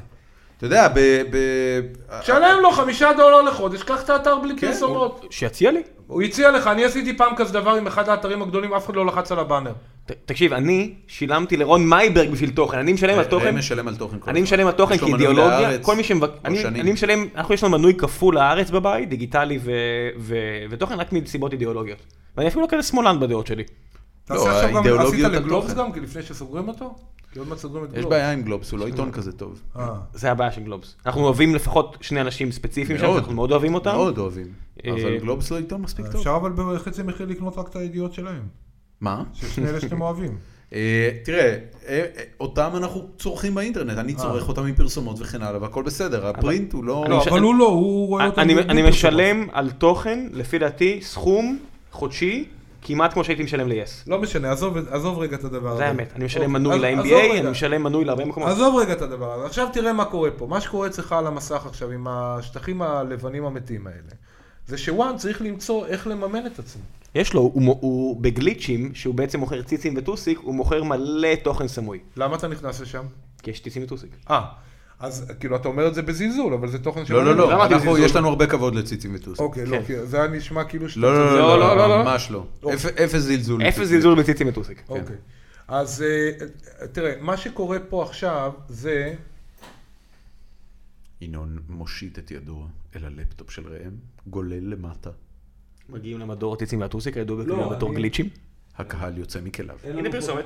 אתה יודע, ב... ב- שלם לו חמישה דולר לחודש, קח את האתר בלי כן, פרסומות. שיציע לי. הוא הציע לך, אני עשיתי פעם כזה דבר עם אחד האתרים הגדולים, אף אחד לא לחץ על הבאנר. ת- תקשיב, אני שילמתי לרון מייברג בשביל תוכן, אני משלם על תוכן, ראם משלם על תוכן. כל אני הזמן. משלם על תוכן אה, יש לו כי מנוי אידיאולוגיה, לארץ כל מי שמבק... כבר אני, שנים. אני משלם, אנחנו יש לנו מנוי כפול לארץ בבית, דיגיטלי ו... ו... ותוכן רק מסיבות אידיאולוגיות. ואני אפילו לא כזה שמאלן בדעות שלי. תעשה עכשיו גם, עשית האידיאולוגיות לגלובס התוכן. גם, כי לפני שסוגרים אותו? כי עוד מעט סוגרים את יש גלובס. בעיה עם גלובס, הוא לא עיתון כזה טוב. אה. זה הבעיה של גלובס. אנחנו אוהבים לפחות שני אנשים ספציפיים שם, מאוד. שאנחנו מאוד אוהבים אותם. מאוד אוהבים. אה, אבל גלובס לא עיתון מספיק טוב. אה, אפשר אבל בחצי מחיר לקנות רק את הידיעות שלהם, מה? של שני אלה שאתם אוהבים. אה, תראה, אה, אה, אותם אנחנו צורכים באינטרנט, אה. אני צורך אותם מפרסומות וכן הלאה, והכל בסדר, הפרינט הוא לא... אני לא, מש- אבל הוא לא, הוא רואה אותם... אני, בלי אני פרסומות. משלם על תוכן, לפי דעתי, סכום חודשי, כמעט כמו שהייתי משלם ל-yes. לא משנה, עזוב- עזוב רגע את הדבר הזה. זה האמת, אני אוקיי, משלם מנוי אז- עזוב ל-MBA, רגע. אני משלם מנוי להרבה מקומות. עזוב רגע את הדבר הזה. עכשיו תראה מה קורה פה. מה שקורה אצלך על המסך עכשיו עם השטחים הלבנים המתים האלה, זה שוואן צריך למצוא איך לממן את עצמו. יש לו, הוא, מו- הוא בגליצ'ים, שהוא בעצם מוכר ציצים וטוסיק, הוא מוכר מלא תוכן סמוי. למה אתה נכנס לשם? כי יש ציצים וטוסיק. אה, אז כאילו אתה אומר את זה בזלזול, אבל זה תוכן לא, לא, שמעניין. לא, אמרתי אנחנו, זלזול. יש לנו הרבה כבוד לציצים וטוס. אוקיי, לא, כן. כי זה היה נשמע כאילו שאתה... לא, צודק. לא, לא, לא, לא, לא, לא. ממש לא. אוקיי. אפ- אפס זלזול. אפס בציצים. זלזול בציצים וטוסיק. אוקיי. אז אה, תראה, מה שקורה פה עכשיו זה... ינון מושיט את ידו אל הלפטופ של ראם, גולל למטה. מגיעים למדור הציצים והטוסיק, הידוע לא, בכלל בתור אני- גליצ'ים. הקהל יוצא מכליו. הנה פרסומת.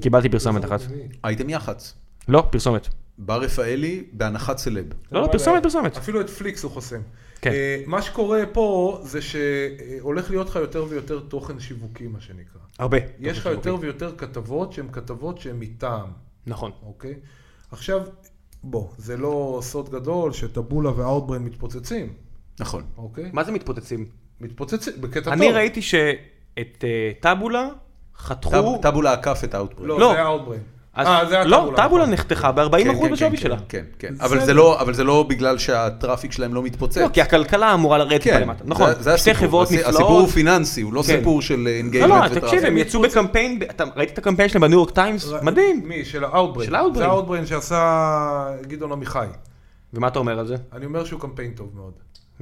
קיבלתי פרסומת אחת. הייתם יח"צ. לא, פרסומת. בר רפאלי בהנחת סלב. לא, לא, פרסומת, פרסומת. אפילו את פליקס הוא חוסם. כן. אה, מה שקורה פה זה שהולך להיות לך יותר ויותר תוכן שיווקי, מה שנקרא. הרבה. יש לך תוכן יותר שיווקי. ויותר כתבות שהן כתבות שהן מטעם, נכון. אוקיי? עכשיו, בוא, זה לא סוד גדול שטבולה ואאוטבריין מתפוצצים, נכון. אוקיי? מה זה מתפוצצים? מתפוצצים, בקטע טוב. אני ראיתי שאת אה, טאבולה חתכו... טאב- טבולה עקף את האוטברייק. לא, לא. זה האוטבריין. אז- אה, זה היה לא, טאבולה נכון. נחתכה ב-40% בשווי כן, שלה. כן, כן. בסדר. אבל זה לא- אבל זה לא בגלל שהטראפיק שלהם לא מתפוצץ. לא, כי הכלכלה אמורה לרדת כן, בה למטה. נכון, זה- זה שתי הסיפור. חברות הסי- נפלאות. הסיפור הוא פיננסי, הוא לא כן. סיפור של לא, אינגיימנט לא, תקשיב, הם יצאו בקמפיין, ב- אתה ראית את הקמפיין שלהם בניו יורק טיימס? ר- מדהים. מי? של האוטבריין. של האוטבריין. זה האוטבריין שעשה גדעון עמיחי. ומה אתה אומר על זה? אני אומר שהוא קמפיין טוב מאוד.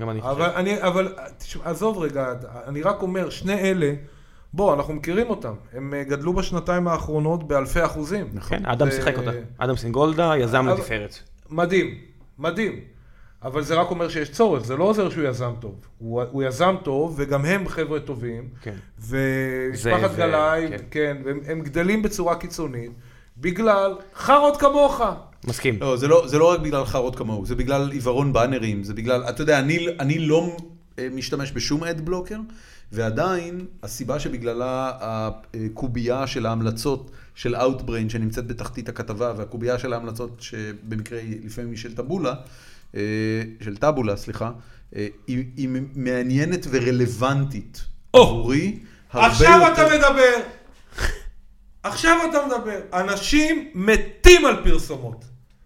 גם אני חושב. אבל אני, אבל, תשמע, עזוב רגע, אני רק אומר, שני אלה, בוא, אנחנו מכירים אותם. הם אה, גדלו בשנתיים האחרונות באלפי אחוזים. כן, אדם זה- שיחק אותה. אדם סינגולדה, יזם אבל- לתפארת. מדהים, מדהים. אבל זה רק אומר שיש צורך, זה לא עוזר שהוא יזם טוב. הוא, הוא יזם טוב, וגם הם חבר'ה טובים. כן. ומשפחת זה- גלאי, כן. כן, והם, הם גדלים בצורה קיצונית, בגלל חארות כמוך. מסכים. לא, זה לא, זה לא רק בגלל חרות כמוהו, זה בגלל עיוורון באנרים, זה בגלל, אתה יודע, אני, אני לא אה, משתמש בשום אד בלוקר, ועדיין הסיבה שבגללה הקובייה של ההמלצות של Outbrain שנמצאת בתחתית הכתבה, והקובייה של ההמלצות שבמקרה היא לפעמים היא של טבולה, אה, של טבולה, סליחה, אה, היא, היא מעניינת ורלוונטית או! עבורי. הרבה עכשיו אתה יותר- מדבר. עכשיו אתה מדבר. אנשים מתים על פרסומות.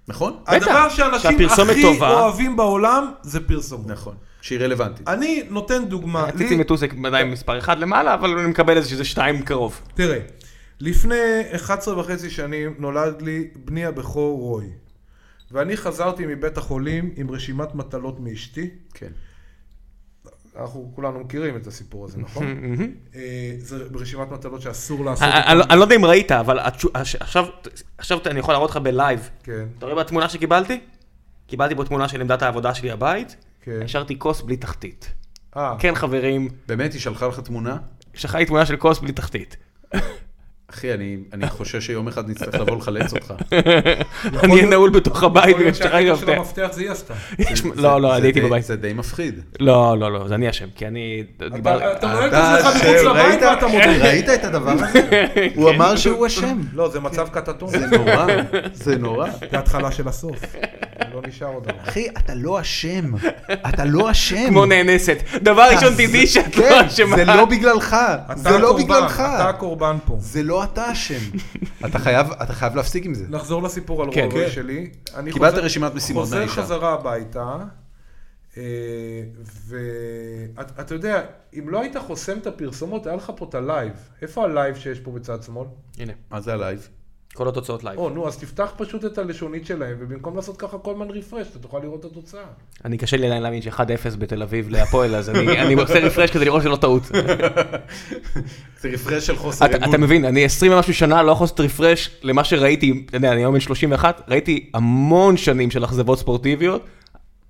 נכון? בטח, הדבר שאנשים שהפרסומת הכי טובה. אוהבים בעולם זה פרסומות. נכון. שהיא רלוונטית. אני נותן דוגמה. אה, ציצי לי- מטוסק עדיין מספר אחד למעלה, אבל אני מקבל איזה שזה שתיים קרוב. תראה, לפני 11 וחצי שנים נולד לי בני הבכור רוי. ואני חזרתי מבית החולים עם רשימת מטלות מאשתי. כן. אנחנו כולנו מכירים את הסיפור הזה, נכון? מהמם. אה, זה ברשימת מטלות שאסור לעשות. אני אני- אותן. אני לא יודע אם ראית, אבל התשו- הש- עכשיו- עכשיו אני יכול להראות לך בלייב. כן, אתה רואה בתמונה שקיבלתי? קיבלתי פה תמונה של עמדת העבודה שלי הבית, כן. השארתי כוס בלי תחתית. אה, כן חברים, באמת, היא שלחה לך תמונה? שלחה לי תמונה של כוס בלי תחתית. אחי, אני, אני חושש שיום אחד נצטרך לבוא לחלץ אותך. אני אהיה נעול בתוך הבית יכול להיות ושכחתי את שהקטע של המפתח. המפתח נכון, זה היא עשתה. יש- לא, לא, זה אני הייתי די- בבית. זה די מפחיד. לא, לא, לא, זה אני אשם, כי אני... אתה דיבר- אתה לא- רואה את עצמך מחוץ לבית שראית- ואתה מודה. כן. ראית את הדבר הזה? הוא אמר שהוא אשם. לא, זה מצב קטטון. זה נורא, זה נורא. זה התחלה של הסוף. לא נשאר עוד הרבה. אחי, אתה לא אשם. אתה לא אשם. כמו נאנסת. דבר ראשון תדעי שאת לא אשמה. אה, זה לא בגללך. אתה זה לא הקורבן, בגללך. אתה הקורבן פה. זה לא אתה אשם. אתה חייב, אתה חייב להפסיק עם זה. נחזור לסיפור על כן, רובוי כן. שלי. אני קיבלת חוזר- רשימת משימות חוזר מהאישה. חזרה הביתה, ואתה יודע, אם לא היית חוסם את הפרסומות, היה לך פה את הלייב. איפה הלייב שיש פה בצד שמאל? הנה, מה זה הלייב? כל התוצאות לייב. או, נו, אז תפתח פשוט את הלשונית שלהם, ובמקום לעשות ככה כל הזמן רפרש, אתה תוכל לראות את התוצאה. אני קשה לי עדיין להאמין ש-1-0 בתל אביב להפועל, אז אני אני עושה רפרש כדי לראות שלא טעות. זה רפרש של חוסר אתה אתה מבין, אני 20 ומשהו שנה לא יכול לעשות רפרש למה שראיתי, אתה יודע, אני היום בן 31, ראיתי המון שנים של אכזבות ספורטיביות.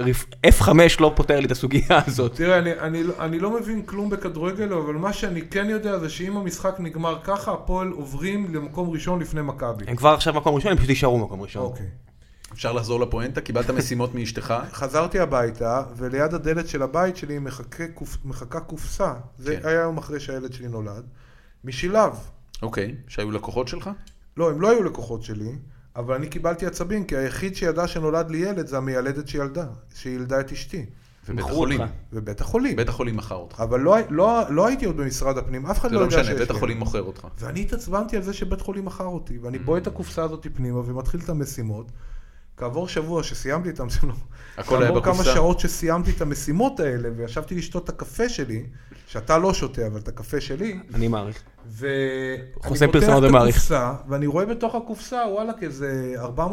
רפ- F5 לא פותר לי את הסוגיה הזאת. תראה, אני, אני, אני לא מבין כלום בכדורגל, אבל מה שאני כן יודע זה שאם המשחק נגמר ככה, הפועל עוברים למקום ראשון לפני מכבי. כן. הם כבר עכשיו מקום ראשון, הם פשוט יישארו מקום ראשון. אוקיי. אפשר לחזור לפואנטה? קיבלת משימות מאשתך? חזרתי הביתה, וליד הדלת של הבית שלי מחכה, קופ... מחכה קופסה, זה כן. כן. היה יום אחרי שהילד שלי נולד, משילב. אוקיי, שהיו לקוחות שלך? לא, הם לא היו לקוחות שלי, אבל אני קיבלתי עצבים, כי היחיד שידע שנולד לי ילד זה המילדת שילדה, שילדה את אשתי, ובית מכרו החולים. אותך. בבית החולים. בית החולים מכר אותך. אבל לא, לא, לא הייתי עוד במשרד הפנים, אף אחד זה לא לא יודע שיש משנה, בית לי. החולים מוכר אותך. ואני התעצבנתי על זה שבית חולים מכר אותי, ואני בועט את Mm. הקופסה הזאת פנימה ומתחיל את המשימות. כעבור שבוע שסיימתי את המשימות, הכל היה כעבור כמה בקופסה. שעות שסיימתי את המשימות האלה, וישבתי לשתות את הקפה שלי, שאתה לא שותה, אבל את הקפה שלי, אני מעריך. ואני חוסם פרסומות במעריך. הקופסה, ואני רואה בתוך הקופסה, וואלכ, איזה 400-500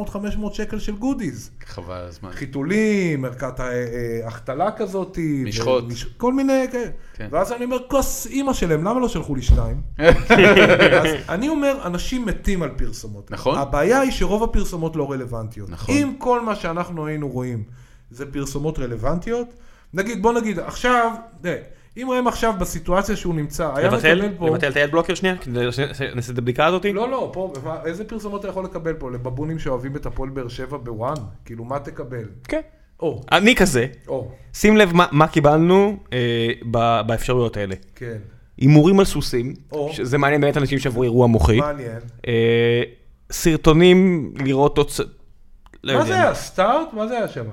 שקל של גודיז. חבל על הזמן. חיתולים, ערכת אה, אה, החתלה כזאת, משחות. ומש- כל מיני כאלה. כן. ואז אני אומר, כוס אימא שלהם, למה לא שלחו לי שתיים? אז אני אומר, אנשים מתים על פרסומות. נכון. הבעיה היא שרוב הפרסומות לא רלוונטיות. נכון. אם כל מה שאנחנו היינו רואים זה פרסומות רלוונטיות, נגיד, בוא נגיד, עכשיו, תראה, אם ראם עכשיו בסיטואציה שהוא נמצא, היה לבטל? מקבל פה... לבטל את היד בלוקר שנייה? כדי נעשה את הבדיקה הזאת? לא, לא, פה, מה- איזה פרסומות אתה יכול לקבל פה? לבבונים שאוהבים את הפועל באר שבע בוואן? כאילו, מה תקבל? כן. או, אני כזה. או, שים לב מה- מה קיבלנו אה, ב- באפשרויות האלה. כן. הימורים על סוסים, או. שזה מעניין באמת אנשים שעברו אירוע מוחי. מעניין. אה, סרטונים לראות תוצ... לא מה יודע. זה היה? סטארט? מה זה היה שם?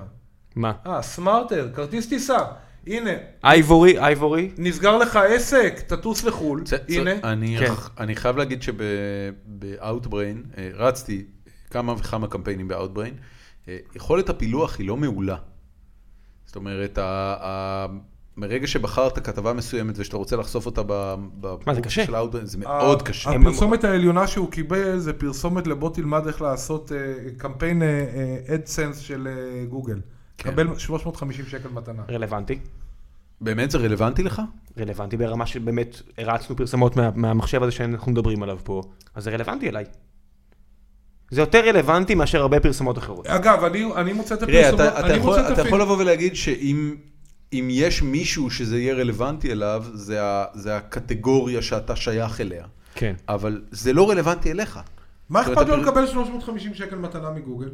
מה? אה, סמארטר, כרטיס טיסה. הנה, אייבורי, אייבורי. נסגר לך עסק, תטוס לחו"ל, צ- צ- הנה. אני- כן. אני חייב להגיד שבאוטבריין, רצתי אה, כמה וכמה קמפיינים באוטבריין, יכולת הפילוח היא לא מעולה. זאת אומרת, ה- ה- מרגע שבחרת כתבה מסוימת ושאתה רוצה לחשוף אותה ב- מה, זה בפרופיל קשה? אה, של האוטבריין, זה מאוד קשה. הפרסומת העליונה שהוא קיבל זה פרסומת לבוא תלמד איך לעשות אה, קמפיין אדסנס של אה, גוגל. כן. קבל 350 שקל מתנה. רלוונטי. באמת זה רלוונטי לך? רלוונטי ברמה שבאמת הרצנו פרסמות מה, מהמחשב הזה שאנחנו מדברים עליו פה, אז זה רלוונטי אליי. זה יותר רלוונטי מאשר הרבה פרסומות אחרות. אגב, אני אני מוצא את תראה, הפרסומות, אתה, אתה, אני יכול, מוצא את אתה יכול לבוא הפרסומות. ולהגיד שאם אם יש מישהו שזה יהיה רלוונטי אליו, זה, ה, זה הקטגוריה שאתה שייך אליה. כן. אבל זה לא רלוונטי אליך. מה זאת אכפת לו אומרת, הפר- לקבל 350 שקל מתנה מגוגל?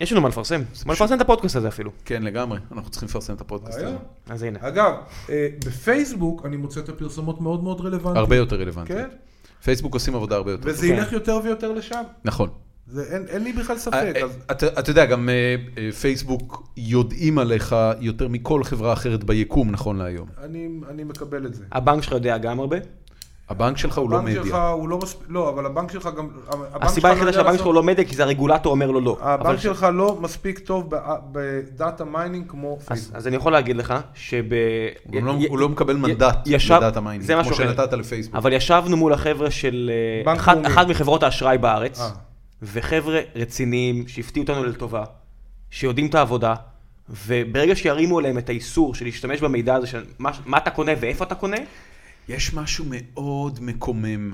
יש לנו מה לפרסם, מה לפרסם את הפודקאסט הזה אפילו. כן, לגמרי. אנחנו צריכים לפרסם את הפודקאסט הזה. רעיון. אז הנה. אגב, אה, בפייסבוק אני מוצא את הפרסומות מאוד מאוד רלוונטיות. הרבה יותר רלוונטי. כן, פייסבוק עושים עבודה הרבה יותר. וזה כן. ילך יותר ויותר לשם. נכון. אה, זה- אין אין לי בכלל אה, ספק. אז- אתה אתה יודע, גם אה, אה, פייסבוק יודעים עליך יותר מכל חברה אחרת ביקום נכון להיום. אני, אני מקבל את זה. הבנק שלך יודע גם הרבה? הבנק שלך הוא לא הבנק שלך מדיה. הוא לא מספיק, לא, אבל הבנק שלך גם, הבנק הסיבה שלך לא היחידה יודע שהבנק לעשות- שלך הוא לא מדיה כי זה הרגולטור אומר לו לא. אבל הבנק ש- שלך לא מספיק טוב ב- בדאטה מיינינג כמו אז פייסבוק. אז אני יכול להגיד לך שב... הוא גם לא- י- הוא לא מקבל י- מנדט ישב- לדאטה מיינינג, זה כמו משהו אחר. שנתת לפייסבוק. אבל ישבנו מול החבר'ה של אה, בנק אחת, לאומי. אחת מחברות האשראי בארץ, אה. וחבר'ה רציניים שהפתיעו אותנו לטובה, שיודעים את העבודה, וברגע שירימו עליהם את האיסור של להשתמש במידע הזה של מה, מה אתה קונה ואיפה אתה קונה, אה, יש משהו מאוד מקומם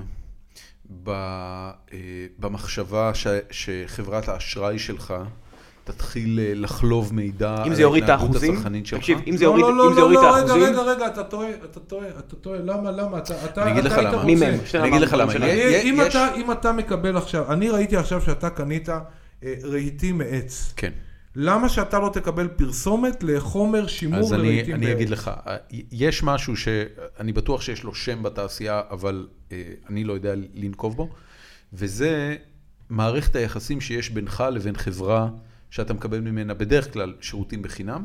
ב, אה, במחשבה ש, שחברת האשראי שלך תתחיל אה, לחלוב מידע אם זה יוריד את ההתנהגות האחוזים, הצרכנית שלך. תקשיב, אם זה לא, יוריד לא, לא, אם זה לא, יוריד את לא, האחוזים, רגע, רגע, רגע, אתה טועה, אתה טועה, אתה טועה, למה, למה, אתה, אתה, אני אגיד אתה לך היית למה. רוצה- מי מהם? אה, שתי אני אגיד לך למה. שלנו. יש- אם, יש- אתה, אם אתה מקבל עכשיו, אני ראיתי עכשיו שאתה קנית אה, רהיטים מעץ. כן. למה שאתה לא תקבל פרסומת לחומר שימור אז אני, לרהיטים אני בעץ? אגיד לך, אה, יש משהו שאני בטוח שיש לו שם בתעשייה, אבל אה, אני לא יודע לנקוב בו, וזה מערכת היחסים שיש בינך לבין חברה שאתה מקבל ממנה בדרך כלל שירותים בחינם,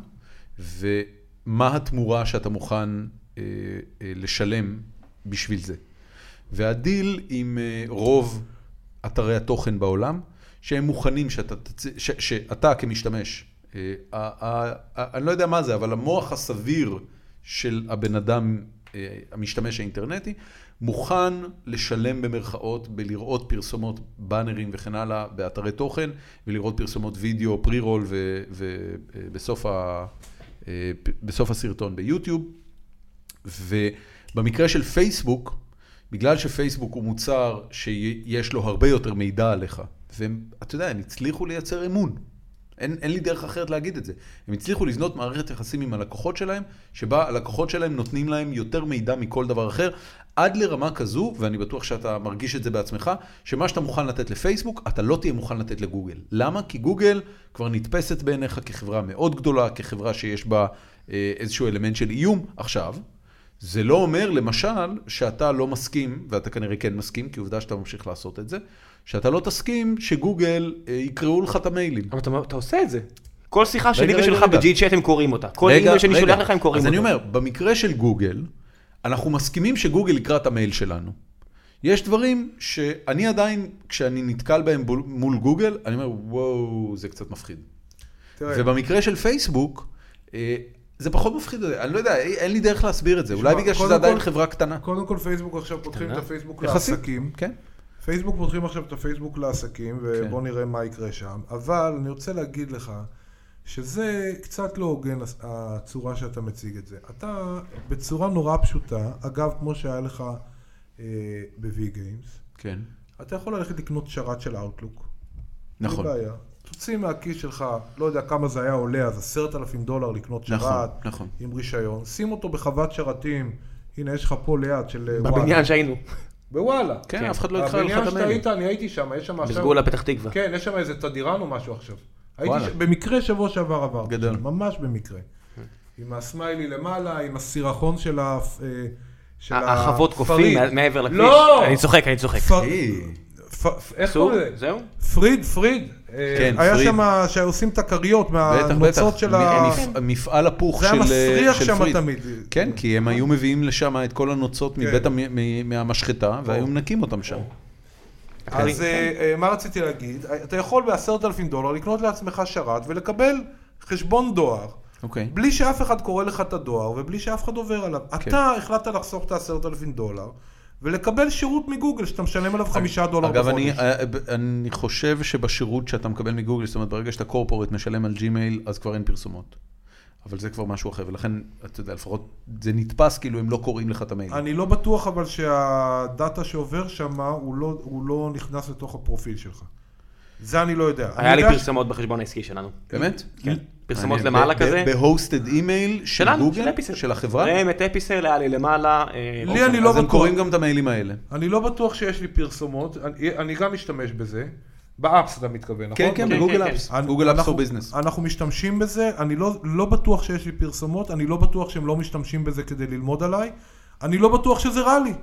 ומה התמורה שאתה מוכן אה, אה, לשלם בשביל זה. והדיל עם אה, רוב אתרי התוכן בעולם, שהם מוכנים שאתה, תצ- ש, שאתה כמשתמש, אה, ה- ה- ה- אני לא יודע מה זה, אבל המוח הסביר של הבן אדם, אה, המשתמש האינטרנטי, מוכן לשלם במרכאות בלראות פרסומות באנרים וכן הלאה באתרי תוכן, ולראות פרסומות וידאו, פרי-רול ובסוף ה... אה, פ- בסוף הסרטון ביוטיוב, ובמקרה של פייסבוק, בגלל שפייסבוק הוא מוצר שיש לו הרבה יותר מידע עליך, ואתה יודע, הם הצליחו לייצר אמון. אין, אין לי דרך אחרת להגיד את זה. הם הצליחו לבנות מערכת יחסים עם הלקוחות שלהם, שבה הלקוחות שלהם נותנים להם יותר מידע מכל דבר אחר, עד לרמה כזו, ואני בטוח שאתה מרגיש את זה בעצמך, שמה שאתה מוכן לתת לפייסבוק, אתה לא תהיה מוכן לתת לגוגל. למה? כי גוגל כבר נתפסת בעיניך כחברה מאוד גדולה, כחברה שיש בה אה, איזשהו אלמנט של איום. עכשיו, זה לא אומר, למשל, שאתה לא מסכים, ואתה כנראה כן מסכים, כי עובדה שאתה ממשיך לעשות את זה, שאתה לא תסכים שגוגל אה, יקראו לך את המיילים. אבל אתה, אתה עושה את זה. כל שיחה שלי רגע, ושלך רגע. בג'י צ'אט הם קוראים אותה. כל אימייל שאני שולח לך הם קוראים אז אותה. אני אומר, במקרה של גוגל, אנחנו מסכימים שגוגל יקרא את המייל שלנו. יש דברים שאני עדיין, כשאני נתקל בהם בול- מול גוגל, אני אומר, וואו, זה קצת מפחיד. תראה, ובמקרה של פייסבוק, אה, זה פחות מפחיד, אני לא יודע, אין אין לי דרך להסביר את זה, תשמע, אולי בגלל קודם שזה עדיין כל- חברה קטנה. קודם כל פייסבוק עכשיו פותחים את קטנה? הפייסבוק יחסית. לעסקים. כן. פייסבוק פותחים עכשיו את הפייסבוק לעסקים, ובוא כן. נראה מה יקרה שם. אבל אני רוצה להגיד לך, שזה קצת לא הוגן הס- הצורה שאתה מציג את זה. אתה בצורה נורא פשוטה, אגב, כמו שהיה לך אה, ב-V Games, כן. אתה יכול ללכת לקנות שרת של Outlook. נכון. אין בעיה. תוציא מהכיס שלך, לא יודע כמה זה היה עולה, אז עשרת אלפים דולר לקנות שרת. נכון, נכון. עם רישיון. שים אותו בחוות שרתים, הנה יש לך פה ליד של אה, וואלה. בבניין שהיינו. בוואלה. כן, כן. אף אחד לא יקרא לך את הבניין שאתה המיילים. היית, אני הייתי שם, יש שם עכשיו... בסגולה פתח תקווה. כן, יש שם איזה תדירן או משהו עכשיו. הייתי וואלה. ש... במקרה שבוע שעבר עברתי. גדול. שם, ממש במקרה. עם הסמיילי למעלה, עם הסירחון של ה... אה, של החוות קופים הפריט. מע- מעבר לכביש. לא! אני צוחק, אני צוחק. פר- אי. פ- איך אסור? קוראים לזה? זהו? פריד, פריד. אה, כן, היה פריד. שם שעושים את הכריות בטח, בטח. מהנוצות של ה... מפ- מפעל הפוך זה של אה, היה מסריח של שם פריד. תמיד. כן, כי הם היו מביאים לשם את כל כן. הנוצות מבית המ- מ- מהמשחטה, והיו מנקים אותם שם. אוקיי. כן. אז אה, אה, מה רציתי להגיד? אתה יכול בעשרת אלפים דולר לקנות לעצמך שרת ולקבל חשבון דואר. אוקיי. בלי שאף אחד קורא לך את הדואר ובלי שאף אחד עובר עליו. כן. אתה החלטת לחסוך את העשרת אלפים דולר ולקבל שירות מגוגל שאתה משלם עליו חמישה דולר אגב, בחודש. אני, אה, אני חושב שבשירות שאתה מקבל מגוגל, זאת אומרת, ברגע שאתה קורפורט משלם על ג'ימייל, אז כבר אין פרסומות. אבל זה כבר משהו אחר, ולכן, אתה יודע, לפחות זה נתפס כאילו הם לא קוראים לך את המייל. אני לא בטוח אבל שהדאטה שעובר שם הוא לא- הוא לא נכנס לתוך הפרופיל שלך. זה אני לא יודע. היה אני לי יודע פרסומות בחשבון העסקי שלנו. באמת? כן. פרסומות מעניין. למעלה ב- כזה. ב- בהוסטד אימייל של שלנו, של גוגל? אפיסל. של החברה? ראם, את אפיסל היה לי למעלה. אה, לי אני לא אז הם בטוח. קוראים גם את המיילים האלה. אני לא בטוח שיש לי פרסומות, אני, אני גם משתמש בזה. באפס אתה מתכוון, נכון? כן, כן, כן, בגוגל כן, אפס. אני- גוגל אפס אוקיי. אנחנו- הוא ביזנס. אנחנו משתמשים בזה, אני לא, לא בטוח שיש לי פרסומות, אני לא בטוח שהם לא משתמשים בזה כדי ללמוד עליי, אני לא בטוח שזה רע לי.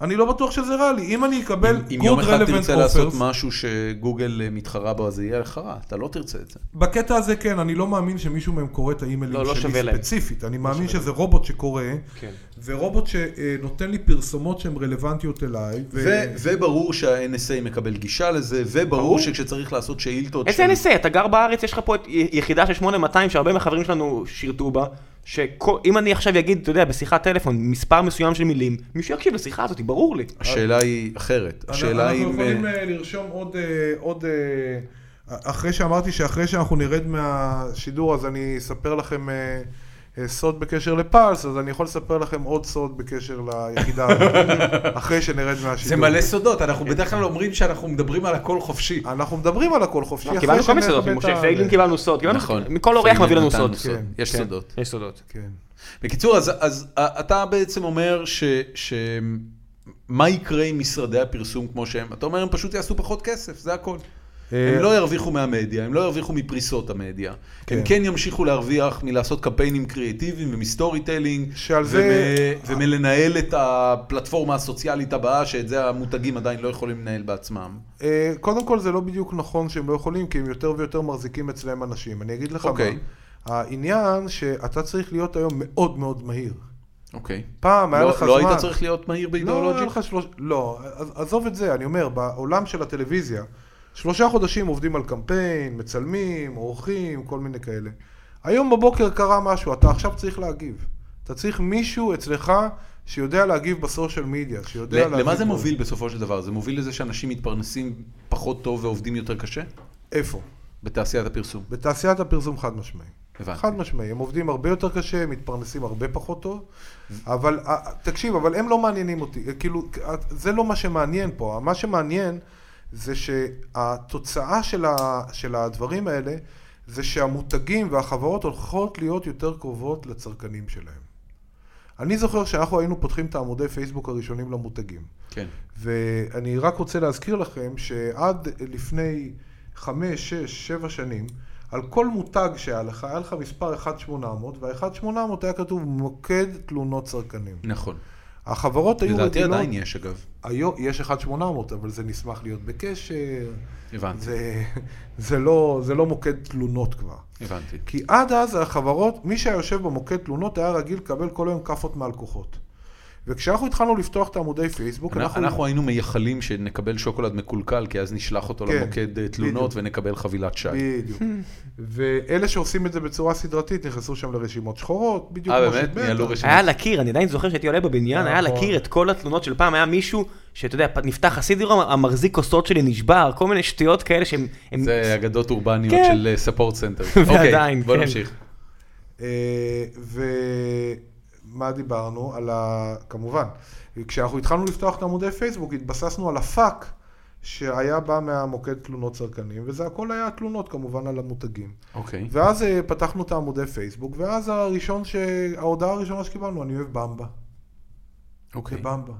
אני לא בטוח שזה רע לי. אם אני אקבל אם good יום אחד relevant תרצה לעשות offers, משהו שגוגל אה, מתחרה בו, אז זה יהיה לך רע, אתה לא תרצה את זה. בקטע הזה כן, אני לא מאמין שמישהו מהם קורא את האימיילים לא, לא שלי שווה להם. לא ספציפית. אני מאמין שזה רובוט שקורא, כן. ורובוט שנותן לי פרסומות שהן רלוונטיות אליי. ו- ו- וברור שה-NSA מקבל גישה לזה, וברור ברור. שכשצריך לעשות שאילתות... איזה של- NSA? אתה גר בארץ, יש לך פה את י- יחידה של 8200 שהרבה מהחברים שלנו שירתו בה, שאם אני עכשיו אגיד, אתה יודע, בשיחת טלפון, מספר מסוים של מילים, מישהו יקשיב לשיחה הזאת, ברור לי. השאלה היא אחרת. אנחנו השאלה אם... יכולים אה, אה, לרשום עוד, אה, עוד אה, אחרי שאמרתי שאחרי שאנחנו נרד מהשידור אז אני אספר לכם אה, אה, סוד בקשר לפלס, אז אני יכול לספר לכם עוד סוד בקשר ליחידה הזאת, אחרי שנרד מהשידור. זה מלא סודות, אנחנו בדרך כלל אומרים שאנחנו מדברים על הכל חופשי. אנחנו מדברים על הכל לא, חופשי. אחרי קיבלנו כל מיני שנרד סודות, את ה- ממשה פייגלין קיבלנו סוד, קיבלנו- מכל אורח נכון. פייגלין מביא לנו נתן סוד. סוד. כן, יש כן. סודות. יש סודות. כן. בקיצור, אז, אז אה, אתה בעצם אומר ש, ש... מה יקרה עם משרדי הפרסום כמו שהם? אתה אומר, הם פשוט יעשו פחות כסף, זה הכל. אה, הם לא ירוויחו מהמדיה, הם לא ירוויחו מפריסות המדיה. כן. הם כן ימשיכו להרוויח מלעשות קמפיינים קריאטיביים ומסטורי טיילינג, שעל זה- ומ- ומלנהל את הפלטפורמה הסוציאלית הבאה, שאת זה המותגים עדיין לא יכולים לנהל בעצמם. אה, קודם כל זה לא בדיוק נכון שהם לא יכולים, כי הם יותר ויותר מחזיקים אצלם אנשים. אני אגיד לך אוקיי. מה. העניין שאתה צריך להיות היום מאוד מאוד מהיר. אוקיי. פעם היה לא, לך לא זמן. היית צריך להיות מהיר לא, באידיאולוגיה? היה לך שלוש... לא, אז- עזוב את זה, אני אומר, בעולם של הטלוויזיה, שלושה חודשים עובדים על קמפיין, מצלמים, עורכים, כל מיני כאלה. היום בבוקר קרה משהו, אתה עכשיו צריך להגיב. אתה צריך מישהו אצלך שיודע להגיב בסושיאל מדיה, שיודע ל- להגיב... למה זה פה. מוביל בסופו של דבר? זה מוביל לזה שאנשים מתפרנסים פחות טוב ועובדים יותר קשה? איפה? בתעשיית הפרסום. בתעשיית הפרסום חד משמעי. הבנתי. חד משמעי, הם עובדים הרבה יותר קשה, הם מתפרנסים הרבה פחות טוב, אבל אה, תקשיב, אבל הם לא מעניינים אותי, אה, כאילו, אה, זה לא מה שמעניין פה, מה שמעניין זה שהתוצאה של, ה, של הדברים האלה, זה שהמותגים והחברות הולכות להיות יותר קרובות לצרכנים שלהם. אני זוכר שאנחנו היינו פותחים את העמודי פייסבוק הראשונים למותגים. כן. ואני רק רוצה להזכיר לכם שעד לפני חמש, שש, שבע שנים, על כל מותג שהיה לך, היה לך מספר 1-800, וה-1-800 היה כתוב מוקד תלונות צרכנים. נכון. החברות היו לדעתי עדיין יש אגב. היו, יש 1-800, אבל זה נשמח להיות בקשר, הבנתי, זה, זה, לא, זה לא מוקד תלונות כבר. הבנתי. כי עד אז החברות, מי שהיה יושב במוקד תלונות היה רגיל לקבל כל היום כאפות מהלקוחות. וכשאנחנו התחלנו לפתוח את העמודי פייסבוק, אנחנו- אנחנו היינו מייחלים שנקבל שוקולד מקולקל, כי אז נשלח אותו כן, למוקד אה, תלונות בדיוק. ונקבל חבילת שי. בדיוק. ואלה שעושים את זה בצורה סדרתית נכנסו שם לרשימות שחורות, בדיוק אה, כמו באמת? שבטח. ניהלו רשימות. היה על הקיר, אני עדיין זוכר שהייתי עולה בבניין, נכון. היה על הקיר את כל התלונות של פעם, היה מישהו שאתה יודע, פ- נפתח הסידרום, המחזיק כוסות שלי נשבר, כל מיני שטויות כאלה שהם... הם- זה אגדות אורבניות כן. של אה, ספורט סנטר. ועדיין, אוקיי, בוא כן. נמשיך. אה, ומה דיברנו? על ה... כמובן. כשאנחנו התחלנו לפתוח את עמודי פייסבוק, התבססנו על הפאק שהיה בא מהמוקד תלונות צרכנים, וזה הכל היה תלונות כמובן על המותגים. אוקיי. ואז אה, פתחנו את העמודי פייסבוק, ואז הראשון ש... ההודעה הראשונה שקיבלנו, אני אוהב במבה. אוקיי. בבמבה.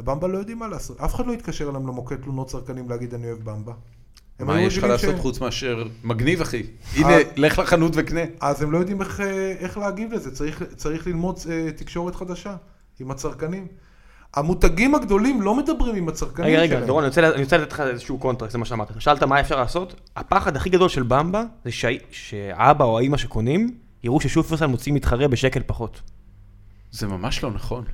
במבה לא יודעים מה לעשות. אף אחד לא התקשר אליהם למוקד תלונות צרכנים להגיד אני אוהב במבה. הם מה היו יש לך רגילים לעשות ש- אה, חוץ מאשר מגניב, אחי? הנה, לך לחנות וקנה. אז הם לא יודעים איך, אה, איך להגיב לזה. צריך, צריך ללמוד אה, תקשורת חדשה עם הצרכנים. המותגים הגדולים לא מדברים עם הצרכנים רגע, שלהם. רגע, דורון, אני רוצה לה- אני רוצה לתת לך איזשהו קונטרקט, זה מה שאמרת. שאלת מה אפשר לעשות? הפחד הכי גדול של במבה זה שהאי- שהאבא או האימא שקונים, יראו ששופרסל מוציאים מתחרה בשקל פחות. זה ממש לא נכון.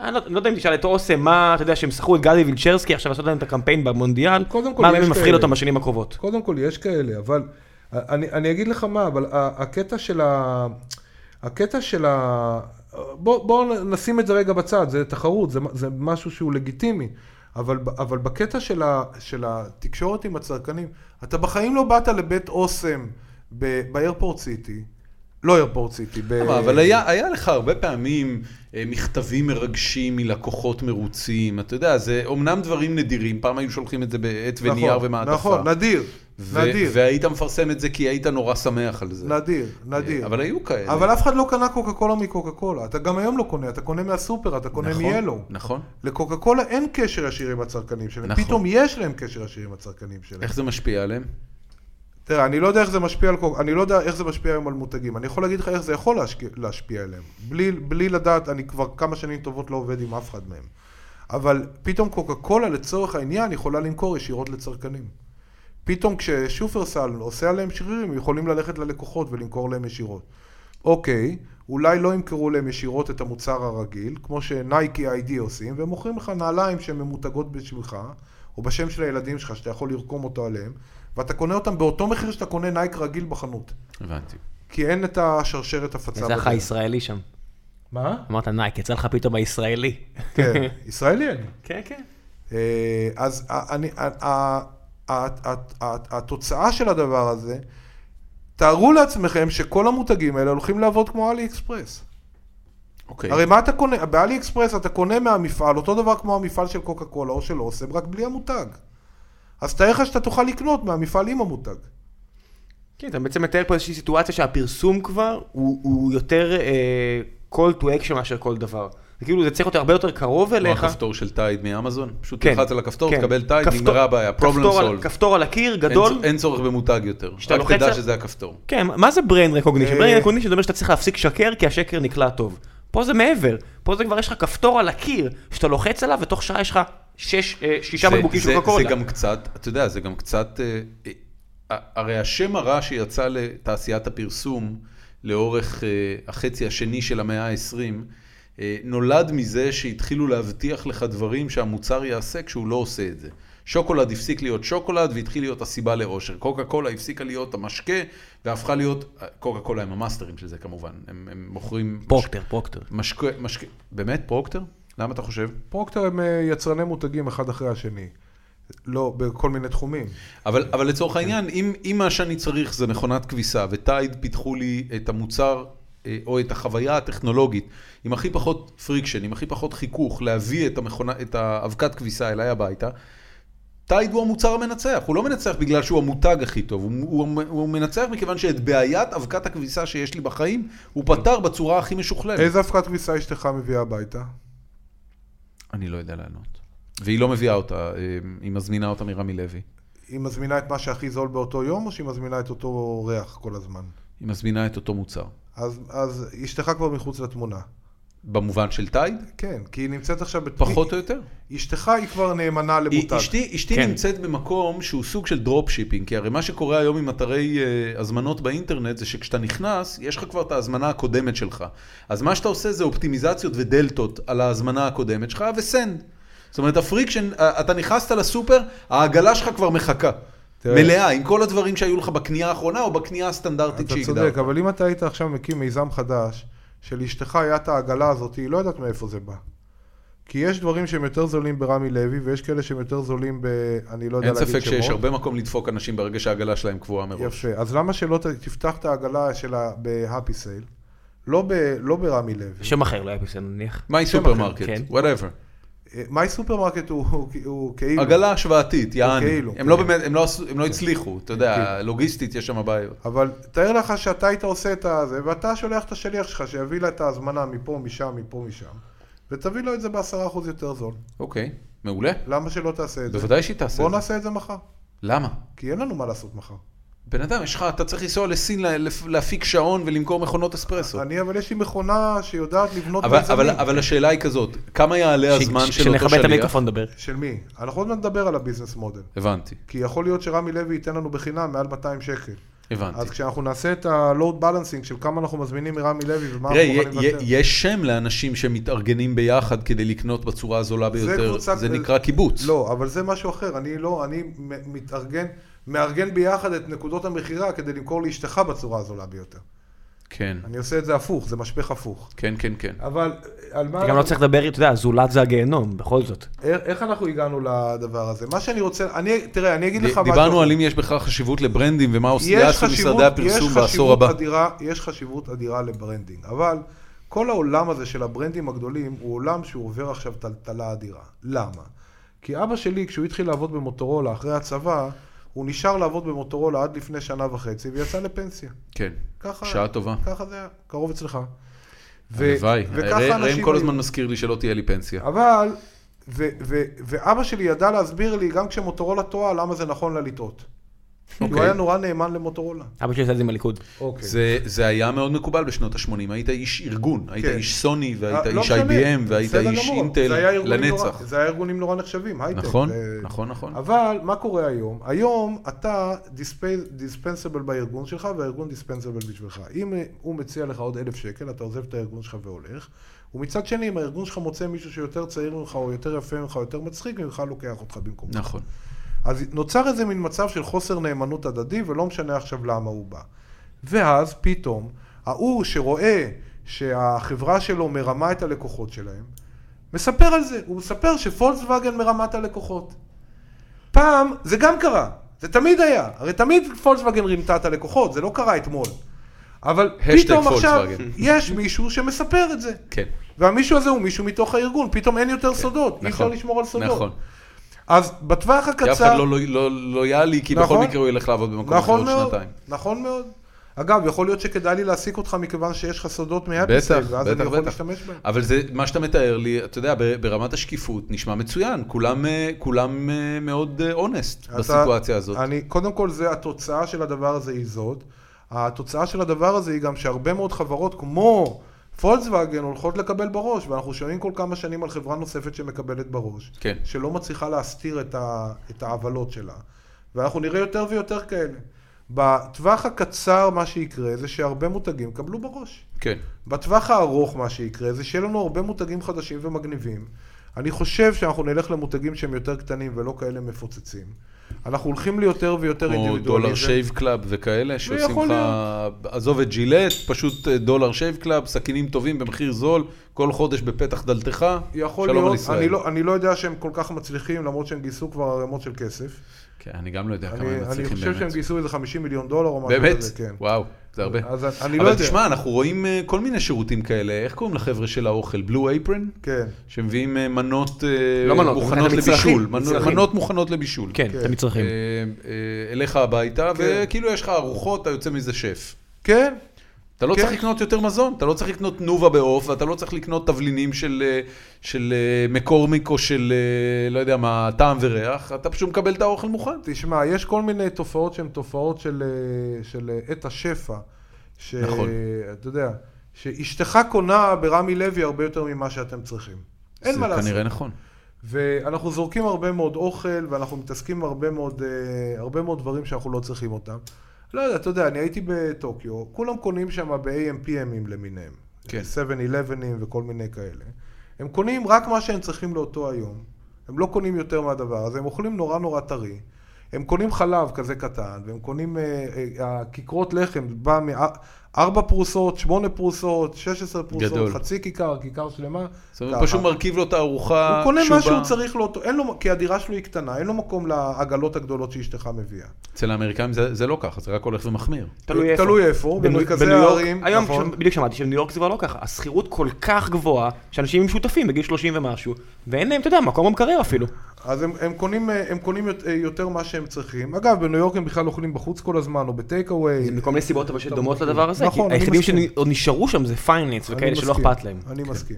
אני לא אני לא יודע אם תשאל את אוסם מה, אתה יודע שהם שכרו את גדי וילצ'רסקי עכשיו לעשות להם את הקמפיין במונדיאל, קודם כל מה יש מהם מפחיד כאלה. אותם בשנים הקרובות. קודם כל, יש כאלה, אבל אני, אני אגיד לך מה, אבל ה- הקטע של ה... הקטע של ה... בואו בוא נשים את זה רגע בצד, זה תחרות, זה, זה משהו שהוא לגיטימי, אבל, ב- אבל בקטע של, ה, של התקשורת עם הצרכנים, אתה בחיים לא באת לבית אוסם ב- באיירפורט סיטי, לא איירפורט סיטי, ב... למה? אבל היה, היה לך הרבה פעמים אה, מכתבים מרגשים מלקוחות מרוצים, אתה יודע, זה אומנם דברים נדירים, פעם היו שולחים את זה בעט נכון, ונייר ומעטפה. נכון, נדיר, ו- נדיר, והיית מפרסם את זה כי היית נורא שמח על זה. נדיר, אה, נדיר. אבל היו כאלה. אבל אף אחד לא קנה קוקה קולה מקוקה קולה, אתה גם היום לא קונה, אתה קונה מהסופר, אתה קונה נכון, מיאלו. נכון. לקוקה קולה אין קשר ישיר עם הצרכנים שלהם, נכון. פתאום יש להם קשר ישיר עם הצרכנים שלהם. איך זה משפיע עליהם? תראה, אני לא יודע איך זה משפיע על קוקה, אני לא יודע איך זה משפיע היום על מותגים, אני יכול להגיד לך איך זה יכול להשקיע, להשפיע עליהם. בלי, בלי לדעת, אני כבר כמה שנים טובות לא עובד עם אף אחד מהם. אבל פתאום קוקה קולה לצורך העניין יכולה למכור ישירות לצרכנים. פתאום כששופרסל עושה עליהם שרירים, יכולים ללכת ללקוחות ולמכור להם ישירות. אוקיי, אולי לא ימכרו להם ישירות את המוצר הרגיל, כמו שנייקי איי-די עושים, והם מוכרים לך נעליים שהן ממותגות בשמך, או בשם של הילדים שלך, שאתה יכול לרקום אותו עליהם, ואתה קונה אותם באותו מחיר שאתה קונה נייק רגיל בחנות. הבנתי. כי אין את השרשרת הפצה. יצא לך בדרך. הישראלי שם. מה? אמרת נייק, יצא לך פתאום הישראלי. כן, ישראלי אני. כן, כן. אה, אז ה- אני, ה- ה- הת- הת- הת- התוצאה של הדבר הזה, תארו לעצמכם שכל המותגים האלה הולכים לעבוד כמו אלי אקספרס. אוקיי. הרי מה אתה קונה? באלי אקספרס אתה קונה מהמפעל, אותו דבר כמו המפעל של קוקה קולה או של אוסם, רק בלי המותג. אז תאר לך שאתה תוכל לקנות מהמפעל עם המותג. כן, אתה בעצם מתאר פה איזושהי סיטואציה שהפרסום כבר הוא, הוא יותר אה, call to action מאשר כל דבר. זה כאילו, זה צריך להיות הרבה יותר קרוב כמו אליך. הכפתור של טייד מאמזון, פשוט כן, תלחץ על הכפתור, כן. תקבל טייד, כפתור- נגמרה הבעיה, problem כפתור על- solved. כפתור על הקיר, אין גדול. צ- אין צורך במותג יותר, כשאתה רק לוחץ תדע על- שזה הכפתור. כן, מה זה brain recognition? אה. brain recognition זה אומר שאתה צריך להפסיק לשקר כי השקר נקלע טוב. פה זה מעבר, פה זה כבר יש לך כפתור על הקיר, שאתה לוחץ עליו ותוך שעה יש לך שש, אה, שישה זה- בקבוקים זה- של קוקולה. זה גם קצת, אתה יודע, זה גם קצת, אה, אה, הרי השם הרע שיצא לתעשיית הפרסום לאורך אה, החצי השני של המאה ה-20, נולד מזה שהתחילו להבטיח לך דברים שהמוצר יעשה כשהוא לא עושה את זה. שוקולד הפסיק להיות שוקולד והתחיל להיות הסיבה לאושר. קוקה קולה הפסיקה להיות המשקה והפכה להיות, קוקה קולה הם המאסטרים של זה כמובן, הם, הם מוכרים... פרוקטר, פרוקטר. משקה, משקה, באמת פרוקטר? למה אתה חושב? פרוקטר הם אה, יצרני מותגים אחד אחרי השני. לא, בכל מיני תחומים. אבל, אבל לצורך העניין, אם, אם מה שאני צריך זה מכונת כביסה, וטייד פיתחו לי את המוצר אה, או את החוויה הטכנולוגית, עם הכי פחות פריקשן, עם הכי פחות חיכוך, להביא את, המכונה, את האבקת כביסה אליי הביתה, טייד הוא המוצר המנצח, הוא לא מנצח בגלל שהוא המותג הכי טוב, הוא, הוא, הוא מנצח מכיוון שאת בעיית אבקת הכביסה שיש לי בחיים, הוא פתר בצורה הכי משוכללת. איזה אבקת כביסה אשתך מביאה הביתה? אני לא יודע לענות. והיא לא מביאה אותה, אה, היא מזמינה אותה מרמי לוי. היא מזמינה את מה שהכי זול באותו יום, או שהיא מזמינה את אותו ריח כל הזמן? היא מזמינה את אותו מוצר. אז, אז אשתך כבר מחוץ לתמונה. במובן של טייד? כן, כי היא נמצאת עכשיו... בת- פחות או יותר. אשתך היא כבר נאמנה למותג. אשתי, אשתי כן. כן. נמצאת במקום שהוא סוג של דרופשיפינג, כי הרי מה שקורה היום עם אתרי uh, הזמנות באינטרנט זה שכשאתה נכנס, יש לך כבר את ההזמנה הקודמת שלך. אז מה שאתה עושה זה אופטימיזציות ודלתות על ההזמנה הקודמת שלך וסנד. זאת אומרת, הפריקשן, אה, אתה נכנסת לסופר, העגלה שלך כבר מחכה. תראה. מלאה, עם כל הדברים שהיו לך בקנייה האחרונה או בקנייה הסטנדרטית אתה שהגדרת. צודק, אבל אם אתה היית עכשיו מקים מיזם חדש, שלאשתך היה את העגלה הזאת, היא לא יודעת מאיפה זה בא. כי יש דברים שהם יותר זולים ברמי לוי, ויש כאלה שהם יותר זולים ב... אני לא יודע אין להגיד שמות. ספק שיש הרבה מקום לדפוק אנשים ברגע שהעגלה שלהם קבועה מראש. יפה, אז למה שלא ת- תפתח את העגלה שלה ב-happy sale? לא, ב... לא ברמי לוי. שם אחר לא היה בסדר נניח. מיי סופרמרקט, כן. וואטאבר. אה, מאי סופרמרקט הוא, הוא, הוא כאילו... עגלה השוואתית, יעני. כאילו, הם לא כן. באמת, הם לא עשו- הם לא הצליחו, אתה אוקיי. יודע, לוגיסטית יש שם בעיות. אבל תאר לך שאתה היית עושה את הזה, ואתה שולח את השליח שלך שיביא לה את ההזמנה מפה, משם, מפה, משם, ותביא לו את זה בעשרה אחוז יותר זול. אוקיי, מעולה. למה שלא תעשה את זה? בוודאי שהיא תעשה בוא את זה. נעשה את זה מחר, למה? כי אין לנו מה לעשות מחר. בן אדם, יש לך, אתה צריך לנסוע לסין לה- לפ- להפיק שעון ולמכור מכונות אספרסו. אני, אבל לא יש לי מכונה שיודעת לבנות אבל- אבל אבל השאלה היא כזאת, כמה יעלה ש- הזמן ש- של אותו שנכבה את שליח? המיקרופון לדבר. של מי? אנחנו עוד מעט נדבר על הביזנס מודל. הבנתי, כי יכול להיות שרמי לוי ייתן לנו בחינם מעל 200 שקל. אז הבנתי. כשאנחנו נעשה את ה-load balancing של כמה אנחנו מזמינים מרמי לוי ומה תראה, אנחנו יה- מוכנים יה- לוותר. יש שם לאנשים שמתארגנים ביחד כדי לקנות בצורה הזולה ביותר, קבוצה- זה נקרא קיבוץ. לא, אבל זה משהו אחר. אני לא, אני מ- מתארגן, מארגן ביחד את נקודות המכירה כדי למכור לאשתך בצורה הזולה ביותר. כן, אני עושה את זה הפוך, זה משפך הפוך. כן, כן, כן. אבל על מה... אתה גם לא צריך לדבר, אתה יודע, זולת זה הגיהנום, בכל זאת. איך, איך אנחנו הגענו לדבר הזה? מה שאני רוצה, אני, תראה, אני אגיד לך ד- משהו. דיברנו על אם יש בכלל חשיבות לברנדים ומה עושים יעשו משרדי הפרסום יש בעשור הבא. חשיבות אדירה, יש חשיבות אדירה לברנדינג, אבל כל העולם הזה של הברנדים הגדולים הוא עולם שהוא עובר עכשיו טלטלה אדירה. למה? כי אבא שלי, כשהוא התחיל לעבוד במוטורולה אחרי הצבא, הוא נשאר לעבוד במוטורולה עד לפני שנה וחצי ויצא לפנסיה. כן, ככה, שעה טובה. ככה זה היה, קרוב אצלך. ו- הלוואי. וככה ראם- ראם אנשים כל היו. הזמן מזכיר לי שלא תהיה לי פנסיה. אבל, ו- ו- ואבא שלי ידע להסביר לי, גם כשמוטורולה טועה, למה זה נכון לה לטעות. כי הוא אוקיי. היה נורא נאמן למוטורולה. אבא שלי עשה את זה עם הליכוד. אוקיי. זה, זה היה מאוד מקובל בשנות ה-80, היית איש ארגון, היית כן. איש סוני והיית אה, לא איש משנה. IBM והיית בסדר איש גמור. אינטל זה היה ארגונים לנצח. נורא- זה היה ארגונים נורא נחשבים, הייטק. נכון, זה- נכון, נכון. אבל מה קורה היום? היום אתה דיספנסבל בארגון שלך והארגון דיספנסבל בשבילך. אם אה, הוא מציע לך עוד אלף שקל, אתה עוזב את הארגון שלך והולך. ומצד שני, אם הארגון שלך מוצא מישהו שיותר צעיר ממך, או יותר יפה ממך, או יותר מצחיק ממך, לוקח אותך במקומו. נכון. אז נוצר איזה מין מצב של חוסר נאמנות הדדי, ולא משנה עכשיו למה הוא בא. ואז פתאום, ההוא שרואה שהחברה שלו מרמה את הלקוחות שלהם, מספר על זה, הוא מספר שפולקסווגן מרמה את הלקוחות. פעם זה גם קרה, זה תמיד היה. הרי תמיד פולקסווגן רימתה את הלקוחות, זה לא קרה אתמול. אבל Hashtag פתאום עכשיו פולקסווגן. יש מישהו שמספר את זה. כן. והמישהו הזה הוא מישהו מתוך הארגון, פתאום אין יותר סודות, אי אפשר נכון, לשמור על סודות. נכון. אז בטווח כי הקצר... אף אחד לא לא- לא לויאלי, כי בכל נכון. מקרה הוא ילך לעבוד במקום אחר נכון עוד מאוד, שנתיים. נכון מאוד. אגב, יכול להיות שכדאי לי להעסיק אותך מכיוון שיש לך סודות בטח, מהאפיסייל, ואז אני בטח, יכול בטח. להשתמש בהם. אבל זה, מה שאתה מתאר לי, אתה יודע, ב- ברמת השקיפות נשמע מצוין. כולם, אה, כולם אה, מאוד אונסט אתה- בסיטואציה הזאת. אני, קודם כל, זה התוצאה של הדבר הזה היא זאת. התוצאה של הדבר הזה היא גם שהרבה מאוד חברות כמו פולקסווגן הולכות לקבל בראש, ואנחנו שומעים כל כמה שנים על חברה נוספת שמקבלת בראש. כן. שלא מצליחה להסתיר את, ה, את העוולות שלה. ואנחנו נראה יותר ויותר כאלה. בטווח הקצר מה שיקרה זה שהרבה מותגים יקבלו בראש. כן. בטווח הארוך מה שיקרה זה שיהיה לנו הרבה מותגים חדשים ומגניבים. אני חושב שאנחנו נלך למותגים שהם יותר קטנים ולא כאלה מפוצצים. אנחנו הולכים ליותר ויותר כמו דולר שייב קלאב וכאלה, שעושים ויכול לך, עזוב את ג'ילט, פשוט אה, דולר שייב קלאב, סכינים טובים במחיר זול, כל חודש בפתח דלתך, יכול שלום על להיות, ישראל. אני לא, אני לא יודע שהם כל כך מצליחים למרות שהם גייסו כבר ערימות של כסף. כן, אני גם לא יודע כמה אני, הם אני מצליחים חושב שהם באמת. גייסו איזה 50 מיליון דולר או משהו כזה. באמת? כן. וואו, זה הרבה. אז אני לא אבל יודע. תשמע, אנחנו רואים אה, כל מיני שירותים כאלה, איך קוראים לחבר'ה של האוכל? בלו אייפרן? כן. שמביאים אה, מנות אה, לא מנות, מוכנות מצרכים, לבישול. מנו- מצרכים. מנות מוכנות לבישול. כן, את המצרכים. אה, אה, אליך הביתה, כן. וכאילו יש לך ארוחות, אתה יוצא מזה שף. כן, אתה לא כן. צריך לקנות יותר מזון, אתה לא צריך לקנות תנובה בעוף, ואתה לא צריך לקנות תבלינים של, אה, של אה, מקורמיק או של, אה, לא יודע מה, טעם וריח, אתה פשוט מקבל את האוכל מוכן. תשמע, יש כל מיני תופעות שהן תופעות של, אה, של אה, עת השפע. ש... נכון. אתה יודע, שאשתך קונה ברמי לוי הרבה יותר ממה שאתם צריכים. אין מה לעשות. זה כנראה נכון. ואנחנו זורקים הרבה מאוד אוכל, ואנחנו מתעסקים הרבה מאוד, אה, הרבה מאוד דברים שאנחנו לא צריכים אותם. לא יודע, אתה יודע, אני הייתי בטוקיו, כולם קונים שם ב-AMPMים למיניהם. כן. 7-11ים וכל מיני כאלה. הם קונים רק מה שהם צריכים לאותו היום. הם לא קונים יותר מהדבר הזה, הם אוכלים נורא נורא טרי. הם קונים חלב כזה קטן, והם קונים, אה, אה, הכיכרות לחם, בא מארבע פרוסות, שמונה פרוסות, 16 פרוסות, גדול. חצי כיכר, כיכר שלמה. זאת אומרת, ככה. הוא פשוט מרכיב לו את הארוחה. אה, הוא קונה כשהוא מה שהוא בא. צריך לאותו, אין לו, כי הדירה שלו היא קטנה, אין לו מקום לעגלות הגדולות שאשתך מביאה. אה, אצל האמריקאים זה, זה לא ככה, זה רק הולך ומחמיר. תלוי איפה. תלוי איפה, בניו- במרכזי בניו יורק- הערים, היום, נכון. כש- בדיוק שמעתי שבניו יורק זה כבר לא ככה. השכירות כל כך גבוהה, שאנשים הם שותפים בגיל 30 ומשהו, ואין להם, אתה יודע, מקום במקרר אפילו. אז הם, הם קונים, אה, הם קונים יות- אה, יותר מה שהם צריכים. אגב, בניו יורק הם בכלל אוכלים בחוץ כל הזמן, או בטייק אווי. זה מכל מיני סיבות אבל אוקיי. שדומות לדבר הזה. נכון, נכון, אני היחידים מסכים. שעוד נשארו שם זה פייננס וכאלה שלא אכפת להם. כן. אני מסכים.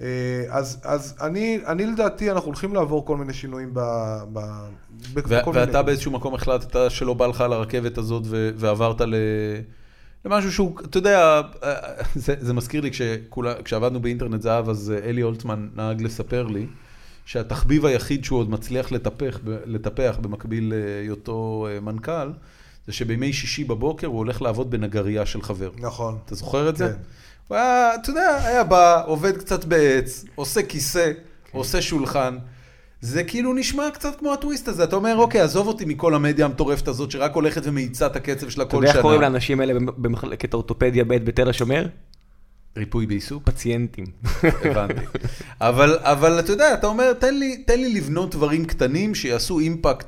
אה, אז, אז אני, אני לדעתי, אנחנו הולכים לעבור כל מיני שינויים ב... ב, ב ו- בכל ואתה מיני. באיזשהו מקום החלטת שלא בא לך על הרכבת הזאת ו- ועברת ל... למשהו שהוא, אתה יודע, זה, זה מזכיר לי כשכולה, כשעבדנו באינטרנט זהב, אז אה, אלי הולטמן נהג לספר לי שהתחביב היחיד שהוא עוד מצליח לטפח, ב- לטפח במקביל להיותו אה, מנכ"ל, זה שבימי שישי בבוקר הוא הולך לעבוד בנגרייה של חבר. נכון. אתה זוכר את זה? כן. הוא היה, אתה יודע, היה בא, עובד קצת בעץ, עושה כיסא, כן. עושה שולחן. זה כאילו נשמע קצת כמו הטוויסט הזה. אתה אומר, אוקיי, עזוב אותי מכל המדיה המטורפת הזאת, שרק הולכת ומאיצה את הקצב שלה אתה כל יודע איך קוראים שנה. לאנשים האלה במ- במחלקת אורתופדיה ב' בתל השומר? ריפוי בעיסוק? פציינטים. הבנתי. אבל, אבל אתה יודע, אתה אומר, תן לי, תן לי לבנות דברים קטנים שיעשו אימפקט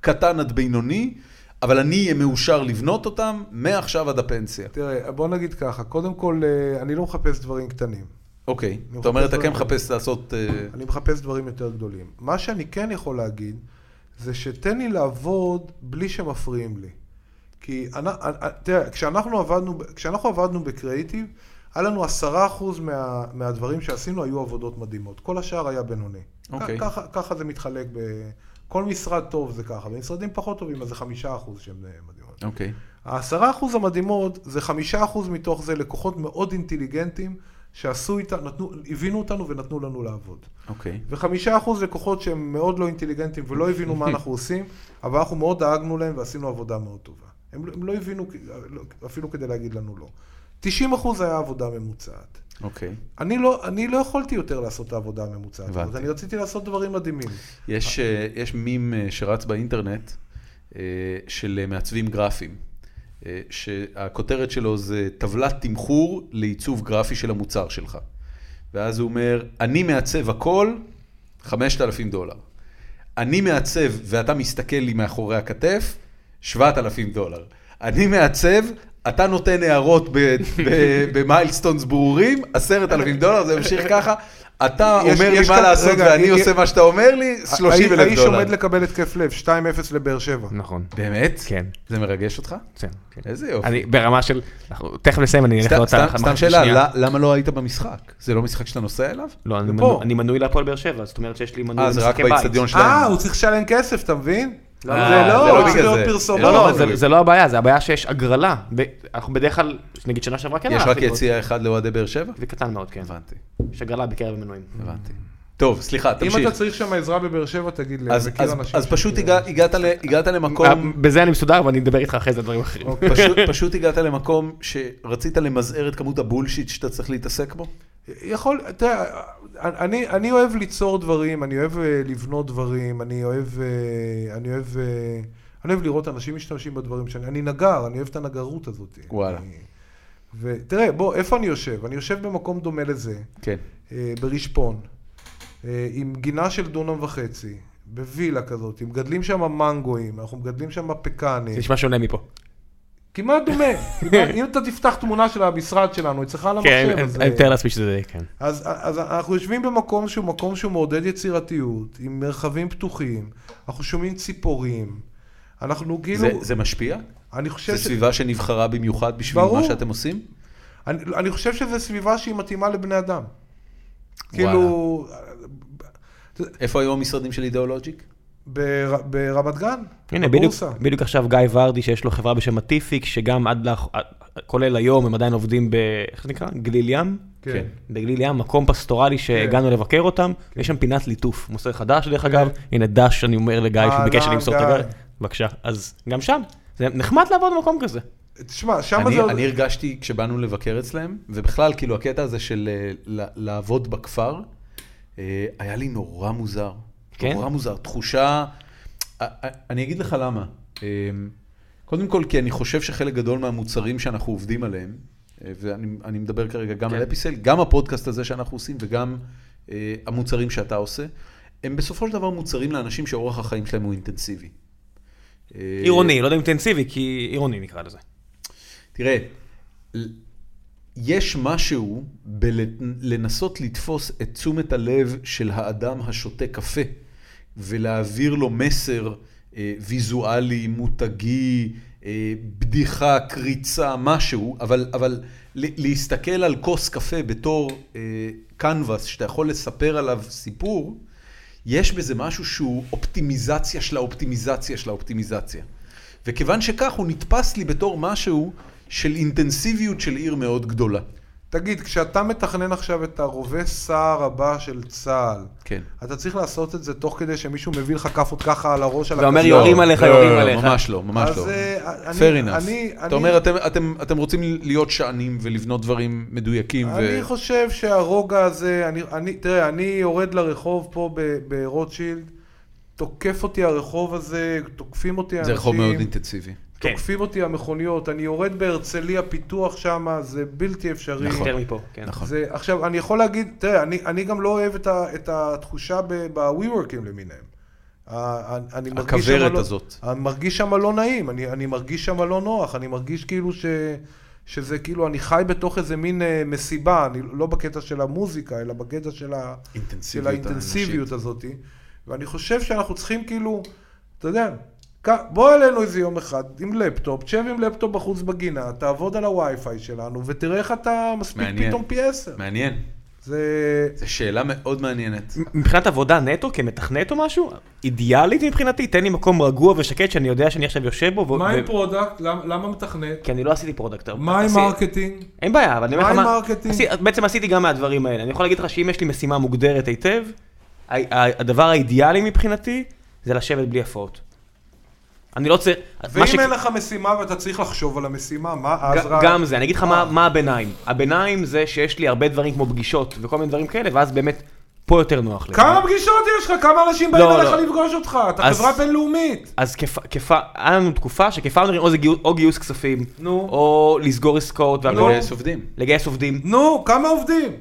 קטן עד בינוני, אבל אני אהיה מאושר לבנות אותם מעכשיו עד הפנסיה. תראה, בוא נגיד ככה, קודם כל, אה, אני לא מחפש דברים קטנים. אוקיי, אני אתה אומר, מחפש אתה כן דברים. מחפש לעשות... אה, אני מחפש דברים יותר גדולים. מה שאני כן יכול להגיד, זה שתן לי לעבוד בלי שמפריעים לי. כי, אנ- אנ- תראה, כשאנחנו עבדנו, ב- כשאנחנו עבדנו בקריאיטיב, היה לנו עשרה אחוז מה, מהדברים שעשינו היו עבודות מדהימות. כל השאר היה בינוני. אוקיי. כ- ככה, ככה זה מתחלק ב... כל משרד טוב זה ככה, במשרדים פחות טובים אז זה חמישה אחוז שהם אה, מדהימות. אוקיי. העשרה אחוז המדהימות זה חמישה אחוז מתוך זה לקוחות מאוד אינטליגנטים שעשו איתנו, נתנו- הבינו אותנו ונתנו לנו לעבוד. אוקיי. וחמישה אחוז לקוחות שהם מאוד לא אינטליגנטים ולא הבינו מה אנחנו עושים, אבל אנחנו מאוד דאגנו להם ועשינו עבודה מאוד טובה. הם, לא- הם לא הבינו כ- לא- אפילו כדי להגיד לנו לא. 90 אחוז היה עבודה ממוצעת. אוקיי. אני לא, אני לא יכולתי יותר לעשות את העבודה הממוצעת, הבנתי. אז אני רציתי לעשות דברים מדהימים. יש, אה, יש מים אה, שרץ באינטרנט אה, של אה, מעצבים גרפיים, אה, שהכותרת שלו זה טבלת תמחור לעיצוב גרפי של המוצר שלך. ואז הוא אומר, אני מעצב הכל, 5,000 דולר. אני מעצב ואתה מסתכל לי מאחורי הכתף, 7,000 דולר. אני מעצב, אתה נותן הערות ב- ב- במיילסטונס ברורים, 10,000 דולר, זה ממשיך ככה. אתה יש- אומר לי יש מה כאן- לעשות רגע, ואני אני- עושה מה שאתה אומר לי, 30,000 דולר. האיש עומד לקבל התקף לב, 2-0 לבאר שבע. אה, נכון. באמת? כן. זה מרגש אותך? כן, כן. איזה יופי. אני ברמה של, אנחנו- תכף נסיים, אני אלך סתם- לעוד סתם מחצית סתם שאלה, שנייה. ל- למה לא היית במשחק? זה לא משחק שאתה נוסע אליו? לא, אני זה מנוי- פה. אני מנוי להפועל באר שבע, זאת אומרת שיש לי מנוי אה, זה רק למשחקי בית. באיצטדיון לא אה, שלהם. הוא צריך לשלם כסף, אתה מבין? לא, זה זה לא, לא הוא צריך בגלל להיות זה. פרסומות. לא, לא, אבל- זה- זה לא הבעיה, זה הבעיה שיש הגרלה. ב- אנחנו בדרך כלל, נגיד שנה שעברה כן יש היה רק חלקות. יציע אחד לאוהדי באר שבע? וקטן מאוד, כן. הבנתי, יש הגרלה בקרב המנויים. הבנתי. טוב, סליחה, Mm. אם תמשיך. אתה צריך שם עזרה בבאר שבע, תגיד לי, אז- אני מכיר אז- אנשים אז פשוט שמכירים. הגע- הגעת ל- הגעת למקום... אה, בזה אני מסודר, אבל אני אדבר איתך אחרי זה על דברים אחרים. אוקיי. פשוט, פשוט הגעת למקום שרצית למזער את כמות הבולשיט שאתה צריך להתעסק בו? יכול, תראה, אני, אני אוהב ליצור דברים, אני אוהב אה, לבנות דברים, אני אוהב, אה, אני אוהב, אה, אני אוהב לראות אנשים משתמשים בדברים שאני, אני נגר, אני אוהב את הנגרות הזאת. וואלה. אני- ותראה, בוא, איפה אני יושב? אני יושב במקום דומה לזה, כן. אה, ברשפון, אה, עם גינה של דונם וחצי, בווילה כזאת, מגדלים שם מנגואים, אנחנו מגדלים שם זה פקנים. נשמע שונה מפה. כמעט דומה. כמעט- אם אתה תפתח תמונה של המשרד שלנו, אצלך על כן, המחשב, אז... אני אה, מתאר לעצמי שזה, כן. אז, אז אנחנו יושבים במקום שהוא מקום שהוא מעודד יצירתיות, עם מרחבים פתוחים, אנחנו שומעים ציפורים, אנחנו כאילו, זה, זה משפיע? אני חושב, זו ש... סביבה שנבחרה במיוחד בשביל ברור. מה שאתם עושים? אני, אני חושב שזו סביבה שהיא מתאימה לבני אדם. וואלה. כאילו, איפה היו המשרדים של אידיאולוג'יק? בר, ברמת גן, הנה, בדיוק, בבורסה. בדיוק עכשיו גיא ורדי, שיש לו חברה בשם הטיפיק, שגם עד לאח... אה, כולל היום, הם עדיין עובדים ב... איך זה נקרא? גליל ים? כן. בגליל ים, מקום פסטורלי שהגענו לבקר אותם, יש שם פינת ליטוף, מוסר חדש דרך אגב, כן. הנה דש, אני אומר לגיא, שהוא אהלן, ביקש שאני אמסור את הגיא, גיא. בבקשה, אז גם שם, זה נחמד לעבוד במקום כזה. אה, כן. תשמע, שם אני, זה... אני הרגשתי כשבאנו לבקר אצלם, ובכלל, כאילו, הקטע הזה של אה, ל- לעבוד בכפר, אה, היה לי נורא מוזר. כן? נורא מוזר. תחושה... אה, אה, אני אגיד לך למה. אה, קודם כל, כי אני חושב שחלק גדול מהמוצרים שאנחנו עובדים עליהם, אה, ואני אני מדבר כרגע גם כן. על אפיסל, גם הפודקאסט הזה שאנחנו עושים וגם אה, המוצרים שאתה עושה, הם בסופו של דבר מוצרים לאנשים שאורח החיים שלהם הוא אינטנסיבי. אה, עירוני, לא יודע אם אינטנסיבי, כי עירוני נקרא לזה. תראה, ל- יש משהו בלנסות לתפוס את תשומת הלב של האדם השותה קפה ולהעביר לו מסר אה, ויזואלי, מותגי, אה, בדיחה, קריצה, משהו, אבל, אבל ל- להסתכל על כוס קפה בתור אה, קנבס שאתה יכול לספר עליו סיפור, יש בזה משהו שהוא אופטימיזציה של האופטימיזציה של האופטימיזציה. וכיוון שכך הוא נתפס לי בתור משהו של אינטנסיביות של עיר מאוד גדולה. תגיד, כשאתה מתכנן עכשיו את הרובה סער הבא של צה"ל, כן. אתה צריך לעשות את זה תוך כדי שמישהו מביא לך כאפות ככה על הראש, על ואומר, הכתף? לא, יורים עליך, לא, יורים לא, עליך. ממש לא, ממש אז, לא. אה, אני- Fair enough. אני- אתה אני- אומר, אתם, אתם, אתם רוצים להיות שענים ולבנות דברים מדויקים. ו... אני חושב שהרוגע הזה, אני, אני, תראה, אני יורד לרחוב פה ב- ברוטשילד, תוקף אותי הרחוב הזה, תוקפים אותי זה האנשים, רחוב מאוד כן. אינטנסיבי. כן, תוקפים אותי המכוניות, אני יורד בהרצליה פיתוח שם, זה בלתי אפשרי. נכון. יותר מפה, כן. נכון. זה, עכשיו, אני יכול להגיד, תראה, אני, אני גם לא אוהב את, ה, את התחושה ב-WeWorkים למיניהם. ה- ה- אני מרגיש שמה הכוורת לא- הזאת. אני מרגיש שם לא נעים, אני, אני מרגיש שם לא נוח, אני מרגיש כאילו ש, שזה כאילו, אני חי בתוך איזה מין אה, מסיבה, אני לא בקטע של המוזיקה, אלא בקטע של, ה, של אינטנסיביות האינטנסיביות הזאת. ואני חושב שאנחנו צריכים כאילו, אתה יודע, כ- בוא אלינו איזה יום אחד עם לפטופ, תשב עם לפטופ בחוץ בגינה, תעבוד על הווי-פיי שלנו, ותראה איך אתה מספיק מעניין. פתאום פי עשר. מעניין. זה... זו שאלה מאוד מעניינת. מבחינת עבודה נטו, כמתכנת או משהו, אידיאלית מבחינתי, תן לי מקום רגוע ושקט שאני יודע שאני עכשיו יושב בו, ו- מה עם ו- פרודקט? למ- למה מתכנת? כי אני לא עשיתי פרודקט. מה עם עשי- מרקטינג? אין בעיה, אבל אני אומר לך מה עם מה... מרקטינג? עשי- בעצם עשיתי גם מהדברים האלה. אני יכול להגיד לך שאם יש לי משימה מוגדרת היטב, ה- ה- הדבר האידיאלי מבחינתי זה לשבת בלי הפרעות. אני לא צריך... מה ש- ואם אין לך משימה ואתה צריך לחשוב על המשימה, מה אז אה. ג- רק... גם זה, אני אגיד לך מה- מה הביניים. הביניים זה שיש לי הרבה דברים כמו פגישות וכל מיני דברים כאלה, ואז באמת פה יותר נוח לי. כמה פגישות יש לך? כמה אנשים באים לא, אליך לא. לפגוש אותך? אתה אז- חברה בינלאומית. אז כפ- כפ- היה לנו תקופה שכפרנו או, זה גיוס, או גיוס כספים, נו. או לסגור עסקאות והכל, אה, לגייס עובדים. לגייס עובדים. נו, כמה עובדים?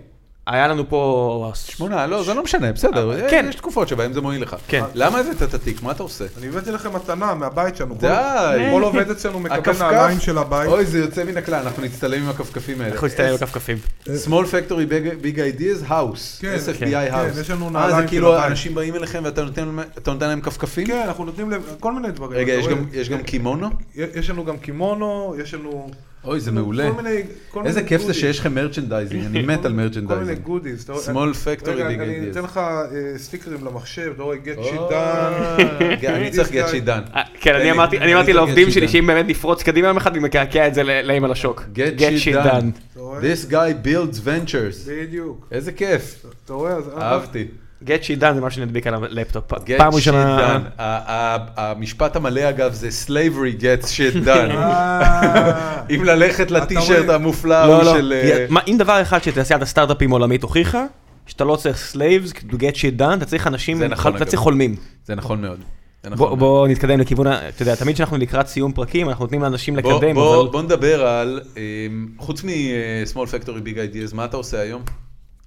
ה- היה לנו פה... שמונה, לא, זה לא משנה, אה, בסדר. כן. כן. יש תקופות שבהן זה מועיל לך. כן. למה הבאת את התיק? מה אתה עושה? אני הבאתי לכם מתנה מהבית שלנו. כל- די. כל עובד אצלנו מקבל הכפכף- נעליים של הבית. אוי, זה יוצא מן הכלל, אנחנו נצטלם עם הכפכפים האלה. אנחנו נצטער בכפכפים. Small Factory Big- Big Ideas House, כן, SFBI כן, House. יש לנו אה, נעליים זה כאילו של הבית. אנשים באים אליכם ואתה נותן להם- אתה נותן להם כפכפים? כן, אנחנו נותנים להם כל מיני דברים. רגע, אתה יש רואה? גם- יש גם קימונו? יש לנו גם קימונו, יש לנו... אוי, זה יש לנו מעולה. כל מיני- כל איזה מיני כיף זה goodies. שיש לכם מרצ'נדייזינג, אני מת על כל מיני מרצ'נדייזינג. גודיז. אתה רואה? Small Factory רגע, Big אני Ideas. אתן לך אה, סטיקרים למחשב, אתה רואה, get shit Oh. done. אה, אני צריך get shit done. אה, כן, אני לי- אמרתי- אני אני אמרתי צריך לעובדים get shit שלי done. שאם באמת נפרוץ קדימה יום אחד, אני מקעקע את זה ל- להם על השוק. Get shit done. אתה רואה? This guy builds ventures. בדיוק. איזה כיף, אתה רואה? אז- אהבתי. Get shit done זה מה שנדביק על הלפטופ. Get פעם shit ראשונה... done. ה- ה- המשפט המלא אגב זה slavery gets shit done. אה, אם ללכת לטישרט רואה? המופלא לא, ההוא לא. של... אה, מה, אם דבר אחד שתעשיית הסטארט-אפים העולמית הוכיחה, שאתה לא צריך slaves to get shit done, אתה צריך אנשים, זה נכון, אתה אגב. צריך חולמים. זה נכון מאוד. זה נכון בוא מאוד. בוא נתקדם לכיוון, ה- אתה יודע, תמיד כשאנחנו לקראת סיום פרקים, אנחנו נותנים לאנשים בוא- לקדם, בוא- אבל... בוא נדבר על, אמ, חוץ מ-small factory big ideas, מה אתה עושה היום?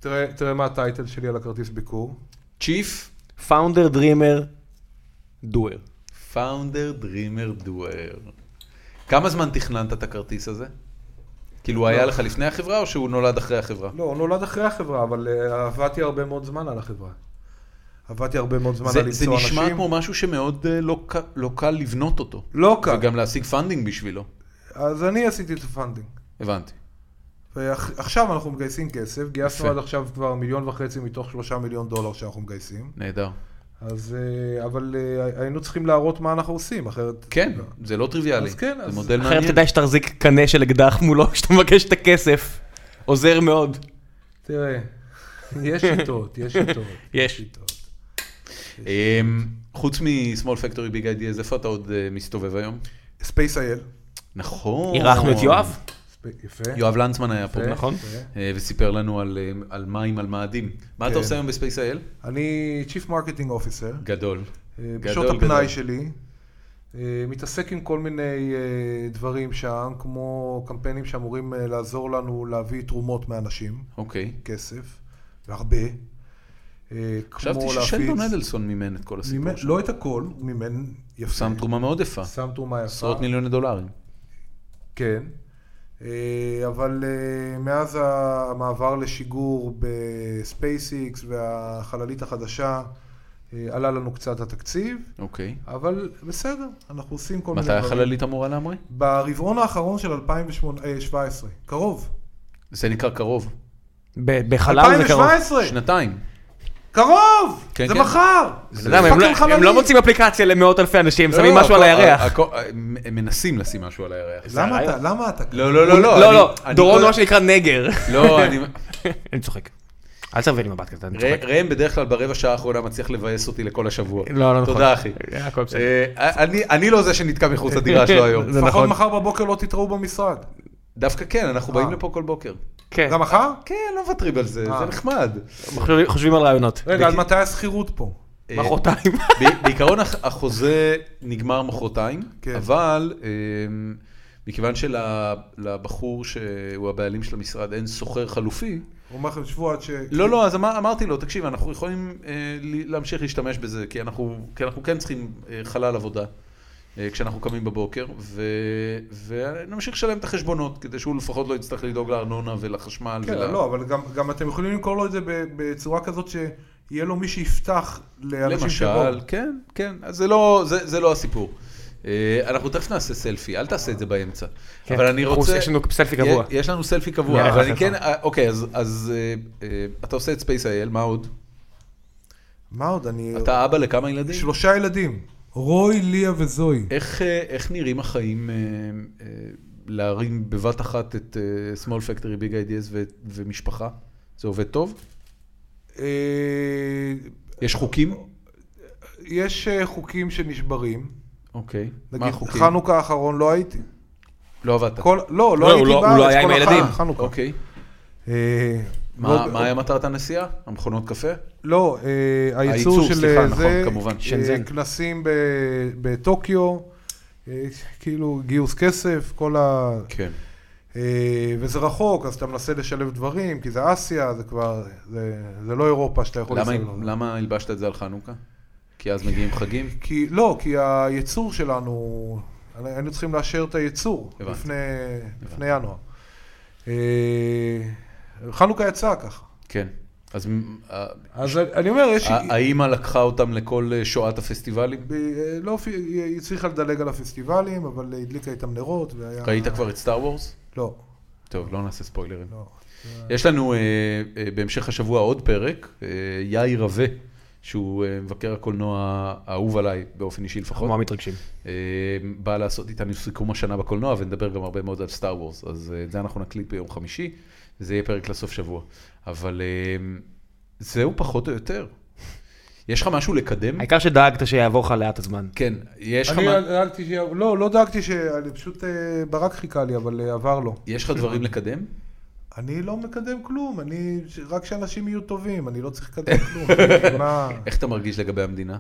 תראה- תראה מה הטייטל שלי על הכרטיס ביקור. Chief פאונדר, דרימר, דואר. founder dreamer doer. כמה זמן תכננת את הכרטיס הזה? כאילו, הוא היה לך לפני החברה או שהוא נולד אחרי החברה? לא, הוא נולד אחרי החברה, אבל אה, עבדתי הרבה מאוד זמן על החברה. עבדתי הרבה מאוד לא זמן זה, על זה למצוא אנשים. נשמע כמו משהו שמאוד אה, לא, ק- לא קל לבנות אותו. לא קל. וגם להשיג פנדינג בשבילו. אז אני עשיתי את הפנדינג. הבנתי. ועכשיו אנחנו מגייסים כסף, גייסנו יפה. עד עכשיו כבר מיליון וחצי מתוך שלושה מיליון דולר שאנחנו מגייסים. נהדר. אז, אה, אבל אה, היינו צריכים להראות מה אנחנו עושים, אחרת... כן, זה לא טריוויאלי. אז כן, זה אז- מודל מעניין. אחרת כדאי שתחזיק קנה של אקדח מולו כשאתה מבקש את הכסף. עוזר מאוד. תראה, יש שיטות, יש שיטות. יש. שיטות. אמ, חוץ מ-small factory big ideas, איפה אתה עוד אה, מסתובב היום? Space.il, נכון. אירחנו את יואב, ספ- יפה. יואב לנצמן היה פה, יפה, נכון? נכון? יפה. אה, וסיפר לנו על, אה, על מים, על מאדים. מה אתה כן. עושה היום בספייס האל? אני Chief Marketing Officer. גדול. אה, גדול, בשעות גדול. הפנאי שלי. אה, מתעסק עם כל מיני אה, דברים שם, כמו קמפיינים שאמורים אה, לעזור לנו להביא תרומות מאנשים, אוקיי. כסף, והרבה. אה, חשבתי כמו ששלדון להפיץ- אדלסון מימן את כל הסיפור מימן- שלו. לא את הכל, הוא מימן יפה. שם תרומה מאוד יפה. שם תרומה יפה. עשרות מיליוני דולרים. כן. אה, אבל אה, מאז המעבר לשיגור בספייסיקס והחללית החדשה, אה, עלה לנו קצת התקציב, אוקיי. אבל בסדר, אנחנו עושים כל מיני מתי דברים. החללית אמורה להמריא? ברבעון האחרון של 2017, קרוב. זה נקרא קרוב. ב- בחלל זה קרוב. 2017! שנתיים. קרוב! כן, זה כן. מחר! זה- אתה יודע, הם לא- פאקינג הם חללית. לא מוצאים אפליקציה למאות אלפי אנשים, שמים לא, משהו על הכל- הירח. הכל- הם הם מנסים לשים משהו על הירח. למה אתה, למה אתה? לא, לא, לא, לא. לא, לא, אני- אני דורון כל- הוא מה שנקרא נגר. לא, אני... אני צוחק. אל תערבי לי מבט כזה, אני צוחק. ר- ראם בדרך כלל ברבע שעה האחרונה מצליח לבאס אותי לכל השבוע. לא, לא נכון. תודה, אחי. הכל בסדר. אה, אני- אני לא זה שנתקע מחוץ לדירה שלו היום. זה לפחות נכון. מחר בבוקר לא תתראו במשרד. דווקא כן, אנחנו אה. באים לפה כל בוקר. כן, גם מחר? כן, לא מוותרים על זה, אה. זה נחמד. חושבים- חושבים על רעיונות. רגע, אז בכ- מתי השכירות פה? אה, מחרתיים. ב- בעיקרון הח- החוזה נגמר מחרתיים, כן. אבל אמ, מכיוון שלבחור שהוא הבעלים של המשרד אין סוחר חלופי, הוא אומר לכם שבוע עד ש... לא, לא, אז אמר- אמרתי לו, תקשיב, אנחנו יכולים אה, ל- להמשיך להשתמש בזה, כי אנחנו, כי אנחנו כן צריכים אה, חלל עבודה אה, כשאנחנו קמים בבוקר, ו, ונמשיך לשלם את החשבונות, כדי שהוא לפחות לא יצטרך לדאוג לארנונה ולחשמל. כן, ול... לא, אבל גם, גם אתם יכולים למכור לו את זה ב- בצורה כזאת שיהיה לו מי שיפתח לאנשים למשל, כן, כן, אז זה לא, זה, זה לא הסיפור. אה, אנחנו תכף נעשה סלפי, אל תעשה את זה באמצע. כן, אבל אני אנחנו רוצה... עושים- יש לנו סלפי קבוע. יה- יש לנו סלפי קבוע, נערך אבל אני לחיפה. כן... אה, אוקיי, אז, אז אה, אה, אתה עושה את ספייס אייל, מה עוד? מה עוד? אני... אתה אבא לכמה ילדים? שלושה ילדים, רוי, ליה וזוהי. איך, אה, איך נראים החיים אה, אה, להרים בבת אחת את אה, small factory big ideas ו, ומשפחה? זה עובד טוב? אה, יש חוקים? יש אה, חוקים שנשברים. אוקיי. מה נגיד, החוקים? חנוכה האחרון לא הייתי. לא עבדת. כל... לא, לא, לא הוא הייתי לא- הוא בארץ. לא היה כל עם החג, הילדים. חנוכה. לא אוקיי. אה, מה, לא- מה היה מטרת הנסיעה? המכונות קפה? לא, אה, הייצור הייצור, של סליחה, אה, נכון, זה, כמובן, אה, שנזן. כנסים ב- בטוקיו, אה, כאילו גיוס כסף, כל ה... כן. אה, וזה רחוק, אז אתה מנסה לשלב דברים, כי זה אסיה, זה כבר, זה, זה לא אירופה שאתה יכול למה- לסלול. למה הלבשת את זה על חנוכה? כי אז מגיעים חגים? כי, לא, כי הייצור שלנו, היינו צריכים לאשר את הייצור הבנתי. לפני, לפני ינואר. אה, חנוכה יצא ככה. כן. אז מ- ה- אז אני אומר, יש... ה- האימא לקחה אותם לכל אה, שואת הפסטיבלים? ב- אה, לא, פי- היא הצליחה לדלג על הפסטיבלים, אבל הדליקה איתם נרות, והיה... ראית כבר את סטאר וורס? לא, טוב, לא נעשה ספוילרים. לא. יש לנו אה, אה, בהמשך השבוע עוד פרק, אה, יאיר רווה, שהוא אה, מבקר הקולנוע האהוב עליי, באופן אישי לפחות. מה מתרגשים? אה, בא לעשות איתנו סיכום השנה בקולנוע, ונדבר גם הרבה מאוד על סטאר וורס. אז אה, את זה אנחנו נקליט ביום חמישי, וזה יהיה פרק לסוף שבוע. אבל אה, זהו פחות או יותר. יש לך משהו לקדם? העיקר שדאגת שיעבור לך לאט הזמן. כן, יש לך אני מה- דאגתי ש... לא, לא דאגתי ש... אני פשוט אה, ברק חיכה לי, אבל אה, עבר לו. יש לך דברים לקדם? אני לא מקדם כלום, אני... ש- רק שאנשים יהיו טובים, אני לא צריך לקדם כלום. מה... איך אתה מרגיש לגבי המדינה?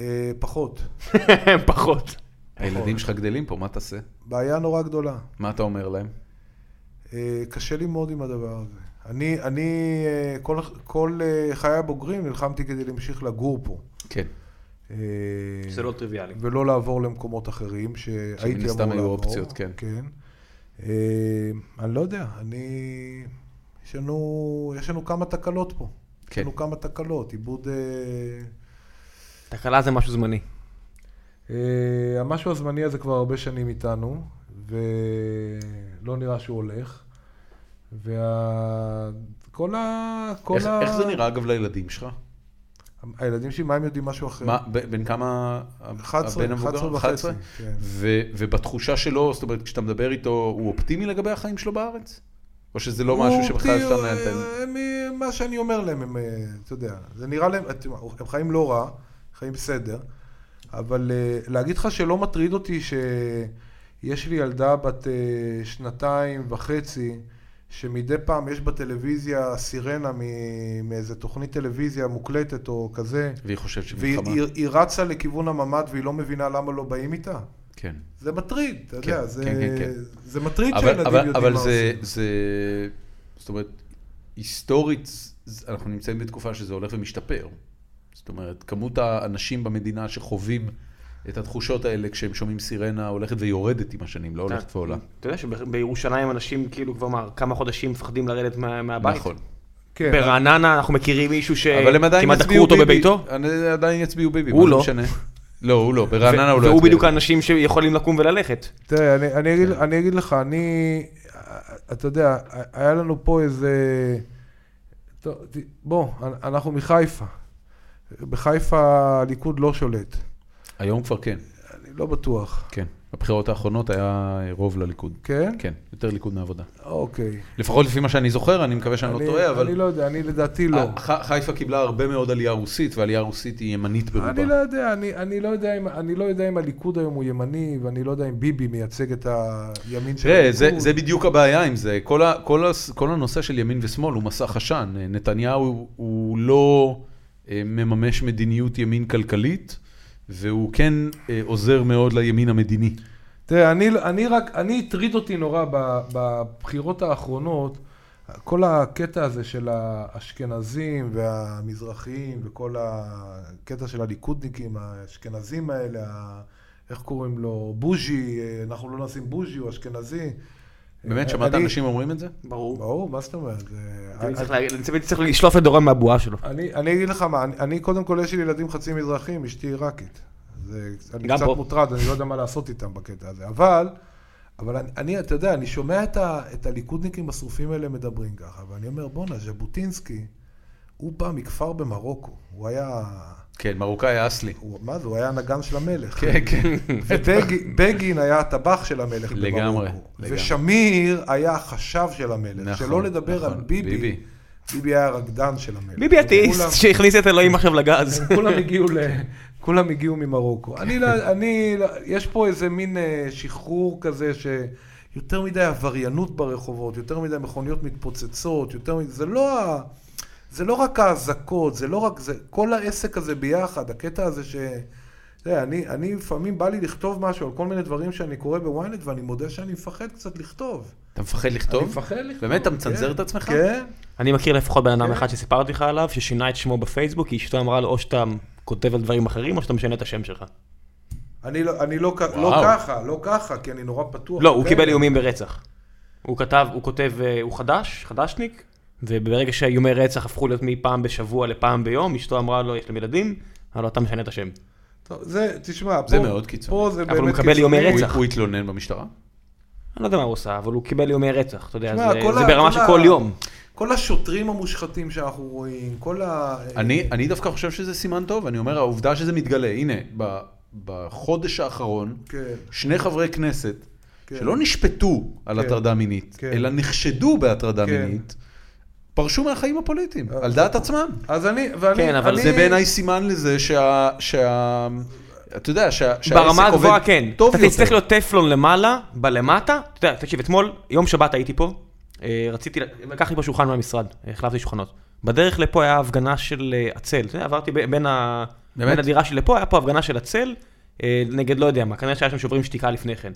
אה, פחות. כן, פחות. הילדים שלך גדלים פה, מה תעשה? בעיה נורא גדולה. מה אתה אומר להם? אה, קשה לי מאוד עם הדבר הזה. אני, אני, אה, כל, כל אה, חיי הבוגרים נלחמתי כדי להמשיך לגור פה. כן, אה, זה לא טריוויאלי. ולא לעבור למקומות אחרים שהייתי אמור שמן לעבור. הסתם היו אופציות, כן. כן. אה, אני לא יודע, אני... יש לנו, יש לנו כמה תקלות פה. יש כן. לנו כמה תקלות, עיבוד... אה, תקלה זה משהו זמני. אה, המשהו הזמני הזה כבר הרבה שנים איתנו, ולא נראה שהוא הולך. וה... כל ה... כל איך ה... איך זה נראה אגב לילדים שלך? הילדים שלי, מה הם יודעים משהו אחר? מה, ב- בן כמה ה- 11, הבן המבוגר? 11 וחצי, 11? כן. ו- ובתחושה שלו, זאת אומרת, כשאתה מדבר איתו, הוא אופטימי לגבי החיים שלו בארץ? או שזה לא משהו שבכלל אפשר אותי, לנהל את ה... אה, הם- מה שאני אומר להם, הם, אה, אתה יודע, זה נראה להם, את- הם חיים לא רע, חיים בסדר, אבל אה, להגיד לך שלא מטריד אותי שיש לי ילדה בת אה, שנתיים וחצי, שמדי פעם יש בטלוויזיה סירנה מ- מאיזה תוכנית טלוויזיה מוקלטת או כזה, והיא חושבת והיא שמלחמה. היא- היא רצה לכיוון הממ"ד והיא לא מבינה למה לא באים איתה. כן. זה מטריד, אתה כן, יודע, זה, כן, כן, כן. זה מטריד אבל- שהילדים אבל- יודעים אבל מה זה, עושים. זה- זאת אומרת, היסטורית, ז- אנחנו נמצאים בתקופה שזה הולך ומשתפר. זאת אומרת, כמות האנשים במדינה שחווים את התחושות האלה כשהם שומעים סירנה הולכת ויורדת עם השנים, לא הולכת ועולה. אתה יודע שבירושלים אנשים כאילו כבר מה, כמה חודשים מפחדים לרדת מה- מהבית. נכון. כן, ברעננה אנחנו מכירים מישהו אבל הם עדיין שכמעט דקרו אותו בביתו. אני- עדיין יצביעו ביבי, הוא מה זה לא. משנה? לא, הוא לא, ברעננה הוא לא והוא בדיוק האנשים שיכולים לקום וללכת. תראה, אני, אני, אגיד, כן. אני אגיד לך, אני, אתה יודע, היה לנו פה איזה, טוב, ת- בוא, אנחנו מחיפה. בחיפה הליכוד לא שולט, היום כבר כן, אני לא בטוח. כן. בבחירות האחרונות היה רוב לליכוד. כן? כן, יותר ליכוד מעבודה. אוקיי. לפחות לפי מה שאני זוכר, אני מקווה שאני לא אני, טועה, אבל... אה, אני לא יודע, אני לדעתי לא. ח- חיפה קיבלה הרבה מאוד עלייה רוסית, והעלייה הרוסית היא ימנית ברובה. אני לא יודע, אני, אני, לא יודע אם, אני לא יודע אם הליכוד היום הוא ימני, ואני לא יודע אם ביבי מייצג את הימין של תראה, הליכוד. זה, זה בדיוק הבעיה עם זה. כל, ה, כל, ה, כל הנושא של ימין ושמאל הוא מסך עשן. נתניהו הוא, הוא לא אה, מממש מדיניות ימין כלכלית, והוא כן אה, עוזר מאוד לימין המדיני. תראה, אני, אני רק, אני הטריד אותי נורא ב- בבחירות האחרונות, כל הקטע הזה של האשכנזים והמזרחיים, וכל הקטע של הליכודניקים, האשכנזים האלה, ה- איך קוראים לו, בוז'י, אה, אנחנו לא נשים בוז'י, הוא אשכנזי. באמת, אה, שמעת אני- אנשים אומרים את זה? ברור. ברור, מה זאת אומרת? אה, זה- צריך לשלוף את דורון מהבועה שלו. אני, אני אגיד לך מה, אני, אני קודם כל, יש לי ילדים חצי מזרחים, אשתי עיראקית. זה, אני גם קצת פה. מוטרד, אני לא יודע מה לעשות איתם בקטע הזה. אבל, אבל אני, אני אתה יודע, אני שומע את, ה, את הליכודניקים השרופים האלה מדברים ככה, ואני אומר, בואנה, ז'בוטינסקי, הוא בא מכפר במרוקו. הוא היה, כן, מרוקאי אסלי. הוא, מה זה, הוא היה הנגן של המלך. כן, כן. ובגין היה הטבח של המלך במרוקו. לגמרי, לגמרי. ושמיר היה החשב של המלך. נכון, שלא לדבר נכון, על ביבי. ביבי. ביבי. היה הרקדן של המלך. ביבי וכולם- אטיסט שהכניס את אלוהים עכשיו לגז. אז כולם הגיעו ל... כולם הגיעו ממרוקו. אני לא, אני, לא- יש פה איזה מין אה, שחרור כזה ש... יותר מדי עבריינות ברחובות, יותר מדי מכוניות מתפוצצות, יותר מדי... זה לא ה... זה לא רק האזעקות, זה לא רק זה, כל העסק הזה ביחד, הקטע הזה ש... אתה יודע, אני, אני לפעמים בא לי לכתוב משהו על כל מיני דברים שאני קורא בוויינט, ואני מודה שאני מפחד קצת לכתוב. אתה מפחד לכתוב? אני מפחד לכתוב. באמת? אתה מצנזר כן, את עצמך? כן. אני מכיר לפחות בן אדם כן. אחד שסיפרתי לך עליו, ששינה את שמו בפייסבוק, כי אשתו אמרה לו, או שאתה כותב על דברים אחרים, או שאתה משנה את השם שלך. אני לא, אני לא, כ- לא וואו. ככה, לא ככה, כי אני נורא פתוח. לא, הוא כן. קיבל איומים ברצח. הוא כתב, הוא כותב, אה, הוא חדש, חדשניק, וברגע שאיומי רצח הפכו להיות מפעם בשבוע לפעם ביום, אשתו אמרה לו, יש להם ילדים, אמרה לו, אתה משנה את השם. טוב, זה, תשמע, פה, זה מאוד קיצוני. פה זה אבל באמת הוא מקבל איומי קיצוני. רצח. הוא- הוא התלונן במשטרה? אני לא יודע מה הוא עשה, אבל הוא קיבל איומי רצח, אתה יודע, תשמע, זה כל זה ה- ברמה כל של ה- כל יום. כל השוטרים המושחתים שאנחנו רואים, כל ה... אני, אני דווקא חושב שזה סימן טוב, אני אומר, העובדה שזה מתגלה, הנה, ב, בחודש האחרון, כן. שני חברי כנסת, כן. שלא נשפטו על כן. הטרדה מינית, כן. אלא נחשדו בהטרדה כן. מינית, פרשו מהחיים הפוליטיים, אה, על דעת עצמם. אז אני, ואני... כן, אבל אני... זה בעיניי סימן לזה שה... שה... אתה יודע, שה... שהעסק ברמה עובד הגבוהה כן. טוב אתה יותר. תצטרך להיות טפלון למעלה, בלמטה. אתה יודע, תקשיב, אתמול, יום שבת הייתי פה, אה, רציתי, ל- לקחתי פה שולחן מהמשרד, החלפתי שולחנות. בדרך לפה היה הפגנה של אה, הצל, אתה יודע, עברתי ב- בין ה- באמת? בין הדירה שלי לפה, היה פה הפגנה של הצל, אה, נגד לא יודע מה, כנראה שהיה שם שוברים שתיקה לפני כן.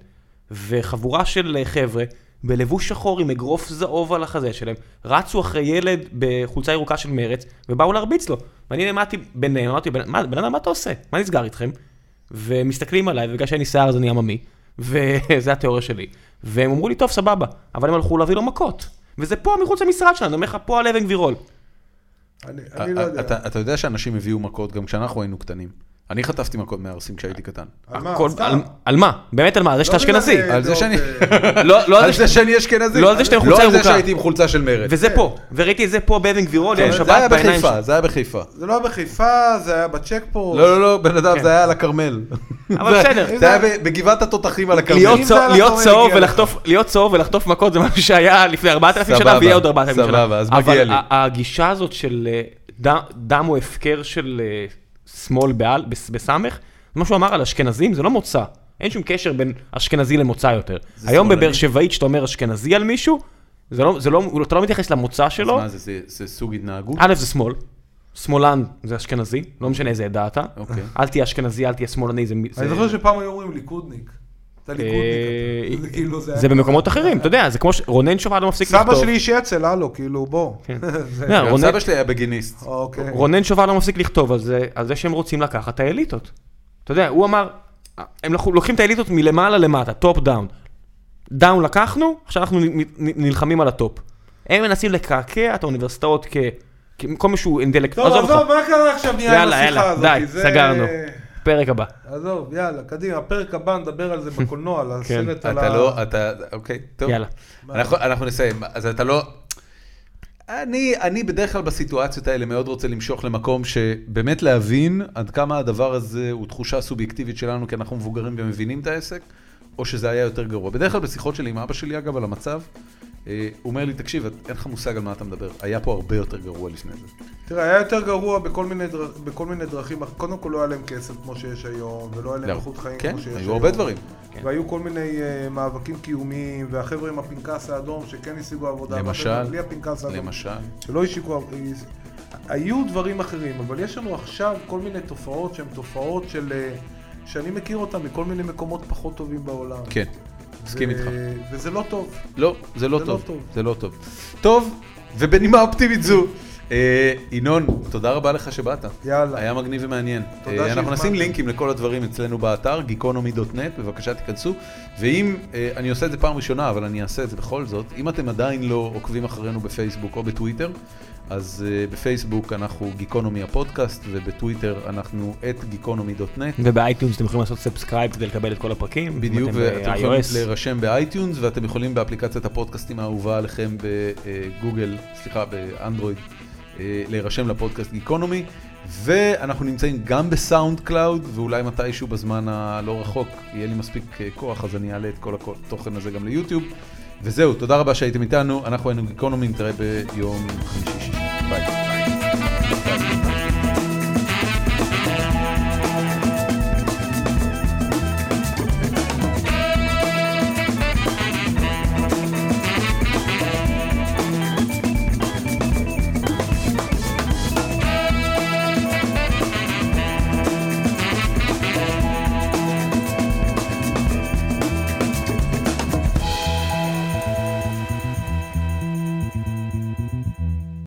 וחבורה של אה, חבר'ה, בלבוש שחור עם אגרוף זהוב על החזה שלהם, רצו אחרי ילד בחולצה ירוקה של מרץ, ובאו להרביץ לו. ואני נעמדתי ביניהם, אמרתי, "בן- מה- בן אדם, מה אתה עושה? מה נסגר איתכם? ומסתכלים עליי, ובגלל שאין לי שיער זה נהיה עממי, וזה התיאוריה שלי. והם אמרו לי, טוב, סבבה, אבל הם הלכו להביא לו מכות. וזה פה, מחוץ למשרד שלנו, אני אומר לך, פה על אבן גבירול. אני, אני לא יודע. אה, אתה, אתה יודע שאנשים הביאו מכות גם כשאנחנו היינו קטנים. אני חטפתי מכות מהרסים כשהייתי אה. קטן. על מה? הכל- סתם. על- על מה? באמת על מה? על זה שאתה לא בגלל, אשכנזי. אה, על זה דעות, שאני- אה, לא, לא על על זה ש... זה שאני אשכנזי. לא על זה שאתה עם חולצה לא על ירוקה. זה שהייתי עם חולצה של מרד. וזה פה, וראיתי את זה פה באבן גבירול, יום כן, זה היה שבת בעיניים בחיפה, זה היה בחיפה. זה לא היה בחיפה, זה היה בצ'ק פורט. לא, לא, לא, בן אדם, כן. זה היה על הכרמל. אבל זה- בסדר. זה היה ב- בגבעת התותחים על הכרמל. להיות אם זה צהוב- היה להיות לחתום, צהוב הגיע ולחטוף, להיות צהוב ולחטוף מכות זה משהו שהיה לפני 4,000 שנה סבבה, ויהיה עוד 4,000 שנה. סבבה, אז מגיע לי. אבל ה- הגישה הזאת של אה, ד- דם הוא הפקר של אה, שמאל בעל, בס- בסמך, זה מה שהוא אמר על אשכנזים זה לא מוצא. אין שום קשר בין אשכנזי למוצא יותר. היום שמאלני. בבאר שבעית שאתה אומר אשכנזי על מישהו, זה לא, זה לא, הוא- אתה לא מתייחס למוצא אז שלו. מה זה, זה, זה סוג התנהגות? א' זה שמאל, שמאלן זה אשכנזי, לא משנה איזה עדה אתה. אוקיי. אל תהיה אשכנזי, אל תהיה שמאלני, זה... אני זה- זוכר שפעם היו אומרים ליכודניק. אתה ליכודניק. אה, אתה. זה כאילו זה... זה היה- במקומות אחרים, אתה יודע, זה כמו שרונן שובל לא מפסיק לכתוב. סבא שלי איש אצל, הלו, כאילו, בוא. כן. זה- אתה יודע, גם רונן- סבא שלי היה בגיניסט. אוקיי. רונן שובל לא מפסיק לכתוב על זה, על זה שהם רוצים לקחת את האליטות. אתה יודע, הוא אמר, הם לקחו- לוקחים את האליטות מלמעלה למטה, טופ דאון. דאון לקחנו, עכשיו אנחנו נ- נ- נלחמים על הטופ. הם מנסים לקעקע את האוניברסיטאות כ... כל מישהו אינטלקטואל. טוב, עזוב, מה קרה עכשיו נהיה עם יאללה, השיחה יאללה, הזאת? די, זה- סגרנו. פרק הבא. עזוב, יאללה, קדימה, הפרק הבא נדבר על זה בקולנוע, על כן, הסרט על ה... אתה לא, אתה, אוקיי, טוב. יאללה. אנחנו, אנחנו נסיים. אז אתה לא... אני, אני בדרך כלל בסיטואציות האלה מאוד רוצה למשוך למקום שבאמת להבין עד כמה הדבר הזה הוא תחושה סובייקטיבית שלנו, כי אנחנו מבוגרים ומבינים את העסק, או שזה היה יותר גרוע. בדרך כלל בשיחות שלי עם אבא שלי, אגב, על המצב, אה, הוא אומר לי, תקשיב, את- אין לך מושג על מה אתה מדבר, היה פה הרבה יותר גרוע לפני זה. תראה, היה יותר גרוע בכל מיני, דר... בכל מיני דרכים. קודם כל לא היה להם כסף כמו שיש היום, ולא היה להם לא. איכות חיים כן, כמו שיש היום. היו הרבה דברים. כן. והיו כל מיני uh, מאבקים קיומיים, והחבר'ה עם הפנקס האדום שכן השיגו עבודה, למשל, והחבר'ה בלי הפנקס האדום, למשל. שלא השיקו... עב- אה, היו דברים אחרים, אבל יש לנו עכשיו כל מיני תופעות שהן תופעות של... אה, שאני מכיר אותן מכל מיני מקומות פחות טובים בעולם. כן, מסכים איתך. ו- וזה לא טוב. לא, זה לא זה לא טוב. טוב. זה לא טוב. טוב, ובנימה אופטימית זו. אה, ינון, תודה רבה לך שבאת. יאללה. היה מגניב ומעניין. תודה אה, אנחנו שהזמנתם. נשים לינקים לכל הדברים אצלנו באתר, geekonomy.net, בבקשה תיכנסו. ואם, אה, אני עושה את זה פעם ראשונה, אבל אני אעשה את זה בכל זאת, אם אתם עדיין לא עוקבים אחרינו בפייסבוק או בטוויטר, אז אה, בפייסבוק אנחנו גיקונומי הפודקאסט, ובטוויטר אנחנו את geekonomy.net. ובאייטיונס אתם יכולים לעשות סאבסקרייב כדי לקבל את כל הפרקים. בדיוק, אם אה, ואתם יכולים ב-iOS. להירשם באייטיונס, ואתם יכולים באפליקציית הפודקאסטים האהובה עליכם בגוגל, סליחה, באנדרואיד, אה, להירשם לפודקאסט גיקונומי, ואנחנו נמצאים גם בסאונד קלאוד, ואולי מתישהו בזמן הלא רחוק, יהיה לי מספיק אה, כוח, אז אני אעלה את כל התוכן הזה גם ליוטיוב. וזהו, תודה רבה שהייתם איתנו, אנחנו היינו גיקונומי, נתראה ביום חמישי. שישי. ביי.